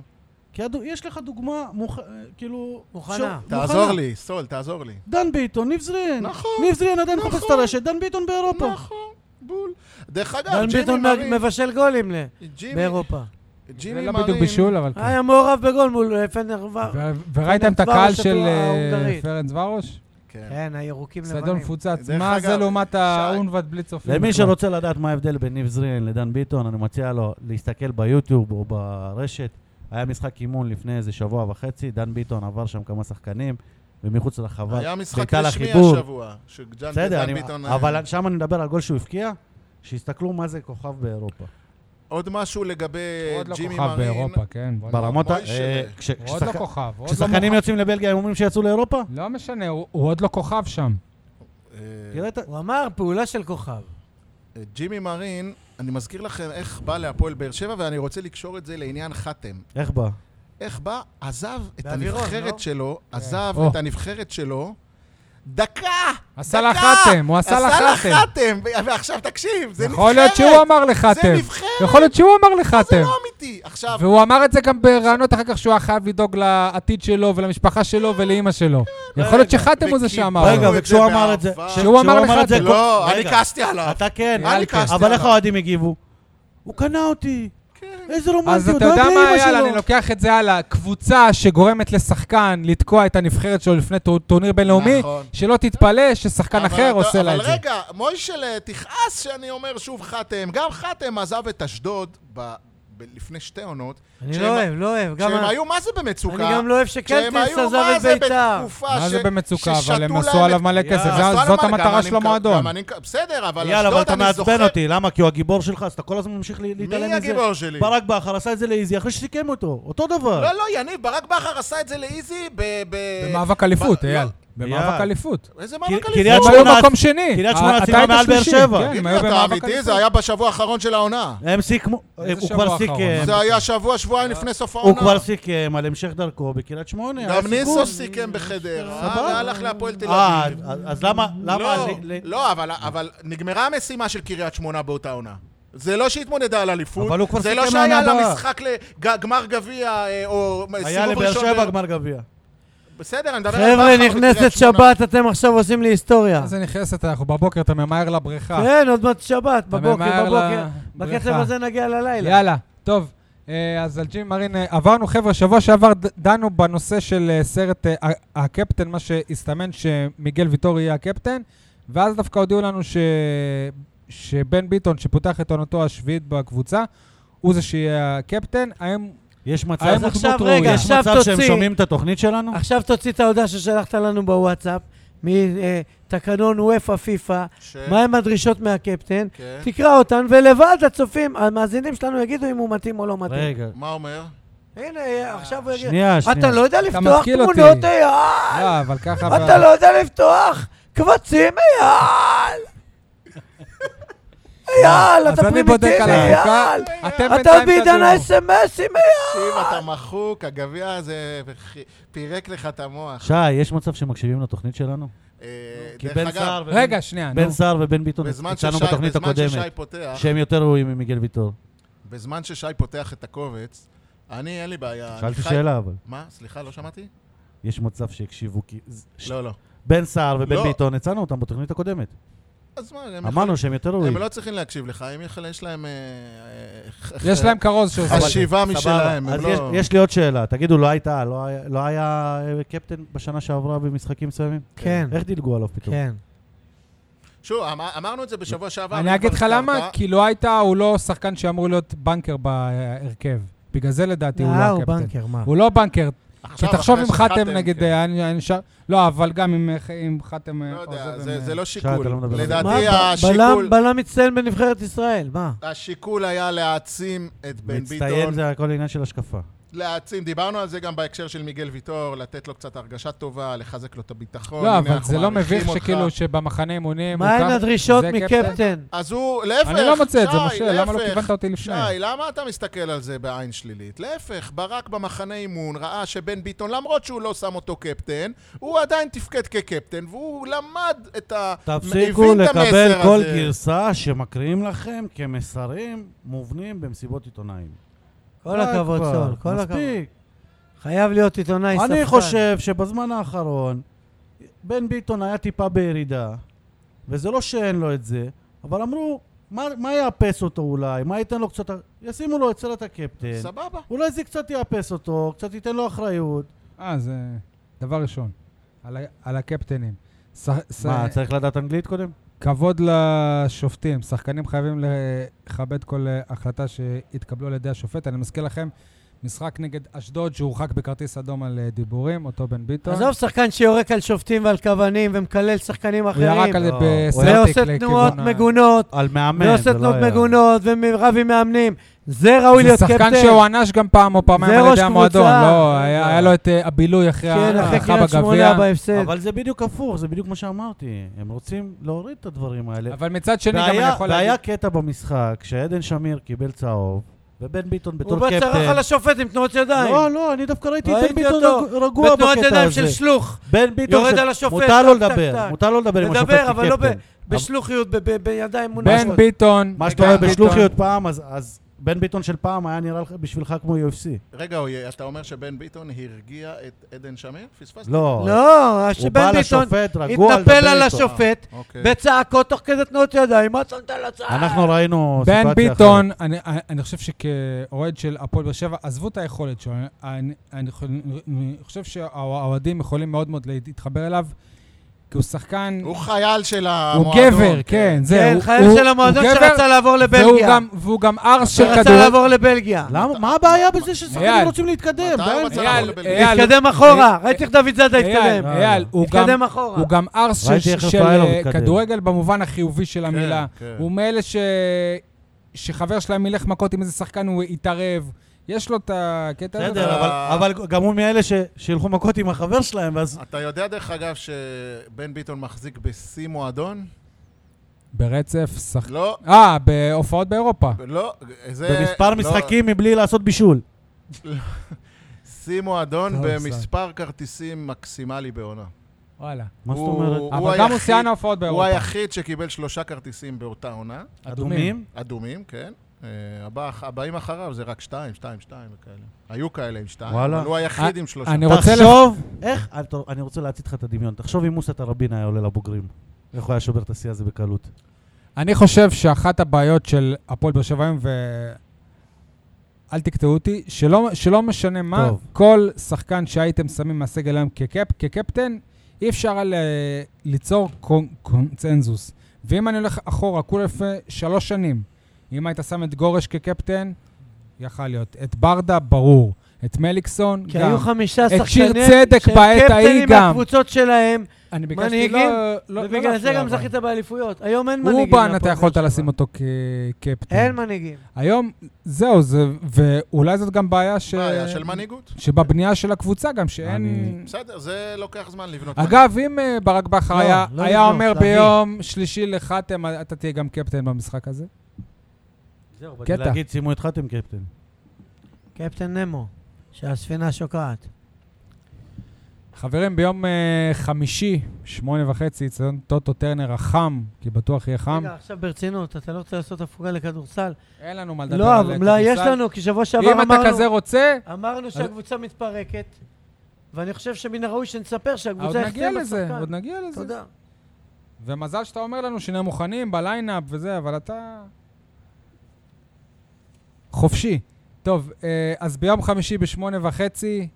B: כי הדו- יש לך דוגמה, מוכ- אה, כאילו...
C: מוכנה.
B: שוב,
D: תעזור
B: מוכנה.
D: לי, סול, תעזור לי.
B: דן ביטון, ניב זרין.
D: נכון.
B: ניב זרין עדיין
D: נכון.
B: מחפש את הרשת, דן ביטון באירופה.
D: נכון, בול. דרך אגב,
C: דן
D: ג'ימי
C: ביטון
D: מרין...
C: מבשל גולים ל-
D: ג'ימי-
C: באירופה.
B: אוקיי.
A: זה
D: ג'ימי
A: לא בדיוק
D: מרין...
A: בישול, אבל כן.
C: היה מעורב בגול מול אה, פנרבר.
A: ו- וראיתם את
C: פרנץ
A: הקהל
C: ורוש
A: של אה,
C: ההונגרית.
A: פרנץ ורוש?
D: כן.
C: כן, הירוקים
A: אצטדיון
C: לבנים.
A: מפוצץ.
D: דרך
A: מה
D: אגב,
A: זה לעומת
D: שי-
A: האונבד בלי צופים?
B: למי
A: בכלל?
B: שרוצה לדעת מה ההבדל בין ניב זרין לדן ביטון, אני מציע לו להסתכל ביוטיוב או ברשת. היה משחק אימון לפני איזה שבוע וחצי, דן ביטון עבר שם כמה שחקנים, ומחוץ לחווה,
D: היה משחק
B: בעיטה
D: רשמי
B: לחיבור.
D: השבוע, שג'אן
B: בסדר,
D: דן
B: אני-
D: ביטון... אה,
B: אבל שם אני מדבר על גול שהוא הבקיע, שיסתכלו מה זה כוכב באירופה.
D: אה, עוד משהו לגבי
A: הוא עוד לא
D: ג'ימי
A: כוכב
D: מרין.
A: באירופה, כן. בוא נראה.
B: ברמות ה...
D: מוישה.
B: אה, כש-
A: הוא עוד לא
B: כששחק-
A: כוכב. הוא עוד לא
B: כששחקנים
A: מוכח.
B: יוצאים לבלגיה, הם אומרים שיצאו לאירופה?
A: לא משנה, הוא הוא עוד לא כוכב שם.
D: אה,
B: תראה את ה...
C: הוא אמר פעולה של כוכב.
D: ג'ימי מרין, אני מזכיר לכם איך בא להפועל באר שבע, ואני רוצה לקשור את זה לעניין חתם.
B: איך בא?
D: איך בא, עזב את
C: באווירון, לא?
D: הנבחרת שלו, עזב
A: כן. או.
D: את הנבחרת שלו, דקה!
A: עשה
D: דקה!
A: לה חתם, הוא עשה לה
D: עשה לה
A: חתם.
D: חתם, ו- ועכשיו תקשיב, זה נבחרת!
A: יכול להיות שהוא אמר
D: זה
A: לחתם.
D: נבחרת!
A: יכול להיות שהוא אמר
D: זה
A: לחתם.
D: לא אמיתי. עכשיו,
A: והוא אמר את זה גם ברעיונות אחר כך שהוא היה חייב לדאוג לעתיד שלו ולמשפחה שלו ולאימא שלו.
D: כן,
A: יכול להיות שחתם הוא זה שאמר
D: וקיבלנו
A: לו.
B: רגע,
D: את זה
B: וכשהוא אמר את זה...
D: באהבה.
B: כש-
A: כשהוא אמר לך את זה,
B: כל-
D: לא, אני
B: רגע,
D: כעסתי עליו.
B: אתה כן,
D: אני
B: אבל-
D: כעסתי
B: אבל
D: עליו.
B: איך האוהדים הגיבו? הוא קנה אותי.
D: כן.
B: איזה רומנטיות,
A: אז אתה
B: הוא
A: יודע
B: דאג
A: מה,
B: לאמא
A: יאללה,
B: שלו.
A: אני לוקח את זה הלאה. קבוצה שגורמת לשחקן לתקוע את הנבחרת שלו לפני טור- טורניר בינלאומי,
D: נכון.
A: שלא תתפלא ששחקן
D: אבל
A: אחר
D: אתה-
A: עושה לה את
D: אבל
A: זה.
D: רגע, מוישל, תכעס שאני אומר שוב חתם. גם חתם עזב את אשדוד ב- ב- לפני שתי עונות,
C: אני
D: כשהם-
C: לא אוהב, לא אוהב. גם
D: שהם
C: ה-
D: היו מה זה במצוקה.
C: אני גם לא אוהב
D: כשהם
C: שקלטינס
D: היו
C: עזב
D: מה
C: את
D: זה
C: ביתר.
D: בתקופה
A: מה
D: ש-
A: זה במצוקה? אבל
D: ששתו
A: הם
D: להם
A: עשו עליו
D: את-
A: מלא כסף,
D: עשו
A: זה-
D: להם
A: זאת
D: מלא- גם
A: המטרה
D: אני
A: של
D: מקו-
A: המועדון.
D: גם אני מקו- בסדר, אבל
B: יאללה, אבל
D: אשדוד
B: אתה
D: אני
B: מעצבן
D: זוכר...
B: אותי, למה? כי הוא הגיבור שלך, אז אתה כל הזמן ממשיך ל- להתעלם
D: מי
B: מזה.
D: הגיבור שלי?
B: ברק בכר עשה את זה לאיזי אחרי שסיכם אותו, אותו דבר.
D: לא, לא, יניב, ברק בכר עשה את זה לאיזי ב... ב-
A: במאבק אליפות,
D: לא.
A: אייל.
B: אייל.
A: במאבק אליפות.
D: איזה מאבק
B: קריית
A: הם
D: אליפות?
B: שמונה-
A: היו במקום שני.
B: קריית
A: אה,
B: שמונה
A: אתה
B: סיימה
A: היית
B: מעל באר
A: שלישי,
B: שבע.
A: כן, הם
D: תגיד
A: היו
D: לי, אתה
A: במאבק
D: אמיתי?
A: אליפות.
D: זה היה בשבוע האחרון של העונה.
B: הם סיכמו,
A: איזה
B: הוא
A: שבוע
B: כבר
A: האחרון?
B: סיכם,
D: לא. זה היה שבוע, שבועיים לפני סוף העונה.
B: הוא כבר סיכם על המשך דרכו בקריית שמונה. היה
D: גם
B: סיכום.
D: ניסו סיכם בחדרה,
B: כן, סבבה.
D: והלך להפועל תל
B: אה,
D: אביב.
B: אז- אז למה, למה,
D: לא,
B: ל- ל-
D: לא, אבל- אבל נגמרה המשימה של קריית שמונה באותה עונה. זה לא שהתמודדה על אליפות,
B: אבל הוא כבר
D: זה לא
B: סיכם לעונה
D: שהיה לה
B: הבאה.
D: משחק לגמר גביע אה, או
B: היה
D: סיבוב
B: לבאר
D: ראשון.
B: שבע
D: ל-
B: גמר גביע.
D: בסדר, אני מדבר על...
C: חבר'ה,
D: בכר
C: נכנסת
D: וקריית שמונה.
C: שבת, אתם עכשיו עושים לי היסטוריה.
A: אז היא נכנסת, אנחנו בבוקר, אתה ממהר לבריכה.
C: כן, עוד מעט שבת,
A: אה. אתה
C: בבוקר,
A: ממהר
C: בבוקר.
A: לבריכה.
C: בקצב הזה נגיע ללילה.
A: יאללה, טוב. אה, אז על ג'ים מרין אה, עברנו, חבר'ה, שבוע שעבר ד- דנו בנושא של אה, סרט אה, ה- הקפטן, מה שהסתמן שמיגל ויטור יהיה הקפטן, ואז דווקא הודיעו לנו ש... שבן ביטון, שפותח את עונתו השביעית בקבוצה, הוא זה שיהיה הקפטן. האם...
B: יש מצב,
A: האם הוא
C: עכשיו,
A: דמות
C: רגע,
A: ראויה?
B: יש
C: עכשיו
B: מצב שהם
C: תוציא.
B: שומעים את התוכנית שלנו?
C: עכשיו תוציא את ההודעה ששלחת לנו בוואטסאפ, מתקנון וופא פיפא,
D: ש-
C: מהם הדרישות מהקפטן.
D: כן.
C: תקרא אותן, ולבד הצופים, המאזינים שלנו יגידו אם הוא מתאים או לא מתאים.
B: רגע.
D: מה אומר?
C: הנה, אה, עכשיו הוא יגיד,
B: שנייה,
C: אתה
B: שנייה.
C: לא יודע לפתוח
A: מתקיל אותי.
C: תמונות, אייל!
A: לא, אבל ככה...
C: אתה לא יודע לפתוח קבצים, אייל! אייל,
A: אה, אז
C: אתה
A: אני בודק
C: פרימיטיבי,
A: על החוקה.
C: אייל!
A: אתם
C: אתה
A: בינתיים
C: בעידן
A: תדונו.
C: האס.אם.אסים, אייל!
D: תקשיב, אתה מחוק, הגביע הזה פ- פירק לך את המוח.
B: שי, יש מצב שמקשיבים לתוכנית שלנו?
D: אה,
B: כי
D: דרך
B: בן
D: אגב,
B: סער ובן-
A: רגע, שנייה, נו.
B: בן סער ובן ביטון
D: בזמן
B: הצענו
D: ששי-
B: בתוכנית
D: בזמן ששי
B: הקודמת,
D: פותח,
B: שהם יותר ראויים ממיגל ויטור.
D: בזמן ששי פותח את הקובץ, אני, אין לי בעיה. אני
B: שאלתי
D: חי-
B: שאלה, אבל
D: מה? סליחה, לא שמעתי?
B: יש מצב שיקשיבו כי... ז- ש-
D: לא, לא.
B: בן סער ובן
D: לא.
B: ביטון, הצענו אותם בתוכנית הקודמת.
D: אז מה, הם
B: אמרנו שהם יותר ראויים.
D: הם לא צריכים להקשיב לך, הם יכול- יש להם... אה, אה, ח-
A: יש להם כרוז שעושה...
D: חשיבה
B: סבבה.
D: משלהם, הם
B: אז
D: לא...
B: יש- יש לי עוד שאלה. תגידו, לא הייתה, לא היה- לא היה אה, קפטן בשנה שעברה במשחקים מסוימים?
C: כן,
B: איך דילגו עליו פתאום?
C: כן.
D: שוב, אמר- אמרנו את זה בשבוע שעבר. אם
A: אני אגיד
D: כבר
A: לך למה,
D: הזכרת.
A: כי לא הייתה, הוא לא שחקן שאמור להיות בנקר בהרכב. בגלל זה לדעתי הוא לא
C: אה, הוא
A: הקפטן.
C: בנקר, מה?
A: הוא לא בנקר.
D: עכשיו,
A: שתחשוב
D: אחרי
A: אם חתם נגיד,
D: כן.
A: אה, היה נשאר... לא, אבל גם אם, אה, אם חתם... אה,
D: לא יודע,
A: עוזב
D: זה-
A: עם,
D: זה
A: אה,
B: אתה
D: לא
B: לא
D: שיקול.
B: מדבר על זה.
C: מה,
D: לדעתי
C: ב-
D: השיקול...
C: בלם- בלם מצטיין בנבחרת ישראל, מה?
A: אוקיי,
D: השיקול היה להעצים את בן
B: מצטיין
D: ביטון,
B: זה הכל עניין של השקפה.
D: להעצים, דיברנו על זה גם בהקשר של מיגל ויטור, לתת לו קצת הרגשה טובה, לחזק לו את הביטחון.
A: לא,
D: הנה,
A: אבל
D: אנחנו
A: זה לא
D: מעריכים
A: מביך
D: אותך.
A: שכאילו שבמחנה אימונים... הוא
C: מהן
A: קם-
C: הדרישות
A: זה קפטן?
C: מקפטן?
D: אז הוא, להפך,
A: אני לא מוצא את זה,
D: שי,
A: משה, למה לא
D: להפך.
A: כיוונת אותי
D: שי,
A: לפני?
D: למה אתה מסתכל על זה בעין שלילית? להפך, ברק במחנה אימון ראה שבן ביטון, למרות שהוא לא שם אותו קפטן, הוא עדיין תפקד כקפטן, והוא למד את ה...
B: תפסיקו
D: הבין את
B: לקבל
D: המסר
B: כל
D: הזה.
B: גרסה שמקריאים לכם כמסרים מובנים במסיבות עיתונאים.
C: כל
B: די
C: הכבוד,
B: כבר,
C: סול, כל הכבוד.
B: מספיק.
C: חייב להיות עיתונאי ספקן.
B: אני חושב שבזמן האחרון, בן ביטון היה טיפה בירידה, וזה לא שאין לו את זה, אבל אמרו, מה, מה יאפס אותו אולי? מה ייתן לו קצת... ישימו לו את סרט הקפטן.
D: סבבה.
B: אולי זה קצת יאפס אותו, קצת ייתן לו אחריות.
A: אה, זה דבר ראשון. על ה- על הקפטנים. ש- ש-
B: מה, צריך לדעת אנגלית קודם?
A: כבוד לשופטים, שחקנים חייבים לכבד כל אה, החלטה שהתקבלו על ידי השופט. אני מזכיר לכם, משחק נגד אשדוד שהורחק בכרטיס אדום על אה, דיבורים, אותו בן ביטון.
C: עזוב שחקן שיורק על שופטים ועל כוונים ומקלל שחקנים
A: הוא
C: אחרים.
A: ירק על זה
B: לא.
A: בסלטיק
C: ועושה תנועות
A: לכיוון ה-
C: מגונות.
B: על לא מאמן,
A: לא
C: ועושה לא תנועות מגונות ורב עם מאמנים. זה ראוי
A: זה
C: להיות קפטן.
A: שחקן שהוענש גם פעם או פעמיים
C: זה
A: על
C: ראש
A: ידי המועדון.
C: קבוצה.
A: לא, היה היה לו את אה, הבילוי אחרי
C: כן, אחרי
A: ההנחה
C: קריית שמונה
A: בגביע.
C: בהפסד.
B: אבל זה בדיוק הפוך, זה בדיוק מה שאמרתי. הם רוצים להוריד את הדברים האלה.
A: אבל מצד שני גם אני
B: והיה,
A: יכול להגיד...
B: והיה קטע במשחק שעדן שמיר קיבל צהוב, ובן ביטון
C: הוא
B: בתור
C: בא
B: קפטן...
C: צרח על השופט עם תנועות ידיים.
B: לא, לא, אני דווקא ראיתי את בן
C: ראיתי
B: ביטון
C: אותו
B: רג- רגוע
C: בתנועות
B: בקטע
C: ידיים של
B: הזה.
C: שלוך.
B: בן ביטון...
C: יורד
B: ש-
C: על השופט,
B: מותר לו
C: טק, טק,
B: לדבר,
C: טק.
B: מותר לו לדבר עם השופט
C: לדבר, אבל לא
B: כקפטן.
C: ב- בשלוחיות, ב- ב- בידיים מונחות.
A: בן ביטון...
B: מה
A: בן
B: שאתה רואה
A: ביטון-
B: בשלוחיות פעם, אז- אז בן ביטון של פעם היה נראה לך- בשבילך כמו UFC.
D: רגע, אוי, אתה אומר שבן ביטון הרגיע את עדן שמיר? פספסת.
B: לא,
C: לא,
B: הוא בא
C: שבן ביטון
B: לשופט רגוע לדבר
C: התנפל
B: איתו.
C: על השופט
B: לא.
A: כן.
D: אוקיי.
C: בצעקות תוך כדי תנועות ידיים. מה אתה נותן לצעק?
B: אנחנו ראינו סיטואציה
A: בן
B: אחרת.
A: ביטון, אני, אני, אני חושב שכאוהד של הפועל באר שבע, עזבו את היכולת שלו, אני, אני, אני, חו- אני חושב שהאוהדים יכולים מאוד מאוד להתחבר אליו. כי הוא שחקן...
D: הוא חייל של המועדון.
A: הוא גבר, כן, זהו.
C: כן,
A: הוא-
C: חייל
A: הוא-
C: של
A: הוא
C: המועדון
A: גבר,
C: שרצה לעבור
A: והוא
C: לבלגיה.
A: גם- והוא גם ארס של
C: שרצה
A: כדורגל.
C: לעבור לבלגיה.
B: למה? מה הבעיה בזה
A: אייל.
B: ששחקנים רוצים להתקדם?
D: מתי הוא
B: די.
D: מצא
A: אייל,
D: לעבור לבלגיה?
A: אייל,
C: התקדם אחורה, ראיתי איך דוד זאדה
A: אייל,
C: התקדם.
A: אייל, אה, הוא גם-
C: התקדם אחורה.
A: הוא גם ארס של-
B: ראיתי איך
A: של
B: רפאלוב
A: אה,
B: מתקדם.
A: כדורגל במובן החיובי של
D: כן,
A: המילה.
D: כן.
A: הוא מאלה ש... שחבר שלהם ילך מכות עם איזה שחקן, הוא יתערב. יש לו את הקטע הזה.
B: בסדר,
D: אה,
B: אבל- אבל גם הוא מאלה ש- שילכו מכות עם החבר שלהם, ואז...
D: אתה יודע, דרך אגב, שבן ביטון מחזיק בשיא מועדון?
A: ברצף, שחק...
D: לא,
A: אה, בהופעות באירופה.
D: לא, זה...
B: במספר
D: לא,
B: משחקים מבלי לעשות בישול.
D: שיא מועדון
A: טוב,
D: במספר כרטיסים מקסימלי בעונה.
A: וואלה.
B: מה זאת
D: הוא-
B: אומרת?
D: הוא
A: אבל גם הוא
D: היחיד-
A: שיאן ההופעות
D: הוא
A: באירופה.
D: היחיד שקיבל שלושה כרטיסים באותה עונה,
B: אדומים?
D: אדומים, כן. אה, הבא- הבאים אחריו זה רק שתיים, שתיים, שתיים וכאלה. היו כאלה עם שתיים,
B: וואלה.
D: אבל הוא היחיד עם שלושה.
A: אה, אני רוצה... לח-
B: תחשוב, איך... אה, טוב, אני רוצה להצית לך את הדמיון. תחשוב אם מוסא תראבין היה עולה לבוגרים. איך הוא היה שובר את השיא הזה בקלות.
A: אני חושב שאחת הבעיות של הפועל באר שבע היום, ו... אל תקטעו אותי, שלא, שלא משנה מה,
B: טוב.
A: כל שחקן שהייתם שמים מהסגל היום כקפ, כקפטן, אי אפשר היה ל... ליצור קונ... קונצנזוס. ואם אני הולך אחורה, כולה לפני שלוש שנים, אם היית שם את גורש כקפטן, יכל להיות. את ברדה, ברור. את מליקסון,
C: כי
A: גם.
C: היו חמישה
A: כן. את
C: שחקנים
A: שיר צדק בעת
C: שהם
A: ההיא
C: קפטנים
A: גם.
C: מהקבוצות שלהם,
A: אני ביקשתי
C: מנהיגים,
A: לא... לא- לא
C: ובגלל זה
A: להפריע,
C: גם
A: אבל.
C: זכית באליפויות. היום אין מנהיגים.
A: רובן, אתה
C: להפועל
A: יכולת
C: באר שבע.
A: לשים אותו כקפטן.
C: אין מנהיגים.
A: היום, זהו, זה, ואולי זאת גם בעיה ש...
D: בעיה של מנהיגות.
A: שבבנייה של הקבוצה גם, שאין...
B: אני-
D: בסדר, זה לוקח זמן לבנות.
A: אגב, אם אה, ברק בכר
C: לא,
A: היה,
C: לא
A: היה
C: לבנות,
A: אומר
C: להביא.
A: ביום שלישי לחתם, אתה תהיה גם קפטן במשחק הזה.
B: זהו,
A: באתי קטע. להגיד,
B: להגיד, שימו את חתם קפטן.
C: קפטן נמו, שהספינה שוקעת.
A: חברים, ביום אה, חמישי, שמונה וחצי, אצטדיון טוטו טרנר החם, כי בטוח יהיה חם.
C: רגע, עכשיו ברצינות, אתה לא רוצה לעשות הפוגה לכדורסל?
A: אין לנו מה לדבר
C: לא,
A: על
C: אבל
A: כדורסל.
C: לא, יש לנו, כי שבוע שעבר
A: אם אתה
C: אמרנו...
A: כזה רוצה,
C: אמרנו שהקבוצה מתפרקת, ואני חושב שמן הראוי שנספר
A: עוד
C: שהקבוצה
A: נגיע
C: החתימה
A: לזה,
C: שחקן.
A: עוד נגיע לזה.
C: תודה.
A: ומזל שאתה אומר לנו שנהיה מוכנים בליינאפ וזה, אבל אתה... חופשי. טוב, אה, אז ביום חמישי בשמונה וחצי,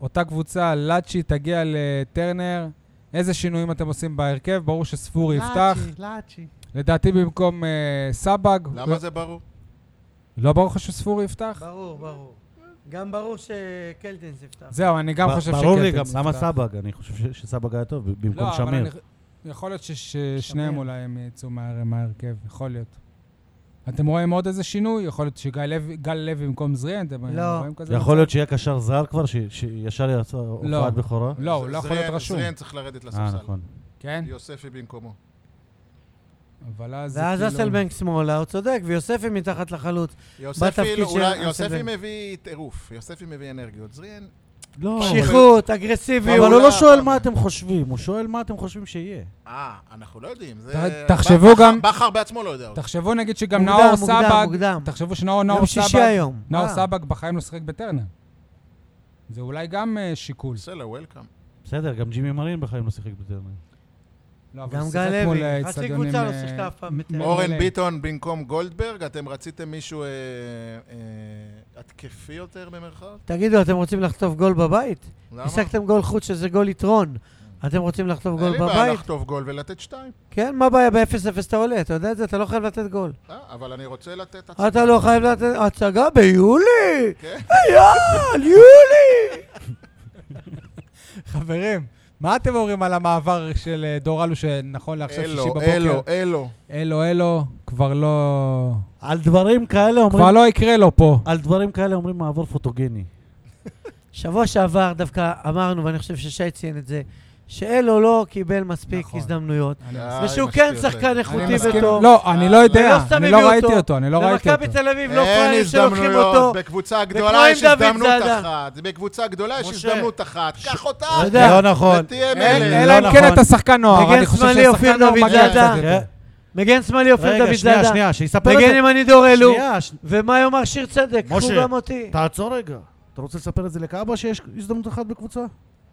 A: אותה קבוצה, לאצ'י, תגיע לטרנר. איזה שינויים אתם עושים בהרכב? ברור שספורי יפתח.
C: לאצ'י.
A: לדעתי במקום אה, סבג.
D: למה זה ברור?
A: לא ברור לך שספורי יפתח?
C: ברור, ברור. גם ברור שקלטינס יפתח.
A: זהו, אני גם חושב
B: ברור לי גם,
A: שקלטינס
B: למה
A: יפתח.
B: סבג? אני חושב ש- שסבג היה טוב, ב- במקום
A: לא, אבל
B: שמיר.
A: אני- יכול להיות ש- ששניהם אולי הם יצאו מה- מההרכב, יכול להיות. אתם רואים עוד איזה שינוי? יכול להיות שגל לוי- גל לוי במקום זריאן, אתם
C: לא.
A: רואים כזה?
B: יכול להיות שיהיה קשר זר כבר, ש- שישר יעשה
A: לא.
B: הופעת בכורה?
A: לא, הוא לא יכול להיות
D: זריאן-
A: רשום.
D: זריאן צריך לרדת
B: אה,
D: לספסל.
B: נכון.
A: כן,
D: יוספי במקומו.
A: אבל אז זה
C: ואז
A: כאילו-
C: אסלבנק שמאלה, הוא צודק, ויוספי מתחת לחלוץ.
D: יוספי
C: בתפקיד
D: לא-
C: של
D: אולי-
C: אנסבן.
D: יוספי מביא טירוף, יוספי מביא אנרגיות. זריאן,
B: לא,
C: קשיחות, אגרסיביות.
B: אבל
D: אבל-
B: הוא לא שואל מה אתם חושבים, הוא שואל מה אתם חושבים שיהיה.
D: אה, אנחנו לא יודעים. זה-
A: ת- תחשבו
D: בכר-
A: גם-
D: בכר בעצמו לא יודע. אותו.
A: תחשבו נגיד שגם
C: מוקדם,
A: נאור
C: מוקדם,
A: סבג,
C: מוקדם.
A: תחשבו שנאור נאור
C: יום שישי
A: סבג,
C: היום. אה.
A: נאור
C: מה?
A: סבג בחיים לא שיחק בטרנר. זה אולי גם אה, שיקול.
D: בסדר, וולקאם.
B: בסדר, גם ג'ימי מרין בחיים לא שיחק בטרנר.
A: לא, אבל
C: גם
A: הוא
C: גל
A: שיחק
C: לוי,
A: מול,
C: חצי
A: אה, אצטדיונים,
C: קבוצה לא
A: אה,
C: שיחקה אף פעם
A: מ-
C: בטרנר.
D: אורן
A: מלא.
D: ביטון במקום גולדברג, אתם רציתם מישהו אה, אה, התקפי יותר במרכאות?
C: תגידו, אתם רוצים לחטוף גול בבית?
D: למה?
C: השגתם גול חוץ שזה גול יתרון. אתם רוצים לחטוף
D: אין
C: גול
D: לי בעיה
C: בבית?
D: לחטוף גול ולתת שתיים.
C: כן, מה הבעיה? ב-0-0 אתה עולה, אתה יודע את זה? אתה לא חייב לתת גול.
D: אה, אבל אני רוצה לתת הצגה.
C: אתה לא חייב לתת... הצגה ביולי!
D: כן.
C: אייל, יולי!
A: חברים, מה אתם אומרים על המעבר של אה, דור אלו, שנכון לעכשיו שישי
D: אלו,
A: בבוקר?
D: אלו, אלו.
A: אלו, אלו, כבר לא...
B: על דברים כאלה
A: כבר
B: אומרים,
A: לא יקרה לו פה.
B: על דברים כאלה אומרים מעבור פוטוגני.
C: שבוע שעבר דווקא אמרנו, ואני חושב ששי ציין את זה, שאלו לא קיבל מספיק
A: נכון.
C: הזדמנויות.
A: אני
D: די,
C: ושהוא
D: מספיק
C: כן
D: יותר.
C: שחקן
A: אני
C: איכותי
A: מסכים.
C: וטוב.
A: לא, אני לא
B: אה,
A: יודע,
C: ולא סתם
A: אני לא
C: הביאו
A: ראיתי
C: אותו.
A: אותו, אני לא ראיתי
C: במכבי
A: אותו.
C: תל אביב לא
D: אין
C: פראיירים שלוקחים
D: הזדמנויות,
C: אותו.
D: בקבוצה
C: וכמו
D: הגדולה
C: עם
D: יש
C: דוד
D: הזדמנות
C: זאדה.
D: אחת. בקבוצה הגדולה יש
C: משה.
D: הזדמנות אחת. קח אותה,
C: לא יודע.
B: לא נכון.
D: ותהיה
A: אין-
D: מלך.
A: אלא
B: לא
A: אם כן
B: נכון.
A: אתה שחקן נוער,
C: מגן
A: אני חושב
C: שמאלי,
A: ששחקן
C: אופיר
A: נוער
C: דוד
B: אה,
A: מגיע
C: זאדה.
A: קצת יותר.
C: מגן שמאלי אופיר דוד
B: רגע, שנייה,
C: זאדה.
B: שנייה, שיספר את
C: מגן
B: זה.
C: ימני דור אלו.
B: שנייה, ש-
C: ומה יאמר שיר צדק? קחו
B: משה,
C: גם אותי.
B: תעצור רגע. אתה רוצה לספר את זה לקאבה שיש הזדמנות אחת בקבוצה?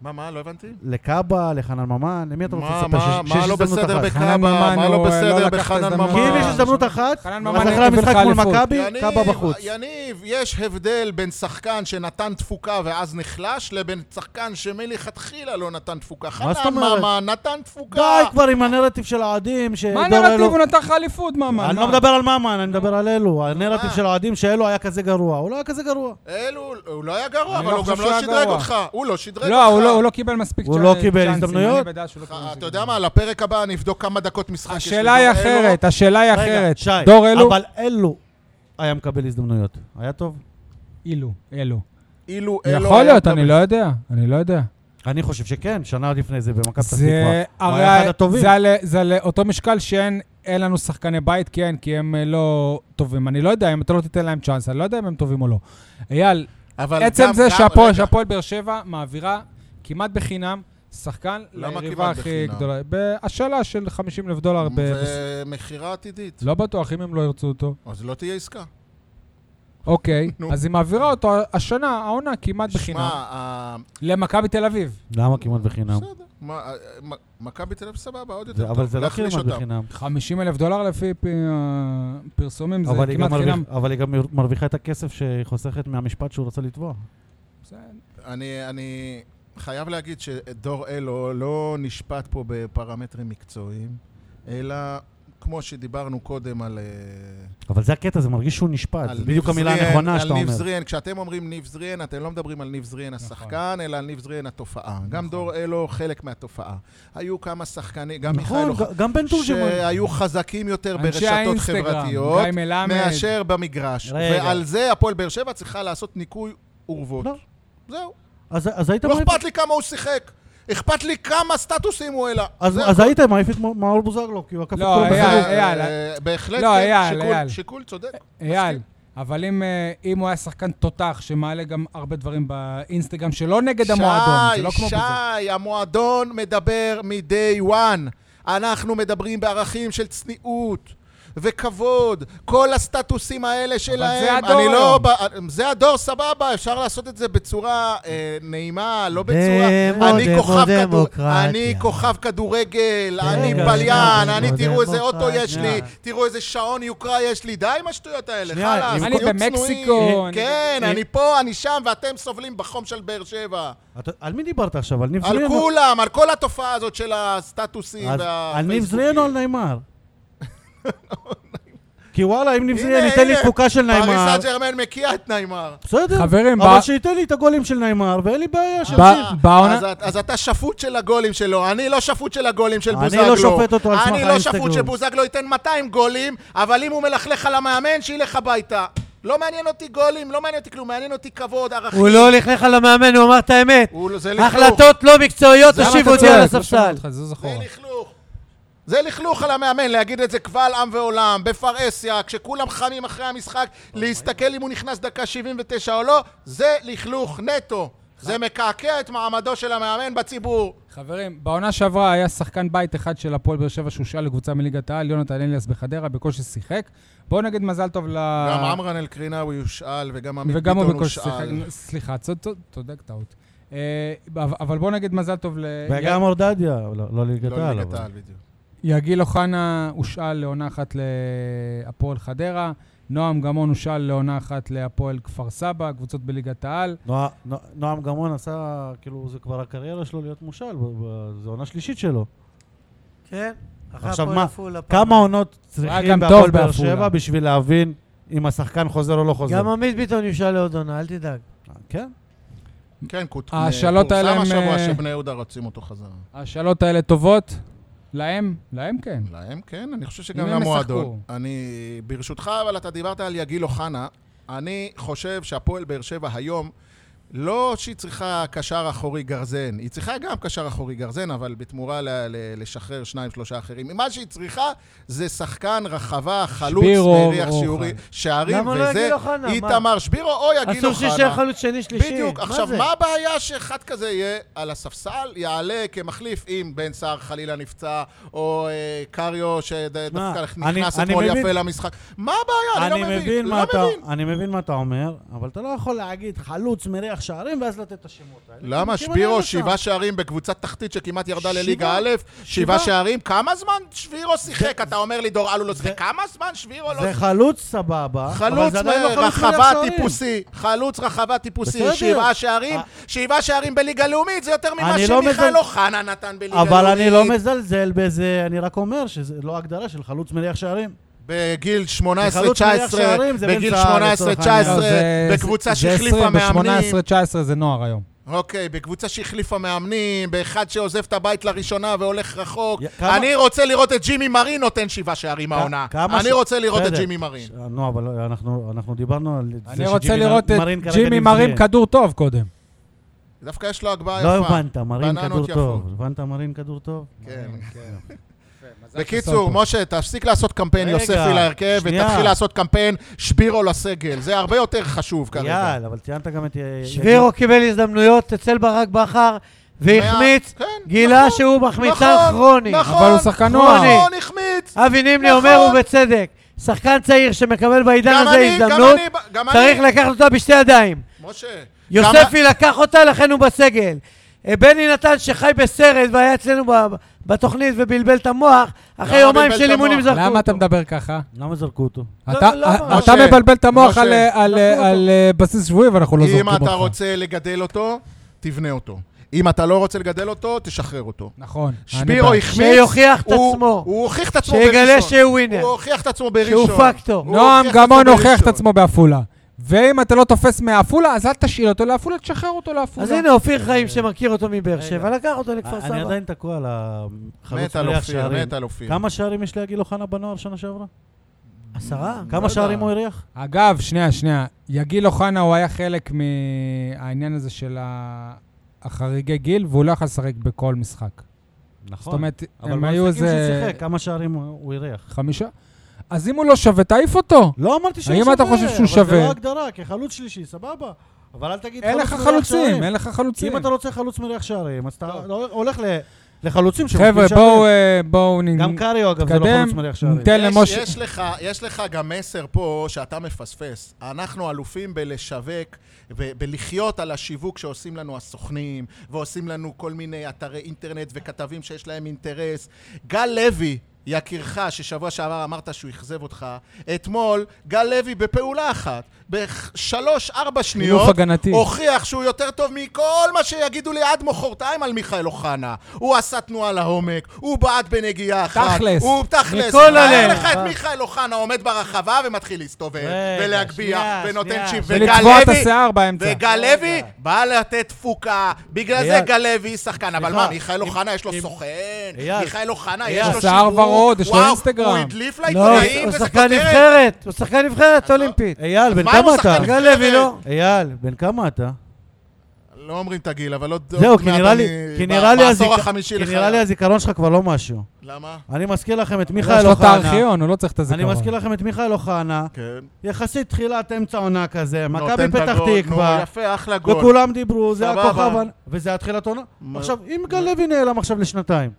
D: מה, מה? לא הבנתי.
B: לקאבה, לחנן ממן, למי אתה רוצה
D: מה,
B: לספר?
D: מה,
B: שיש-
D: מה
B: שיש
D: לא
B: הזדמנות
D: בסדר
B: אחת?
D: בקאבה?
A: חנן ממן
D: מה
A: הוא,
D: לא
A: אה, לא כאילו לקח
D: בסדר
A: את
D: בחנן
A: ההזדמנות.
D: ממן?
B: כי אם יש הזדמנות אחת,
A: חנן
B: אז
A: ממן
B: אחרי
A: הביא
B: המשחק
A: לך
B: מול
A: אליפות.
B: מכבי,
D: יניב,
B: קאבה בחוץ.
D: יניב, יש הבדל בין שחקן שנתן תפוקה ואז נחלש, לבין שחקן שמלכתחילה לא נתן תפוקה.
B: מה זאת
D: חנן
B: אומרת?
D: ממן נתן תפוקה.
B: די כבר עם הנרטיב של האוהדים, ש...
A: מה
B: דור
A: הנרטיב?
B: אלו-
A: הוא נתן לך אליפות, ממן.
B: אה, אני לא מדבר על ממן, אני מדבר על אלו. הנרטיב
D: מה?
B: של האוהדים שאלו היה כזה גרוע. הוא לא היה כזה גרוע.
D: אלו, הוא לא היה גרוע,
A: אני
D: אבל
A: לא
D: הוא
A: חושב
D: גם
A: שהוא
D: לא
A: היה
D: שדרג
A: גרוע.
D: אותך. הוא לא שדרג אותך.
A: לא, הוא לא- הוא לא קיבל מספיק
B: הוא לא
A: צ'אנ-
B: קיבל
A: צ'אנסים,
B: הזדמנויות?
A: אני בדעה שהוא לא קיבל
D: אתה
A: הזדמנויות.
D: יודע מה, לפרק הבא אני אבדוק כמה דקות משחק יש
A: השאלה היא
D: לדור אלו.
A: אחרת, השאלה היא
B: רגע,
A: אחרת.
B: שי,
A: דור אלו?
B: אבל אלו היה מקבל הזדמנויות. היה טוב?
A: אילו, אלו.
D: אילו אלו...
A: יכול
D: היה
A: להיות,
D: מקבל-
A: אני לא יודע, אני לא יודע.
B: אני חושב שכן, שנה לפני זה במכבי פתח
A: זה
B: תקווה. הוא היה אחד
A: הרי,
B: הטובים.
A: זה על זה על אותו משקל שאין אין לנו שחקני בית, כי אין, כי הם אה, לא טובים. אני לא יודע אם אתה לא תיתן להם צ'אנס, אני לא יודע אם הם טובים או לא. אייל,
D: אבל
A: עצם
D: גם-
A: זה
D: גם-
A: שהפועל-
D: רגע,
A: שהפועל באר שבע מעבירה כמעט בחינם שחקן
D: למה
A: ליריבה
D: כמעט
A: הכי
D: בחינם?
A: גדולה. השאלה של 50 אלף דולר. ב-
D: זה מכירה עתידית.
A: לא בטוח, אם הם לא ירצו אותו.
D: אז לא תהיה עסקה.
A: אוקיי,
D: נו.
A: אז היא מעבירה אותו השנה, העונה, כמעט
D: שמע,
A: בחינם,
D: ה-
A: למכבי תל אביב.
B: למה כמעט בחינם?
D: בסדר. מה, מ- מכבי תל אביב סבבה, עוד יותר
B: לא. זה-
D: טוב.
B: אבל זה לא
D: להחליש
B: כמעט
D: אותם.
B: בחינם.
A: 50 אלף דולר לפי פ- הפרסומים, זה
B: אבל היא
A: כמעט
B: גם
A: חינם.
B: מרוויח- אבל היא גם מרוויחה את הכסף שהיא חוסכת מהמשפט שהוא רצה לתבוע.
A: זה-
D: אני, אני חייב להגיד שדור אלו לא נשפט פה בפרמטרים מקצועיים, אלא כמו שדיברנו קודם על... אה,
B: אבל זה הקטע, זה מרגיש שהוא נשפט.
D: על
B: אה, זה
D: ניב
B: בדיוק המילה
D: זריאן,
B: הנכונה שאתה
D: על ניב
B: אומר. נכון.
D: זריאן, כשאתם אומרים ניב זריאן, אתם לא מדברים על ניב זריאן השחקן, אלא על ניב זריאן התופעה. גם דור אלו חלק מהתופעה. היו כמה שחקנים, גם מיכאל
B: נכון,
D: אוחנה,
B: ג- גם בן תורג'מן.
D: שהיו חזקים יותר
A: אנשי
D: ברשתות
A: האינסטגרם,
D: חברתיות,
A: גיא מלמד.
D: מאשר במגרש.
B: רגע.
D: ועל זה הפועל באר שבע צריכה לעשות ניקוי אורוות.
B: לא.
D: זהו.
B: אז אז היית
D: לא
B: מעיף-
D: אכפת לי כמה הוא שיחק. אכפת לי כמה סטטוסים הוא העלה.
B: אז
D: זה
B: אז
D: הכל.
B: היית מעיף את מ- מאור בוזגלו, כי הוא עקף את
A: לא,
B: כולו
A: היה-
B: בזרוע.
D: אה,
A: אייל,
D: אה, בהחלט,
A: לא,
D: כן,
A: אייל,
D: שיקול-
A: אייל.
D: שיקול צודק.
A: אייל,
D: מסכים.
A: אבל אם, אה, אם הוא היה שחקן תותח שמעלה גם הרבה דברים באינסטגרם שלא נגד
D: שי,
A: המועדון, זה לא כמו בזה.
D: שי, המועדון מדבר מ-day one. אנחנו מדברים בערכים של צניעות וכבוד. כל הסטטוסים האלה שלהם.
A: זה הדור
D: אני לא
A: היום.
D: ב- זה הדור, סבבה, אפשר לעשות את זה בצורה אה, נעימה, לא בצורה...
C: דמו,
D: אני כוכב כדור-
C: דמוקרטיה.
D: אני כוכב כדורגל,
C: רגע,
D: אני
C: רגע,
D: בליין,
C: רגע,
D: אני תראו איזה אוטו
C: דמוקרטיה.
D: יש לי, תראו איזה שעון יוקרה יש לי, די עם השטויות האלה,
B: שנייה,
D: חלאס,
A: אני
D: תהיו
A: במקסיקו,
D: צנועים.
A: אני-
D: כן,
A: אני-
D: אני פה, אני שם, ואתם סובלים בחום של באר שבע.
B: אתה- על מי דיברת עכשיו? על ניב
D: על
B: זריאן?
D: כולם, על כל התופעה הזאת של הסטטוסים
B: אז על ניב
D: והפייסבוקים.
B: זריאן או על נאמר? כי וואלה, אם ניב זריאן ייתן לי
D: הנה,
B: תפוקה של
D: פריס
B: נאמר,
D: סן ג'רמן מקיע את נעימר.
B: בסדר.
A: חברים,
B: אבל
A: ב-
B: שייתן לי את הגולים של נאמר, ואין לי בעיה,
A: ב-
B: שימשיך.
A: בעונה-
D: אז את- אז אתה שפוט של הגולים שלו, אני לא שפוט של הגולים של
B: אני
D: בוזגלו.
B: לא שופט אותו על סמך
D: אני לא
B: האינסטגרם.
D: שפוט שבוזגלו ייתן 200 גולים, אבל אם הוא מלכלך על המאמן, שילך הביתה. לא מעניין אותי גולים, לא מעניין אותי כלום, מעניין אותי כבוד, ערכים.
C: הוא לא הולך לך למאמן, הוא אמר את האמת.
D: הוא לא- זה לכלוך.
C: החלטות לא מקצועיות,
A: למה
C: תושיב
A: אתה
C: אותי
A: צועק?
C: על
A: לא שומעים
C: הספסל.
A: אותך, זוז אחורה.
D: זה לכלוך. זה לכלוך על המאמן, להגיד את זה קבל עם ועולם, בפרהסיה, כשכולם חמים אחרי המשחק,
A: אוקיי.
D: להסתכל אם הוא נכנס דקה 79 או לא, זה לכלוך נטו.
A: אה.
D: זה מקעקע את מעמדו של המאמן בציבור.
A: חברים, בעונה שעברה היה שחקן בית אחד של הפועל באר שבע שהושאל לקבוצה מליגת העל, יונתן אליאס בחדרה, בקושי שיחק. בואו נגיד מזל טוב ל...
D: גם עמרן אל-קרינאווי הושאל, וגם עמית
A: אה. וגם
D: ביטון
A: הוא בקושי שיחק.
D: הושאל. לא,
A: סליחה, צוד- צוד- צודק טעות. אה, אבל- אבל בואו נגיד מזל טוב ל...
B: וגם אורדדיה, לא לא ליגת
D: לא
B: העל.
D: ליגת
B: אבל.
D: העל, בדיוק.
A: יגיל אוחנה הושאל לעונה אחת להפועל חדרה, נועם גמון הושאל לעונה אחת להפועל כפר סבא, קבוצות בליגת העל.
B: נוע- נוע- נועם גמון עשה, כאילו, זה כבר הקריירה שלו להיות מושל, ב- ב- זו עונה שלישית שלו.
C: כן. אחרי
B: עכשיו
C: הפועל
B: מה?
C: עפולה פעם.
B: כמה עונות
A: היה גם
B: צריכים
A: טוב
B: בהפועל באר
A: בעפולה.
B: שבע בשביל להבין אם השחקן חוזר או לא חוזר?
C: גם עמית ביטון יושל לעוד עונה, אל תדאג.
B: כן.
D: כן, קוט-
A: השאלות האלה הם,
D: פורסם השבוע
A: אה,
D: שבני יהודה רוצים אותו חזרה.
A: השאלות האלה טובות? להם? להם כן.
D: להם כן, אני חושב
A: אם
D: שגם
A: הם
D: למועדון.
A: ישחקו.
D: אני, ברשותך, אבל אתה דיברת על יגיל אוחנה. אני חושב שהפועל באר שבע היום, לא שהיא צריכה קשר אחורי גרזן, היא צריכה גם קשר אחורי גרזן, אבל בתמורה ל- ל- לשחרר שניים, שלושה אחרים. מה שהיא צריכה זה שחקן רחבה, חלוץ,
A: שבירו
D: מריח
A: או
D: שיעורי,
A: אוחנה.
D: שערים,
C: למה לא
D: וזה
C: יגיל אוחנה? מה?
D: איתמר שבירו או יגיל
C: אסור
D: אוחנה.
C: שישאר חלוץ שני שלישי.
D: בדיוק. עכשיו,
C: זה?
D: מה הבעיה שאחד כזה יהיה על הספסל, יעלה כמחליף אם בן סער חלילה נפצע, או אה, קריו
B: שמע,
D: שדווקא
B: אני-
D: נכנס
B: אני
D: אתמול
B: מבין.
D: יפה למשחק? מה הבעיה? אני לא מבין.
B: מה
D: לא
B: אתה-
D: מבין.
B: אני מבין מה אתה אומר, אבל אתה לא יכול להגיד חלוץ מריח להבקיח שערים ואז לתת את השמות האלה.
D: למה
B: כי הם
D: שבירו
B: עדיין
D: שבעה
B: שם.
D: שערים בקבוצת תחתית שכמעט ירדה
B: שבעה.
D: לליגה א', שבעה
B: שבעה.
D: שערים? כמה זמן שבירו שיחק? אתה אומר לי דור אלו לא שיחק. כמה זמן שבירו לא
B: זה חלוץ סבבה. אבל
D: חלוץ
B: זה עדיין לא חלוץ
D: רחבה
B: מלך שערים.
D: טיפוסי, חלוץ רחבה טיפוסי,
B: בסדר.
D: שבעה שערים,
B: אה.
D: שבעה שערים בליגה לאומית, זה יותר ממה
B: אני לא
D: שמיכל
B: מזל-
D: אוחנה נתן בליגה לאומית.
B: אבל אני לא מזלזל בזה, אני רק אומר שזה לא הגדרה של חלוץ מניח שערים.
D: בגיל 18-19,
B: חלוץ מניח שערים זה
D: בגיל
B: בן סער, לצורך
D: 18-19,
B: העניין.
A: לא, זה-
D: בקבוצה
A: זה
D: שהחליפה
A: 20,
D: מאמנים,
A: ב-18-19 זה נוער היום.
D: אוקיי, בקבוצה שהחליפה מאמנים, באחד שעוזב את הבית לראשונה והולך רחוק.
B: י- כמה-
D: אני רוצה לראות את ג'ימי מרין נותן שבעה שערים העונה.
B: כמה
D: אני
B: ש-
D: רוצה לראות את
B: בסדר.
D: ג'ימי מרין.
B: ש- נו, אבל אנחנו אנחנו דיברנו על זה
A: אני רוצה
B: שג'ימי
A: לראות את
B: מרין כרגע
A: ג'ימי
B: נבחר.
A: מרים כדור טוב קודם.
D: דווקא יש לו הגבהה
B: לא
D: יפה.
B: הבנת, מרין
D: בננות
B: כדור
D: יפות.
B: טוב. הבנת מרין כדור טוב?
D: כן,
B: מרין.
D: כן.
A: ששון
D: בקיצור,
A: אה, פה.
D: משה, תפסיק לעשות קמפיין
B: רגע,
D: יוספי להרכב,
B: שנייה.
D: ותתחיל לעשות קמפיין שבירו לסגל. זה הרבה יותר חשוב כרגע.
B: יאללה, אבל ציינת גם את...
C: שבירו קיבל הזדמנויות אצל ברק בכר והחמיץ,
D: כן,
C: גילה
D: נכון,
C: שהוא מחמיצן
D: נכון,
C: כרוני.
D: נכון,
A: אבל הוא שחקן נוער.
D: נכון, החמיץ.
C: אבי נימני
D: נכון.
C: אומר ובצדק, שחקן צעיר שמקבל בעידן
D: גם
C: הזה
D: אני, גם
C: הזדמנות,
D: אני, גם אני.
C: צריך לקחת אותה בשתי ידיים.
D: משה.
C: יוספי לקח אותה, לכן הוא בסגל. אה, בני נתן שחי בסרט והיה אצלנו ב- בתוכנית ובלבל את המוח, אחרי
D: למה
C: יומיים
D: בלבל
C: של
D: את
C: אימונים
D: המוח?
C: זרקו אותו.
A: למה אתה מדבר ככה?
B: למה זרקו אותו?
C: לא,
A: אתה-
C: לא, לא.
A: אתה
D: משה,
A: מבלבל את המוח
D: משה,
A: על, אה, על, אה,
B: זרקו אותו.
A: על אה, בסיס שבועי ואנחנו לא זורקים
D: אם
A: אותך.
D: אתה רוצה לגדל אותו, תבנה אותו. אם אתה לא רוצה לגדל אותו, תשחרר אותו.
A: נכון. אני
D: שבירו
A: בעד.
D: החמיץ.
C: שיוכיח את
D: הוא-
C: עצמו.
D: הוא הוכיח את עצמו בראשון.
C: שיגלה שהוא ווינר.
D: הוא הוכיח את עצמו בראשון.
C: שהוא פקטור.
D: הוא
A: נועם
D: הוכיח את עצמו
A: גמון הוכיח את
D: בראשון.
A: עצמו בעפולה. ואם אתה לא תופס מעפולה, אז אל תשאיר אותו לעפולה, תשחרר אותו לעפולה.
C: אז הנה אופיר חיים שמכיר אותו מבאר שבע, לקח אותו לכפר
B: אני
C: סבא.
B: עדיין תקוע על החלוץ
D: מת על
B: מניח
D: אופיר,
B: שערים.
D: מת על אופיר.
B: כמה שערים יש להגיל אוחנה בנוער שנה שעברה?
C: עשרה?
D: לא
B: כמה
D: יודע.
B: שערים הוא הריח?
A: אגב, שנייה, שנייה. יגיל אוחנה הוא היה חלק מהעניין הזה של ה- החריגי גיל, והוא לא יכול לשחק בכל משחק. זאת אומרת,
B: נכון. אבל
A: הם היו
B: במשחקים
A: איזה...
B: ששיחק, כמה שערים הוא הוא הריח?
A: חמישה? אז אם הוא לא שווה, תעיף אותו.
B: לא אמרתי שהוא
A: האם
B: שווה.
A: אתה חושב שהוא
B: אבל
A: שווה?
B: זה לא הגדרה, כחלוץ שלישי, סבבה. אבל אל תגיד
A: אין לך
B: מריח
A: חלוצים,
B: לא, שערים.
A: אין לך
B: כי
A: חלוצים.
B: אם אתה לא- רוצה חלוץ מריח שערים, אז אתה לא- הולך ל- לחלוצים שמריחים
A: חבר'ה,
B: שערים.
A: בואו, אה, בואו נ-
B: גם קריו, אגב, זה לא
A: נתקדם,
B: חלוץ מריח שערים.
A: ניתן
D: יש-
A: למשה...
D: יש לך- יש לך גם מסר פה שאתה מפספס. אנחנו אלופים בלשווק ובלחיות על השיווק שעושים לנו הסוכנים, ועושים לנו כל מיני אתרי אינטרנט וכתבים שיש להם אינטרס. גל לוי, יקירך, ששבוע שעבר אמרת שהוא אכזב אותך, אתמול גל לוי בפעולה אחת, בשלוש-ארבע
A: חילוף
D: שניות,
A: הגנתי.
D: הוכיח שהוא יותר טוב מכל מה שיגידו לי עד מחרתיים על מיכאל אוחנה. הוא עשה תנועה לעומק, הוא בעט בנגיעה אחת.
A: תכלס.
D: הוא תכלס.
A: מכל
D: תאר
A: הלב.
D: לך את מיכאל אוחנה עומד ברחבה ומתחיל להסתובב,
B: רגע,
D: ולהגביה,
B: שנייה,
D: ונותן
B: שנייה.
D: צ'יפ. וגל
A: ולצבוע את
D: לוי-
A: השיער באמצע.
D: וגל לוי בא לתת תפוקה, בגלל זה
B: אייל.
D: גל לוי שחקן, אבל
B: סליחה,
D: מה, מיכאל אוחנה יש לו
B: אם-
D: סוכן,
B: אייל.
D: מיכאל אוחנה
B: אייל.
D: יש לו
A: שיער
D: שיווק,
A: ורוד, יש לו
D: וואו,
A: אינסטגרם.
D: הוא הדליף
C: לא,
D: לעיתונאים,
C: הוא
D: וזה
C: שחקן
D: כותרת.
C: נבחרת, הוא שחקן נבחרת אולימפית.
B: אייל, בן
D: מה אם
B: כמה
D: הוא
B: אתה?
D: שחקן
C: גל לוי, לא.
B: אייל, בן כמה אתה?
D: לא אומרים את הגיל, אבל עוד
B: זהו,
D: עוד
B: כי
D: מעט
B: נראה לי,
D: אני-
B: כי
D: ב-
B: נראה לי,
D: בעשור
B: הזיכ-
D: החמישי
B: כי
D: לחיי.
B: נראה לי הזיכרון שלך כבר לא משהו.
D: למה?
B: אני מזכיר לכם את
A: יש
B: מיכאל
A: לו את
B: אוחנה.
A: הארכיון, הוא לא צריך את
B: אני
A: הזיכרון.
B: מזכיר לכם את מיכאל אוחנה,
D: כן.
B: יחסית תחילת אמצע עונה כזה, מכבי
D: נותן את
B: פתח
D: הגול, נו,
B: תקווה,
D: יפה, אחלה גול.
B: וכולם דיברו, זה
D: סבבה.
B: הכוכב, הנ- וזה התחילת עונה.
D: מה-
B: עכשיו, אם גל לוי נעלם עכשיו לשנתיים,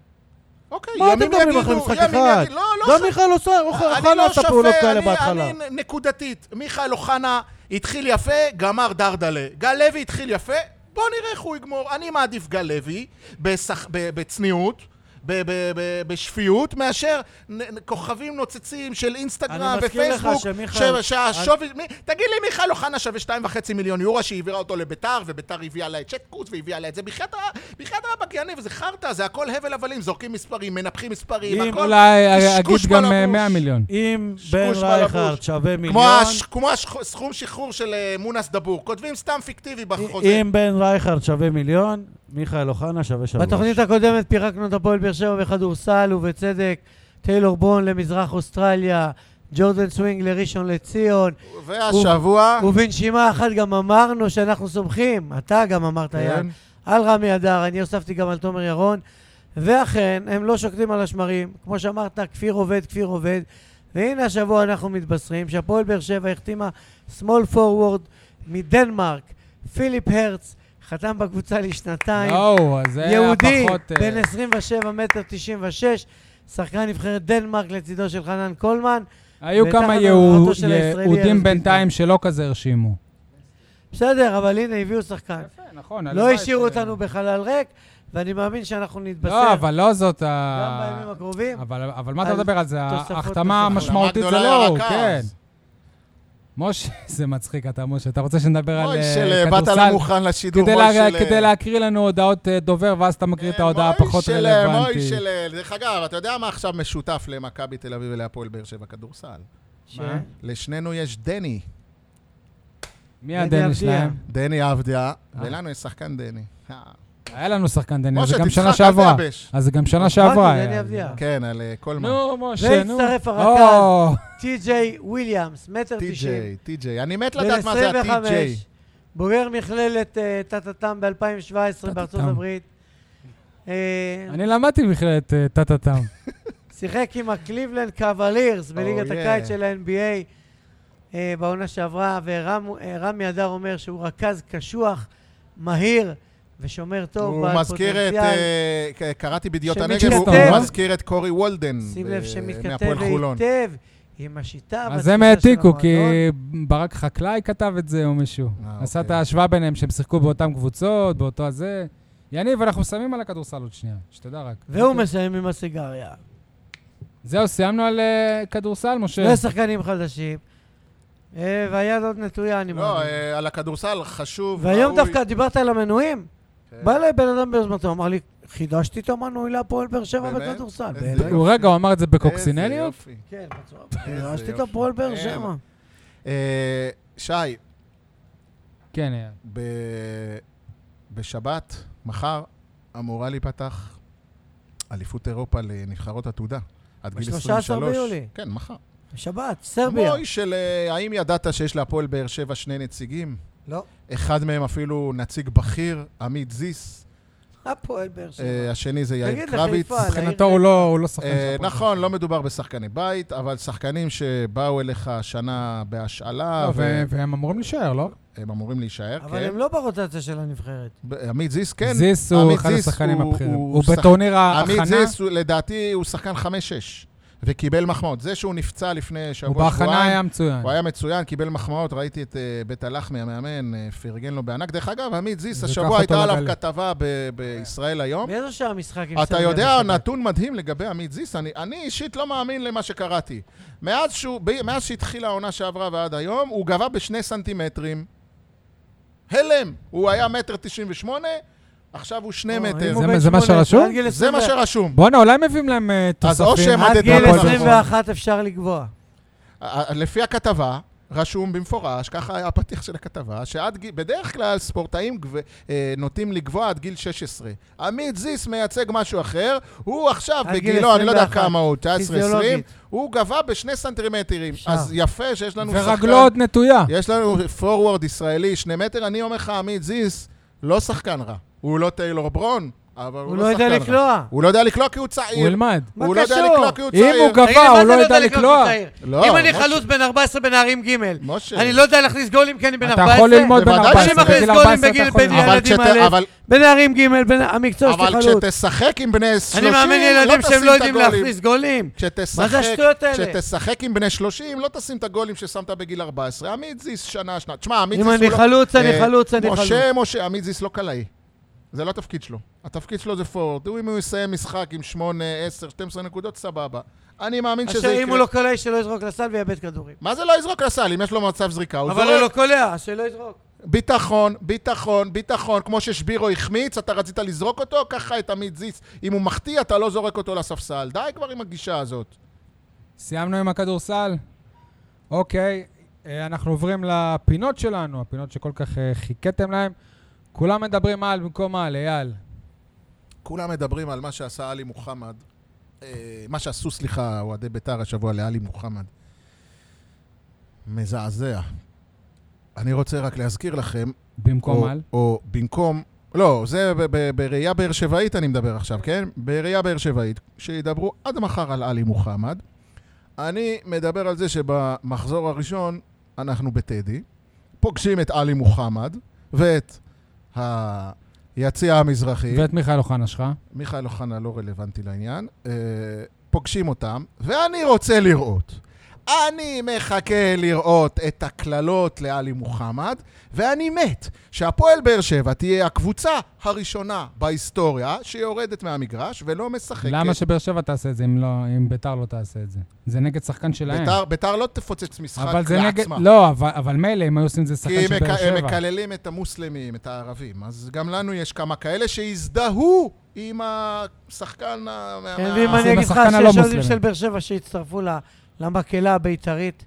D: אוקיי,
B: מה אתם
D: ימים
B: מדברים
D: יגידו,
B: אחרי משחק
D: ימים
B: אחד?
D: יגידו- לא, לא
B: גם מיכאל עושה-
D: אני
B: אוחנה
D: לא
B: עשה פעולות
D: שופט,
B: כאלה
D: אני-
B: בהתחלה.
D: אני נקודתית. מיכאל אוחנה התחיל יפה, גמר דרדלה. גל לוי התחיל יפה, בוא נראה איך הוא יגמור. אני מעדיף גל לוי בשח- ב- בצניעות. ב- ב- ב- בשפיות, מאשר נ- נ- כוכבים נוצצים של אינסטגרם
B: אני מזכיר לך
D: ופייסבוק,
B: שמיכאל-
D: ש- שהשווי... מי- תגיד לי, מיכאל אוחנה שווה 2.5 מיליון יורו שהעבירה אותו לביתר, וביתר הביאה לה את שטקוס והביאה לה את זה. בחייאת ה- בחייאת רבאק, יניב, זה חרטא, זה הכל הבל הבלים, זורקים מספרים, מנפחים מספרים,
B: אם
D: הכל
A: אולי אה, אגיד
D: קשקוש
A: גם
D: בלבוש.
A: אה, 100 מיליון.
B: אם
D: שקוש
B: בן
D: בלבוש.
B: רייכרד שווה
D: כמו,
B: מיליון,
D: הש, כמו השח, סכום שחרור של אה, מונס דבור, כותבים סתם פיקטיבי בחוזה.
B: אם בן רייכרד שווה מיליון, מיכאל אוחנה שווה שלוש.
C: בתוכנית הקודמת פירקנו את הפועל באר שבע בכדורסל, ובצדק, טיילור בון למזרח אוסטרליה, ג'ורדן סווינג לראשון לציון,
D: והשבוע,
C: ובנשימה אחת גם אמרנו שאנחנו סומכים, אתה גם אמרת,
A: כן.
C: יאן, על רמי אדר, אני הוספתי גם על תומר ירון, ואכן, הם לא שוקטים על השמרים. כמו שאמרת, כפיר עובד, כפיר עובד. והנה השבוע אנחנו מתבשרים שהפועל באר שבע החתימה small forward מדנמרק, פיליפ הרץ, חתם בקבוצה לשנתיים.
A: לא, זה היה
C: יהודי,
A: פחות... אה,
C: בן 27 מטר 96, שחקן נבחרת דנמרק לצידו של חנן קולמן.
A: היו
C: ותחת
A: כמה
C: הנהגתו
A: יהוד-
C: של הישראלי ארז
A: יהודים
C: ביטון.
A: בינתיים שלא כזה הרשימו.
C: בסדר, אבל הנה, הביאו שחקן.
A: יפה, נכון.
C: לא
A: הלוואי
C: השאירו
A: ש-
C: אותנו בחלל ריק, ואני מאמין שאנחנו נתבשר
A: לא, אבל לא זאת
C: גם
A: ה...
C: בימים הקרובים.
A: אבל, אבל מה אתה
C: על
A: מדבר על זה?
C: תוספות
A: ההחתמה
C: נוספות.
A: המשמעותית זה
D: החתמה
A: לא
D: גדולה
A: הוא,
D: לרכז.
A: כן. משה, זה מצחיק אתה, משה. אתה רוצה שנדבר על
D: אוי,
A: אה,
D: של באת
A: כדורסל?
D: לא מוכן לשידור,
A: כדי,
D: אוי
A: לה,
D: של... אה,
A: כדי להקריא לנו הודעות אה, דובר, ואז אתה מקריא את ההודעה הפחות
D: אוי
A: רלוונטית.
D: של... אה, דרך אגב, אתה יודע מה עכשיו משותף למכבי תל אביב ולהפועל באר שבע כדורסל?
C: ש-
A: מה?
D: לשנינו יש דני,
A: מי
C: דני
A: הדני
C: אבדיה.
A: שלהם?
D: דני עבדיה,
A: אה?
D: ולנו יש שחקן דני.
A: היה לנו שחקן דני,
D: משה,
A: זה גם
D: תצחק,
A: שנה
D: אל
A: שעברה.
D: תייבש.
A: אז זה גם שנה שעברה.
C: דני
A: היה.
C: אבדיה.
D: כן, על אה, קולמן.
A: נו, משה, נו.
C: והצטרף הרכז,
A: או,
C: טי.ג'יי וויליאמס, מטר תשעים.
D: טי.ג'יי, טי.ג'יי. אני מת
C: בן
D: לדעת לא מה זה
C: 25,
D: הטי.ג'יי.
C: בוגר מכללת אה, טה-טה-טם ב-2017 בארצות
A: טה-טה-טם.
C: הברית. אה,
A: אני למדתי בכללת אה, טה-טה-טם.
C: שיחק עם הקליבלנד קוולירס בליגת
D: Oh, yeah.
C: הקיץ של ה-NBA אה, בעונה שעברה, ורמי אדר אומר שהוא רכז קשוח, מהיר ושומר טוב,
D: הוא
C: בעל
D: מזכיר את...
C: פוטנציאל.
D: אה, ק- קראתי בידיעות הנגב,
A: שמתכתב-
D: הוא הוא מזכיר את קורי וולדן.
C: שים
D: ב-
C: לב שמתכתב
D: מהפועל חולון.
C: היטב עם השיטה.
A: אז
C: והתפיסה
A: הם העתיקו,
C: של
A: כי
C: המועדון.
A: ברק חקלאי כתב את זה או מישהו.
D: אה,
A: עשה את
D: אוקיי.
A: ההשוואה ביניהם, שהם שיחקו באותן קבוצות, באותו הזה. יניב, אנחנו שמים על הכדורסל עוד שנייה, שתדע רק.
C: והוא מסיים עם הסיגריה.
A: זהו, סיימנו על אה, כדורסל, משה?
C: שני לא שחקנים חדשים, אה, והיד עוד נטויה, אני
D: לא,
C: מאמין.
D: אה, על הכדורסל חשוב,
C: והיום
D: ראוי.
C: דווקא דיברת על המנויים.
D: כן.
C: בא אליי בן אדם ביוזמתו, אמר לי, חידשתי את המנוי להפועל באר שבע
D: באמת?
C: בכדורסל.
D: איזה
C: באמת?
A: הוא רגע, הוא אמר את זה
D: איזה
A: בקוקסינליות?
D: יופי.
C: כן, בצורה.
D: איזה
C: חידשתי את
D: יופי.
C: הפועל באר
D: כן.
C: שבע.
D: אה, שי,
A: כן, אייל.
D: ב... בשבת, מחר, אמורה להיפתח אליפות אירופה לנבחרות עתודה. עד גיל
C: 13
D: 23.
C: ביולי.
D: כן, מחר.
C: שבת,
D: כמו
C: סרביה.
D: האיש של אה, האם ידעת שיש להפועל באר שבע שני נציגים?
C: לא.
D: אחד מהם אפילו נציג בכיר, עמית זיס.
C: הפועל באר שבע.
D: אה, השני זה יאיר
C: תגיד,
D: קרביץ.
C: לחיפה, על העיר
A: מבחינתו הוא לא הוא לא שחקן של
D: אה,
A: הפועל.
D: נכון, לא מדובר בשחקני בית, אבל שחקנים שבאו אליך השנה בהשאלה,
A: לא, ו- והם אמורים להישאר, לא?
D: והם אמורים להישאר,
C: אבל
D: כן.
C: הם לא ברוטציה של הנבחרת.
D: ב- עמית זיס, כן.
A: זיס הוא
D: עמית
A: אחד
D: זיס
A: השחקנים
D: הוא-
A: הבכירים.
D: הוא
A: הוא
D: שחק-
A: בטורניר ההכנה,
D: עמית זיס, הוא- לדעתי, הוא שחקן 5-6, וקיבל מחמאות. זה שהוא נפצע לפני
A: הוא
D: שבוע,
A: בהכנה
D: שבועיים,
A: היה מצוין.
D: הוא היה מצוין, קיבל מחמאות, ראיתי את אה, בית הלחמי, המאמן, אה, פרגן לו בענק. דרך אגב, עמית זיס,
A: זה
D: השבוע
A: לקח
D: הייתה
A: אותו
D: עליו
A: לגלי.
D: כתבה ב- בישראל היום.
C: באיזו שעה המשחק עם
D: לא. אתה
C: סרביה
D: יודע,
C: בשבת?
D: נתון מדהים לגבי עמית זיס, אני, אני אישית לא מאמין למה שקראתי. מאז, שהוא, ב, מאז שהתחילה העונה שעברה ועד היום, הוא גבה בשני סנטימטרים. הלם! הוא היה מטר תשעים ושמונה, עכשיו הוא שני
C: או,
D: מטר.
C: אה, אם הוא
A: זה-
C: בן
A: זה מה
C: 18,
A: שרשום?
C: עד גיל
D: זה מה
C: 21.
D: שרשום.
A: בואנה, אולי מביאים להם אה,
D: אז או
A: תוספים.
D: שהם
C: עד
D: מדד
C: גיל
D: הפועל באר שבע.
C: 21 אפשר לקבוע.
D: ה- לפי הכתבה, רשום במפורש, ככה היה הפתיח של הכתבה, שעד גיל, בדרך כלל ספורטאים גב, אה, נוטים לגבוה עד גיל 16. עמית זיס מייצג משהו אחר, הוא עכשיו
C: עד גיל
D: בגילו, אני לא יודע
C: 21,
D: כמה הוא, 19-20,
C: פיזיולוגית.
D: הוא גבה בשני סנטימטרים.
C: שם.
D: אז יפה שיש לנו
A: ורגלו
C: לא
A: עוד נטויה.
D: יש לנו פורוורד ישראלי, שני מטר, אני אומר לך, עמית זיס לא שחקן רע. הוא לא טיילור ברון, אבל הוא,
C: הוא לא יודע
D: שחקן רע.
C: לקלוע.
D: הוא לא יודע לקלוע כי הוא
A: הוא
D: צעיר.
A: ילמד.
C: מה
D: הוא לא יודע
C: קשור?
D: לקלוע כי הוא
A: אם
D: צעיר.
A: הוא
C: תגיד לי, מה
A: גבוה,
C: זה
A: הוא לא יודע
C: לקלוע?
A: לקלוע.
C: צעיר?
D: לא,
C: אם אני
D: משה.
C: חלוץ בן 14 בנערים ג',
D: משה.
C: אני לא יודע להכניס גולים כי אני בן 14.
A: אתה יכול ללמוד בין
D: בוודאי
A: 14,
D: שמכניס
A: בגיל
C: גולים
A: 14
C: בגיל
A: אתה יכול
C: בין
A: ללמוד.
C: ילד.
D: אבל,
C: ילדים
D: כשת,
C: האלה-
D: אבל,
C: בנערים ג', בין- המקצוע שלי
D: אבל
C: חלוץ.
D: כשתשחק עם בני 30,
C: אני מאמין
D: לא
C: לילדים
D: תשים
C: שהם לא
D: את
C: יודעים
D: הגולים.
C: להכניס גולים.
D: כשתשחק,
C: מה זה השטויות האלה?
D: כשתשחק עם בני 30, לא תשים את הגולים ששמת בגיל 14. עמית זיס שנה, שנה. תשמע, עמית זיס
C: אם
D: הוא
C: אני
D: לא...
C: חלוץ, אני
D: אה,
C: חלוץ, אני חלוץ.
D: משה, משה, עמית זיס לא קלעי. זה לא התפקיד שלו. התפקיד שלו זה פורט. הוא, אם הוא יסיים משחק עם 8, 10, 12 נקודות, סבבה. אני מאמין שזה
C: אשר
D: יקרה.
C: אם הוא לא קולע, שלא יזרוק לסל ויאבד כדורים.
D: מה זה לא יזרוק לסל? אם יש לו מצב זריקה, הוא
C: אבל הוא לא
D: זורק.
C: קולע, שלא יזרוק.
D: ביטחון, ביטחון, ביטחון. כמו ששבירו החמיץ, אתה רצית לזרוק אותו, ככה את עמית זיס. אם הוא מחטיא, אתה לא זורק אותו לספסל. די כבר עם הגישה הזאת.
A: סיימנו עם הכדורסל? אוקיי, אה, אנחנו עוברים לפינות שלנו, הפינות שכל כך אה, חיכיתם להן. כולם מדברים על במקום על, אייל.
D: כולם מדברים על מה שעשה עלי מוחמד, אה, מה שעשו, סליחה, אוהדי בית"ר השבוע לעלי מוחמד. מזעזע. אני רוצה רק להזכיר לכם,
A: במקום
D: או,
A: על?
D: או במקום, לא, זה ב- ב- בראייה באר שבעית אני מדבר עכשיו, כן? בראייה באר שבעית, שידברו עד מחר על עלי מוחמד. אני מדבר על זה שבמחזור הראשון אנחנו בטדי, פוגשים את עלי מוחמד ואת היציע המזרחי.
A: ואת מיכאל אוחנה שלך.
D: מיכאל אוחנה לא רלוונטי לעניין, אה, פוגשים אותם, ואני רוצה לראות. אני מחכה לראות את הקללות לעלי מוחמד, ואני מת שהפועל באר שבע תהיה הקבוצה הראשונה בהיסטוריה שיורדת מהמגרש ולא משחקת.
A: למה שבאר שבע תעשה את זה אם לא- אם ביתר לא תעשה את זה? זה נגד שחקן שלהם.
D: ביתר, ביתר לא תפוצץ משחק
A: אבל זה נגד...
D: לעצמה.
A: לא, אבל- אבל מילא אם היו עושים את זה שחקן
D: כי
A: של
D: הם
A: באר
D: מק- הם
A: שבע.
D: מקללים את המוסלמים, את הערבים. אז גם לנו יש כמה כאלה שהזדהו עם השחקן ה... מה-
C: כן,
D: מה-
C: ואם
A: אז
C: אני
A: עם
C: אגיד לך
A: השחקן הלא
C: שיש אוהדים
A: מוסלמי.
C: של באר שבע שהצטרפו ל- למקהלה הבית"רית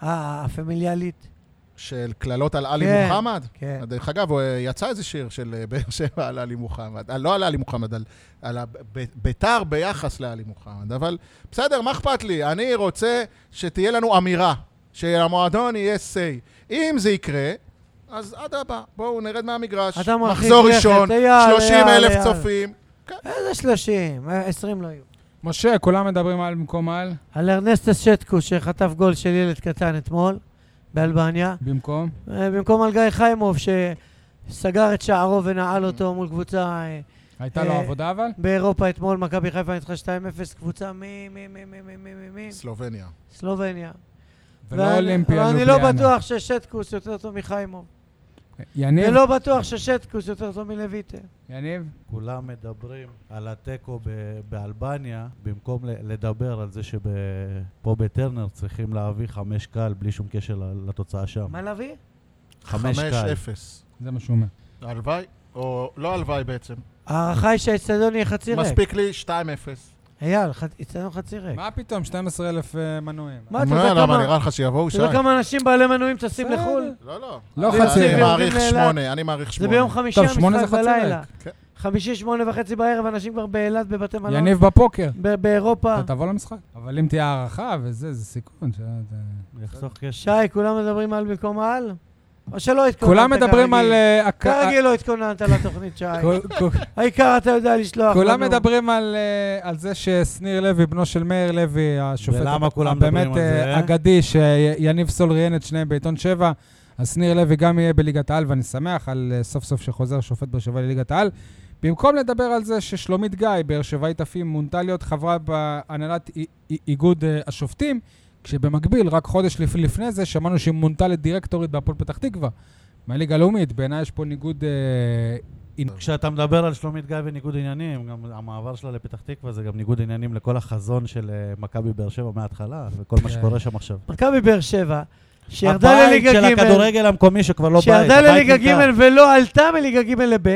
C: ה- הפמיליאלית,
D: של קללות על עלי
C: כן,
D: מוחמד?
C: כן.
D: דרך אגב, הוא, אה, יצא איזה שיר של אה, באר שבע על עלי מוחמד. אה, לא על עלי מוחמד, על, על הב- ב- ביתר ביחס לעלי מוחמד. אבל בסדר, מה אכפת לי? אני רוצה שתהיה לנו אמירה, שהמועדון יהיה say. אם זה יקרה, אז אדרבה, בואו נרד מהמגרש.
C: אתה מרחיק
D: מחזור
C: לכת,
D: ראשון,
C: אייל,
D: 30
C: אייל, אייל.
D: אלף צופים. כן.
C: איזה שלושים? עשרים לא יהיו.
A: משה, כולם מדברים על במקום על?
C: על ארנסטס שטקו שחטף גול של ילד קטן אתמול באלבניה,
A: במקום?
C: אה, במקום על גיא חיימוב שסגר את שערו ונעל אותו מול קבוצה אה,
A: הייתה לו
C: אה,
A: עבודה אבל?
C: באירופה אתמול, מכבי חיפה ניצחה 2-0, קבוצה מי, מי, מי, מי, מי, מי, מי, מי,
D: סלובניה.
C: סלובניה.
A: ולא
C: ואני-
A: אולימפיה,
C: אבל אני לא
A: לובליאנה.
C: בטוח ששטקוס יותר טוב מחיימוב.
A: יניב?
C: ולא בטוח ששטקוס יותר טוב מלויטה.
A: יניב?
B: כולם מדברים על התיקו ב- באלבניה, במקום ל- לדבר על זה שפה בטרנר צריכים להביא חמש קל בלי שום קשר ל- לתוצאה שם.
C: מה להביא?
B: חמש קל.
D: 5-0.
A: זה מה שהוא אומר.
D: הלוואי, או לא הלוואי בעצם.
C: ההערכה היא שהאצטדיון יהיה חצי ריק.
D: מספיק לי 2-0.
C: אייל, ח- אצטדיון חצי ריק.
A: מה פתאום, 12,000 אה, מנויים.
C: כן. מה, אתה יודע
D: למה
C: כמה-
D: נראה לך שיבואו
C: אתה
D: שי?
C: יודע כמה אנשים בעלי מנויים טסים
A: בסדר.
C: לחו"ל?
D: לא, לא.
A: לא
D: אני-
A: חצי
D: אני
A: ריק.
D: מעריך
C: לאילת.
D: שמונה, אני מעריך
C: זה
D: שמונה.
C: ביום חמישי
A: טוב, שמונה
C: המשחק
A: זה חצי ריק.
C: בלילה.
D: כן.
C: חמישי, שמונה וחצי בערב, אנשים כבר באילת בבתי מלון.
A: יניב בפוקר.
C: ב- באירופה.
A: אתה תבוא למשחק. אבל אם תהיה הערכה וזה, זה סיכון. ש- זה-
B: יחסוך כסף.
C: שי, כולם מדברים על במקום על? או שלא התכוננת
A: כולם מדברים על...
C: כרגיל?
A: אה, הק- אה,
C: כרגיל לא התכוננת לתוכנית, שי.
A: כל- כל-
C: העיקר אתה יודע לשלוח לנו.
A: כולם מדברים על, אה, על זה ששניר לוי, בנו של מאיר לוי, השופט...
B: ולמה
A: הב-
B: כולם מדברים
A: הבאמת,
B: על זה,
A: אה,
B: אה?
A: אגדי, שיניב סול ראיין את שניהם בעיתון 7, אז שניר לוי גם יהיה בליגת העל, ואני שמח על אה, סוף סוף שחוזר שופט באר שבע לליגת העל. במקום לדבר על זה ששלומית גיא, באר שבעית אפים, מונתה להיות חברה בהנהלת אי- אי- איגוד אה, השופטים, כשבמקביל, רק חודש לפ- לפני זה, שמענו שהיא מונתה לדירקטורית בהפועל פתח תקווה, מהליגה הלאומית. בעיניי יש פה ניגוד... אה,
B: כשאתה מדבר על שלומית גיא וניגוד עניינים, גם המעבר שלה לפתח תקווה זה גם ניגוד עניינים לכל החזון של אה, מכבי באר שבע מההתחלה, וכל מה
A: כן.
B: שקורה שם עכשיו.
C: מכבי באר שבע, שירדה לליגה
B: הבית של
C: ג',
B: הכדורגל המקומי שכבר לא בית.
C: שירדה
B: הבית
C: לליגה
B: נמכר.
C: ג' ולא עלתה מליגה ג' לב',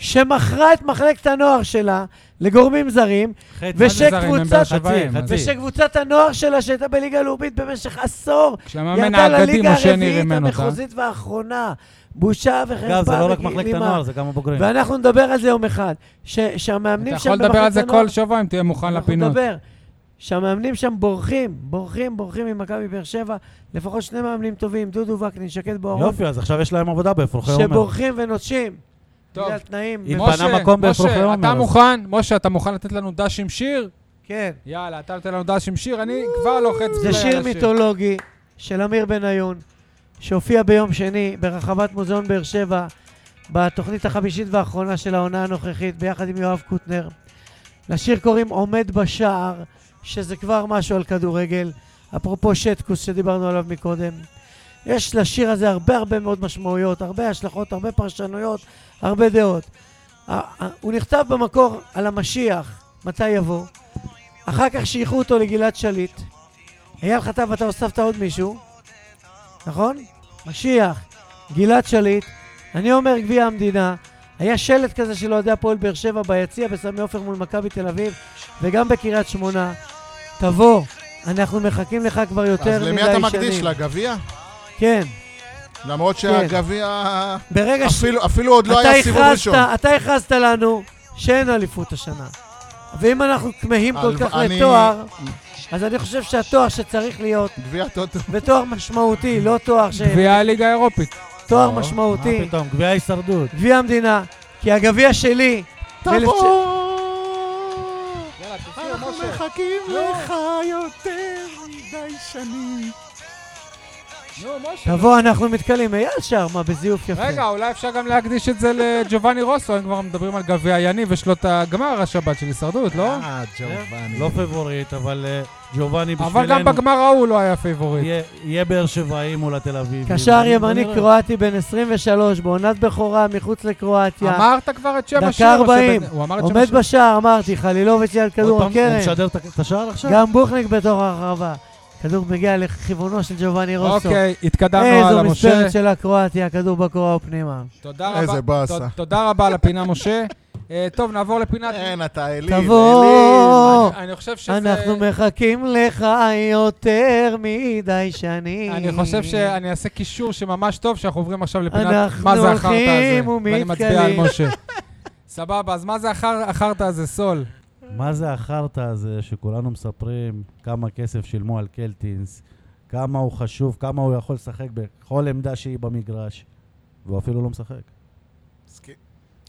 C: שמכרה את מחלקת הנוער שלה לגורמים זרים,
B: חצי.
A: מה זה זרים? הם
C: ושקבוצת-
A: באר שבעים,
B: חצי,
A: אז-
B: חצי.
C: ושקבוצת הנוער שלה שהייתה בליגה הלאומית במשך עשור,
A: כשהמאמן
C: ירדה
A: האגדי,
C: לליגה
A: משה ניר
C: הרביעית
A: אימן אותה.
C: המחוזית והאחרונה. בושה וחרפה.
B: אגב, זה לא רק
C: וכאילו,
B: מחלקת
C: מה-
B: הנוער, זה גם הבוגרים.
C: ואנחנו נדבר על זה יום אחד. ש-
A: אתה
C: שהמאמנים שם
A: יכול
C: במחלקת הנוער...
A: לדבר על זה כל שבוע אם תהיה מוכן
C: אנחנו
A: לפינות.
C: נדבר. שהמאמנים שם בורחים, בורחים, בורחים ממכבי באר שבע. לפחות שני מאמנים טובים, דודו וקנין, שקד בוארון,
B: יופי, אז עכשיו יש להם עבודה באפרוחי עומר.
C: שבורחים ונוטשים.
A: טוב.
C: בגלל תנאים.
B: אם-
A: משה,
B: פנה מקום
A: משה,
B: באפרוחי עומר,
A: אתה
B: אז-
A: מוכן? משה, אתה מוכן לתת לנו דש עם שיר?
C: כן.
A: יאללה, אתה נותן לנו דש עם שיר, אני כבר לוחץ
C: זה
A: פליי על
C: שיר
A: השיר.
C: מיתולוגי של אמיר בניון, שהופיע ביום שני ברחבת מוזיאון באר שבע, בתוכנית החמישית והאחרונה של העונה הנוכחית, ביחד עם יואב קוטנר. לשיר קוראים עומד בשער, שזה כבר משהו על כדורגל, אפרופו שטקוס שדיברנו עליו מקודם. יש לשיר הזה הרבה הרבה מאוד משמעויות, הרבה השלכות, הרבה פרשנויות, הרבה דעות. ה- ה- הוא נכתב במקור על המשיח, מתי יבוא. אחר כך שייכו אותו לגלעד שליט. אייל חטב, אתה הוספת עוד מישהו, נכון? משיח, גלעד שליט, אני אומר גביע המדינה. היה שלט כזה של אוהדי הפועל באר שבע ביציע בסמי עופר מול מכבי תל אביב וגם בקריית שמונה. תבוא, אנחנו מחכים לך כבר יותר
D: אז
C: מדי שנים.
D: למי אתה מקדיש? לגביע?
C: כן.
D: למרות שהגביע...
C: ברגע ש...
D: אפילו- אפילו עוד לא
C: כן. אתה
D: היה סיבוב
C: הכרזת-
D: ראשון.
C: אתה הכרזת לנו שאין אליפות השנה. ואם אנחנו כמהים כל
D: על-
C: כך
D: אני-
C: לתואר, אז אני חושב שהתואר שצריך להיות,
D: גביע טוטו.
C: ותואר משמעותי, לא תואר ש...
A: גביע הליגה האירופית.
C: תואר
D: לא,
B: מה
C: משמעותי,
B: פתאום, גביע ההישרדות.
C: גביע המדינה, כי הגביע שלי... באלף ש-
D: תבוא!
A: יאללה, תשיר,
C: לא,
D: אנחנו
A: משה.
D: מחכים לך יותר מדי שנים.
A: נו, משה.
C: תבוא, אנחנו מתקלים. אייל שר, מה, בזיוף יפה.
A: רגע, אולי אפשר גם להקדיש את זה לג'ובאני רוסו, אם כבר מדברים על גביע יניב, יש לו את הגמר השבת של הישרדות, לא?
D: אה, ג'ובאני.
B: לא פבוריט, אבל אה, ג'ובאני בשבילנו.
A: אבל גם בגמר ההוא לא היה פייבוריט.
B: יהיה- יהיה באר שבעי מול התל אביב.
C: קשר ימני קרואטי בן 23, בעונת בכורה, מחוץ לקרואטיה.
A: אמרת כבר את שם
C: דקה
A: השיר. או שבן-
C: 40,
A: הוא אמר את שם
C: עומד
A: השיר.
C: בשער, אמרתי, חלילוביץ' ליד כדור
B: הוא
C: הקרן.
B: משדר את ה- את השער עכשיו?
C: גם בוכניק בתוך הרחבה. כדור מגיע לכיוונו של ג'ובאני רוסו.
A: אוקיי, התקדמנו
C: איזו
A: הלאה, משה.
C: מספרת של הקרואטיה, הכדור בקורה ופנימה.
A: תודה
D: איזה
A: רבה.
D: באסה.
A: ת- תודה רבה על הפינה, משה. אה, טוב, נעבור לפינת... לא,
D: אין, אתה אלים.
C: תבוא,
A: אני- אני חושב שזה...
C: לא, אנחנו מחכים לך יותר מדי שנים.
A: אני חושב שאני אעשה קישור שממש טוב, שאנחנו עוברים עכשיו לפינת
C: אנחנו
A: מה זה החרטא הזה.
C: הולכים
A: ואני מצביע על
C: ומתכלים.
A: משה. סבבה, אז מה זה החר- החרטא הזה, סול?
B: מה זה החרטא הזה שכולנו מספרים כמה כסף שילמו על קלטינס, כמה הוא חשוב, כמה הוא יכול לשחק בכל עמדה שהיא במגרש, והוא אפילו לא משחק.
D: מסכים.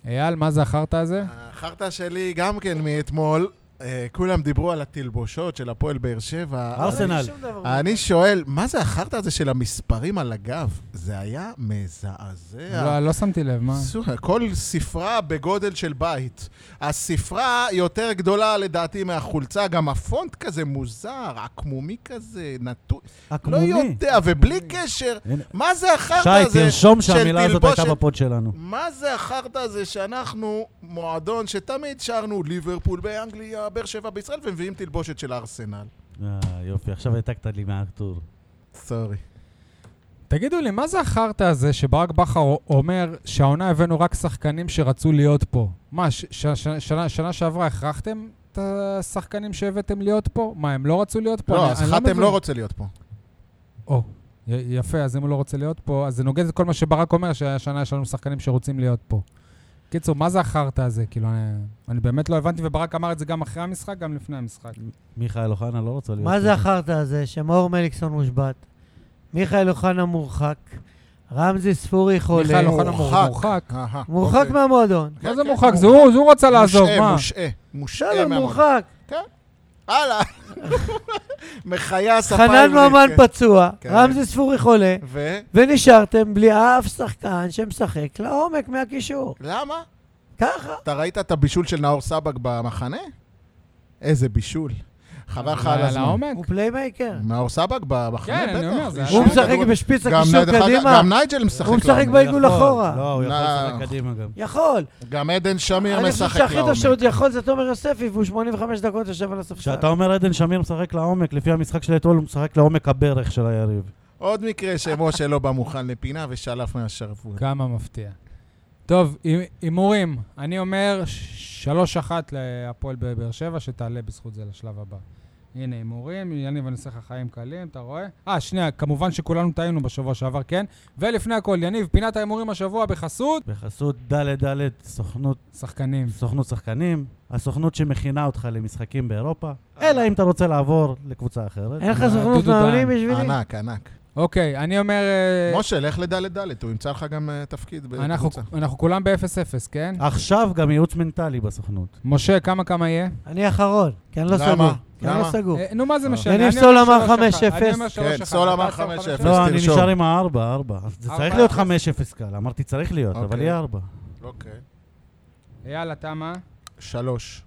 A: אייל, מה זה החרטא הזה?
D: החרטא שלי גם כן מאתמול. אה, כולם דיברו על התלבושות של הפועל באר שבע.
B: ארסנל.
A: לא-
D: אני שואל, מה זה החרטא הזה של המספרים על הגב? זה היה מזעזע.
A: לא לא שמתי לב, מה?
D: סו- כל ספרה בגודל של בית. הספרה יותר גדולה לדעתי מהחולצה, גם הפונט כזה מוזר, עקמומי כזה, נטוי. לא
B: עקמומי.
D: יודע, ובלי קשר,
B: הנה.
D: מה זה החרטא
B: שי,
D: הזה
B: תרשום
D: של
B: שהמילה הזאת הייתה
D: תלבושת?
B: בפוד שלנו.
D: מה זה החרטא הזה שאנחנו מועדון שתמיד שרנו ליברפול באנגליה, באר שבע בישראל, ומביאים תלבושת של ארסנל?
B: אה, יופי, עכשיו העתקת לי מהטור.
D: סורי.
A: תגידו לי, מה זה החרטא הזה שברק בכר אומר שהעונה הבאנו רק שחקנים שרצו להיות פה? מה, ש- ש- ש- שנה- שנה שעברה הכרחתם את השחקנים שהבאתם להיות פה? מה, הם לא רצו להיות פה?
D: לא,
A: אני-
D: אז
A: אני
D: חתם
A: מבין.
D: לא רוצה להיות פה.
A: או, י- יפה, אז אם הוא לא רוצה להיות פה, אז זה נוגד את כל מה שברק אומר, שהשנה יש לנו שחקנים שרוצים להיות פה. קיצור, מה זה החרטא הזה? כאילו, אני, אני באמת לא הבנתי, וברק אמר את זה גם אחרי המשחק, גם לפני המשחק.
B: מיכאל אוחנה לא רוצה להיות...
C: מה
B: פה.
C: זה החרטא הזה שמאור מליקסון מושבת, מיכאל אוחנה מורחק, רמזי ספורי
A: מיכאל
C: חולה,
A: אוחנה מור- מורחק.
D: אהה,
C: לא, מורחק
D: אוקיי.
C: מהמועדון.
A: מה
D: כן,
A: זה
D: כן,
A: מורחק?
D: הוא-
A: זה הוא, זה הוא רצה לעזוב,
D: מושעה,
A: מה?
D: מושעה, מושעה
C: בסדר,
D: מהמורחק.
C: מורחק.
D: הלאה. מחיה השפה
C: חנן ממן
D: כן.
C: פצוע,
D: כן.
C: רמזי ספורי חולה,
D: ו?
C: ונשארתם בלי אף שחקן שמשחק לעומק מהקישור.
D: למה?
C: ככה.
D: אתה ראית את הבישול של נאור סבק במחנה? איזה בישול. חבל לך על
A: על
D: הזמן.
A: העומק.
C: הוא פליימייקר.
D: נאור סבק במחנה,
A: אה, כן,
D: בטח.
A: אני אומר, זה-
D: איש
C: הוא
A: שני
C: משחק
D: כדורגל.
C: בשפיץ
D: גם,
C: הקישור
D: דרך אגב,
C: קדימה.
D: גם נייג'ל משחק.
C: הוא משחק
D: לעומק.
C: בעיגול
B: יכול,
C: אחורה.
B: לא, הוא יכול
D: לא.
B: לשחק קדימה גם.
C: יכול.
D: גם עדן שמיר
C: אני חושב
D: משחק
C: שהכי טוב
D: לעומק.
C: שעוד יכול זה תומר יוספי, והוא 85 דקות יושב על הספסל.
B: כשאתה אומר עדן שמיר משחק לעומק, לפי המשחק של אתמול הוא משחק לעומק הברך של היריב.
D: עוד מקרה שמשה לא בא מוכן לפינה ושלף מהשרוול.
C: כן,
A: כמה מפתיע. טוב, הימ- הימורים. אני אומר 3-1 להפועל באר שבע, שתעלה בזכות זה לשלב הבא. הנה הימורים, יניב, אני עושה לך חיים קלים, אתה רואה? אה, שנייה, כמובן שכולנו טעינו בשבוע שעבר, כן? ולפני הכל, יניב, פינת ההימורים השבוע בחסות
B: בחסות ד' סוכנות
A: שחקנים.
B: סוכנות שחקנים, הסוכנות שמכינה אותך למשחקים באירופה, אלא אם אתה רוצה לעבור לקבוצה אחרת.
C: אין לך
A: אה,
C: סוכנות
A: דודו
C: מאמנים
A: דהן.
C: בשבילי?
D: ענק, ענק.
A: אוקיי, אני אומר... אה,
D: משה, לך לדלת, הוא ימצא לך גם אה, תפקיד
A: אנחנו-
D: בקבוצה.
A: אנחנו כולם ב-0-0, כן?
B: עכשיו גם ייעוץ מנטלי בסוכנות.
A: משה, כמה כמה יהיה?
C: אני אחרון, כי אני לא
D: למה?
C: סגור. כי אני
D: למה?
C: לא סגור.
A: אה, נו, מה זה משנה?
C: יניב
A: אני
C: סול
A: אומר
C: אמר
A: 3-1.
C: 5-0.
A: אני אומר 3-1.
D: כן, סול אמר
A: אתה עושה
D: 5-0.
A: 5-0.
B: לא, אני
D: תרשום.
B: נשאר עם הארבע, ארבע. אז זה צריך
A: ארבע,
B: להיות
A: אפס.
B: חמש אפס קל, אמרתי צריך להיות, אבל
D: אוקיי.
B: יהיה ארבע.
D: אוקיי.
A: אייל, אתה מה?
D: שלוש.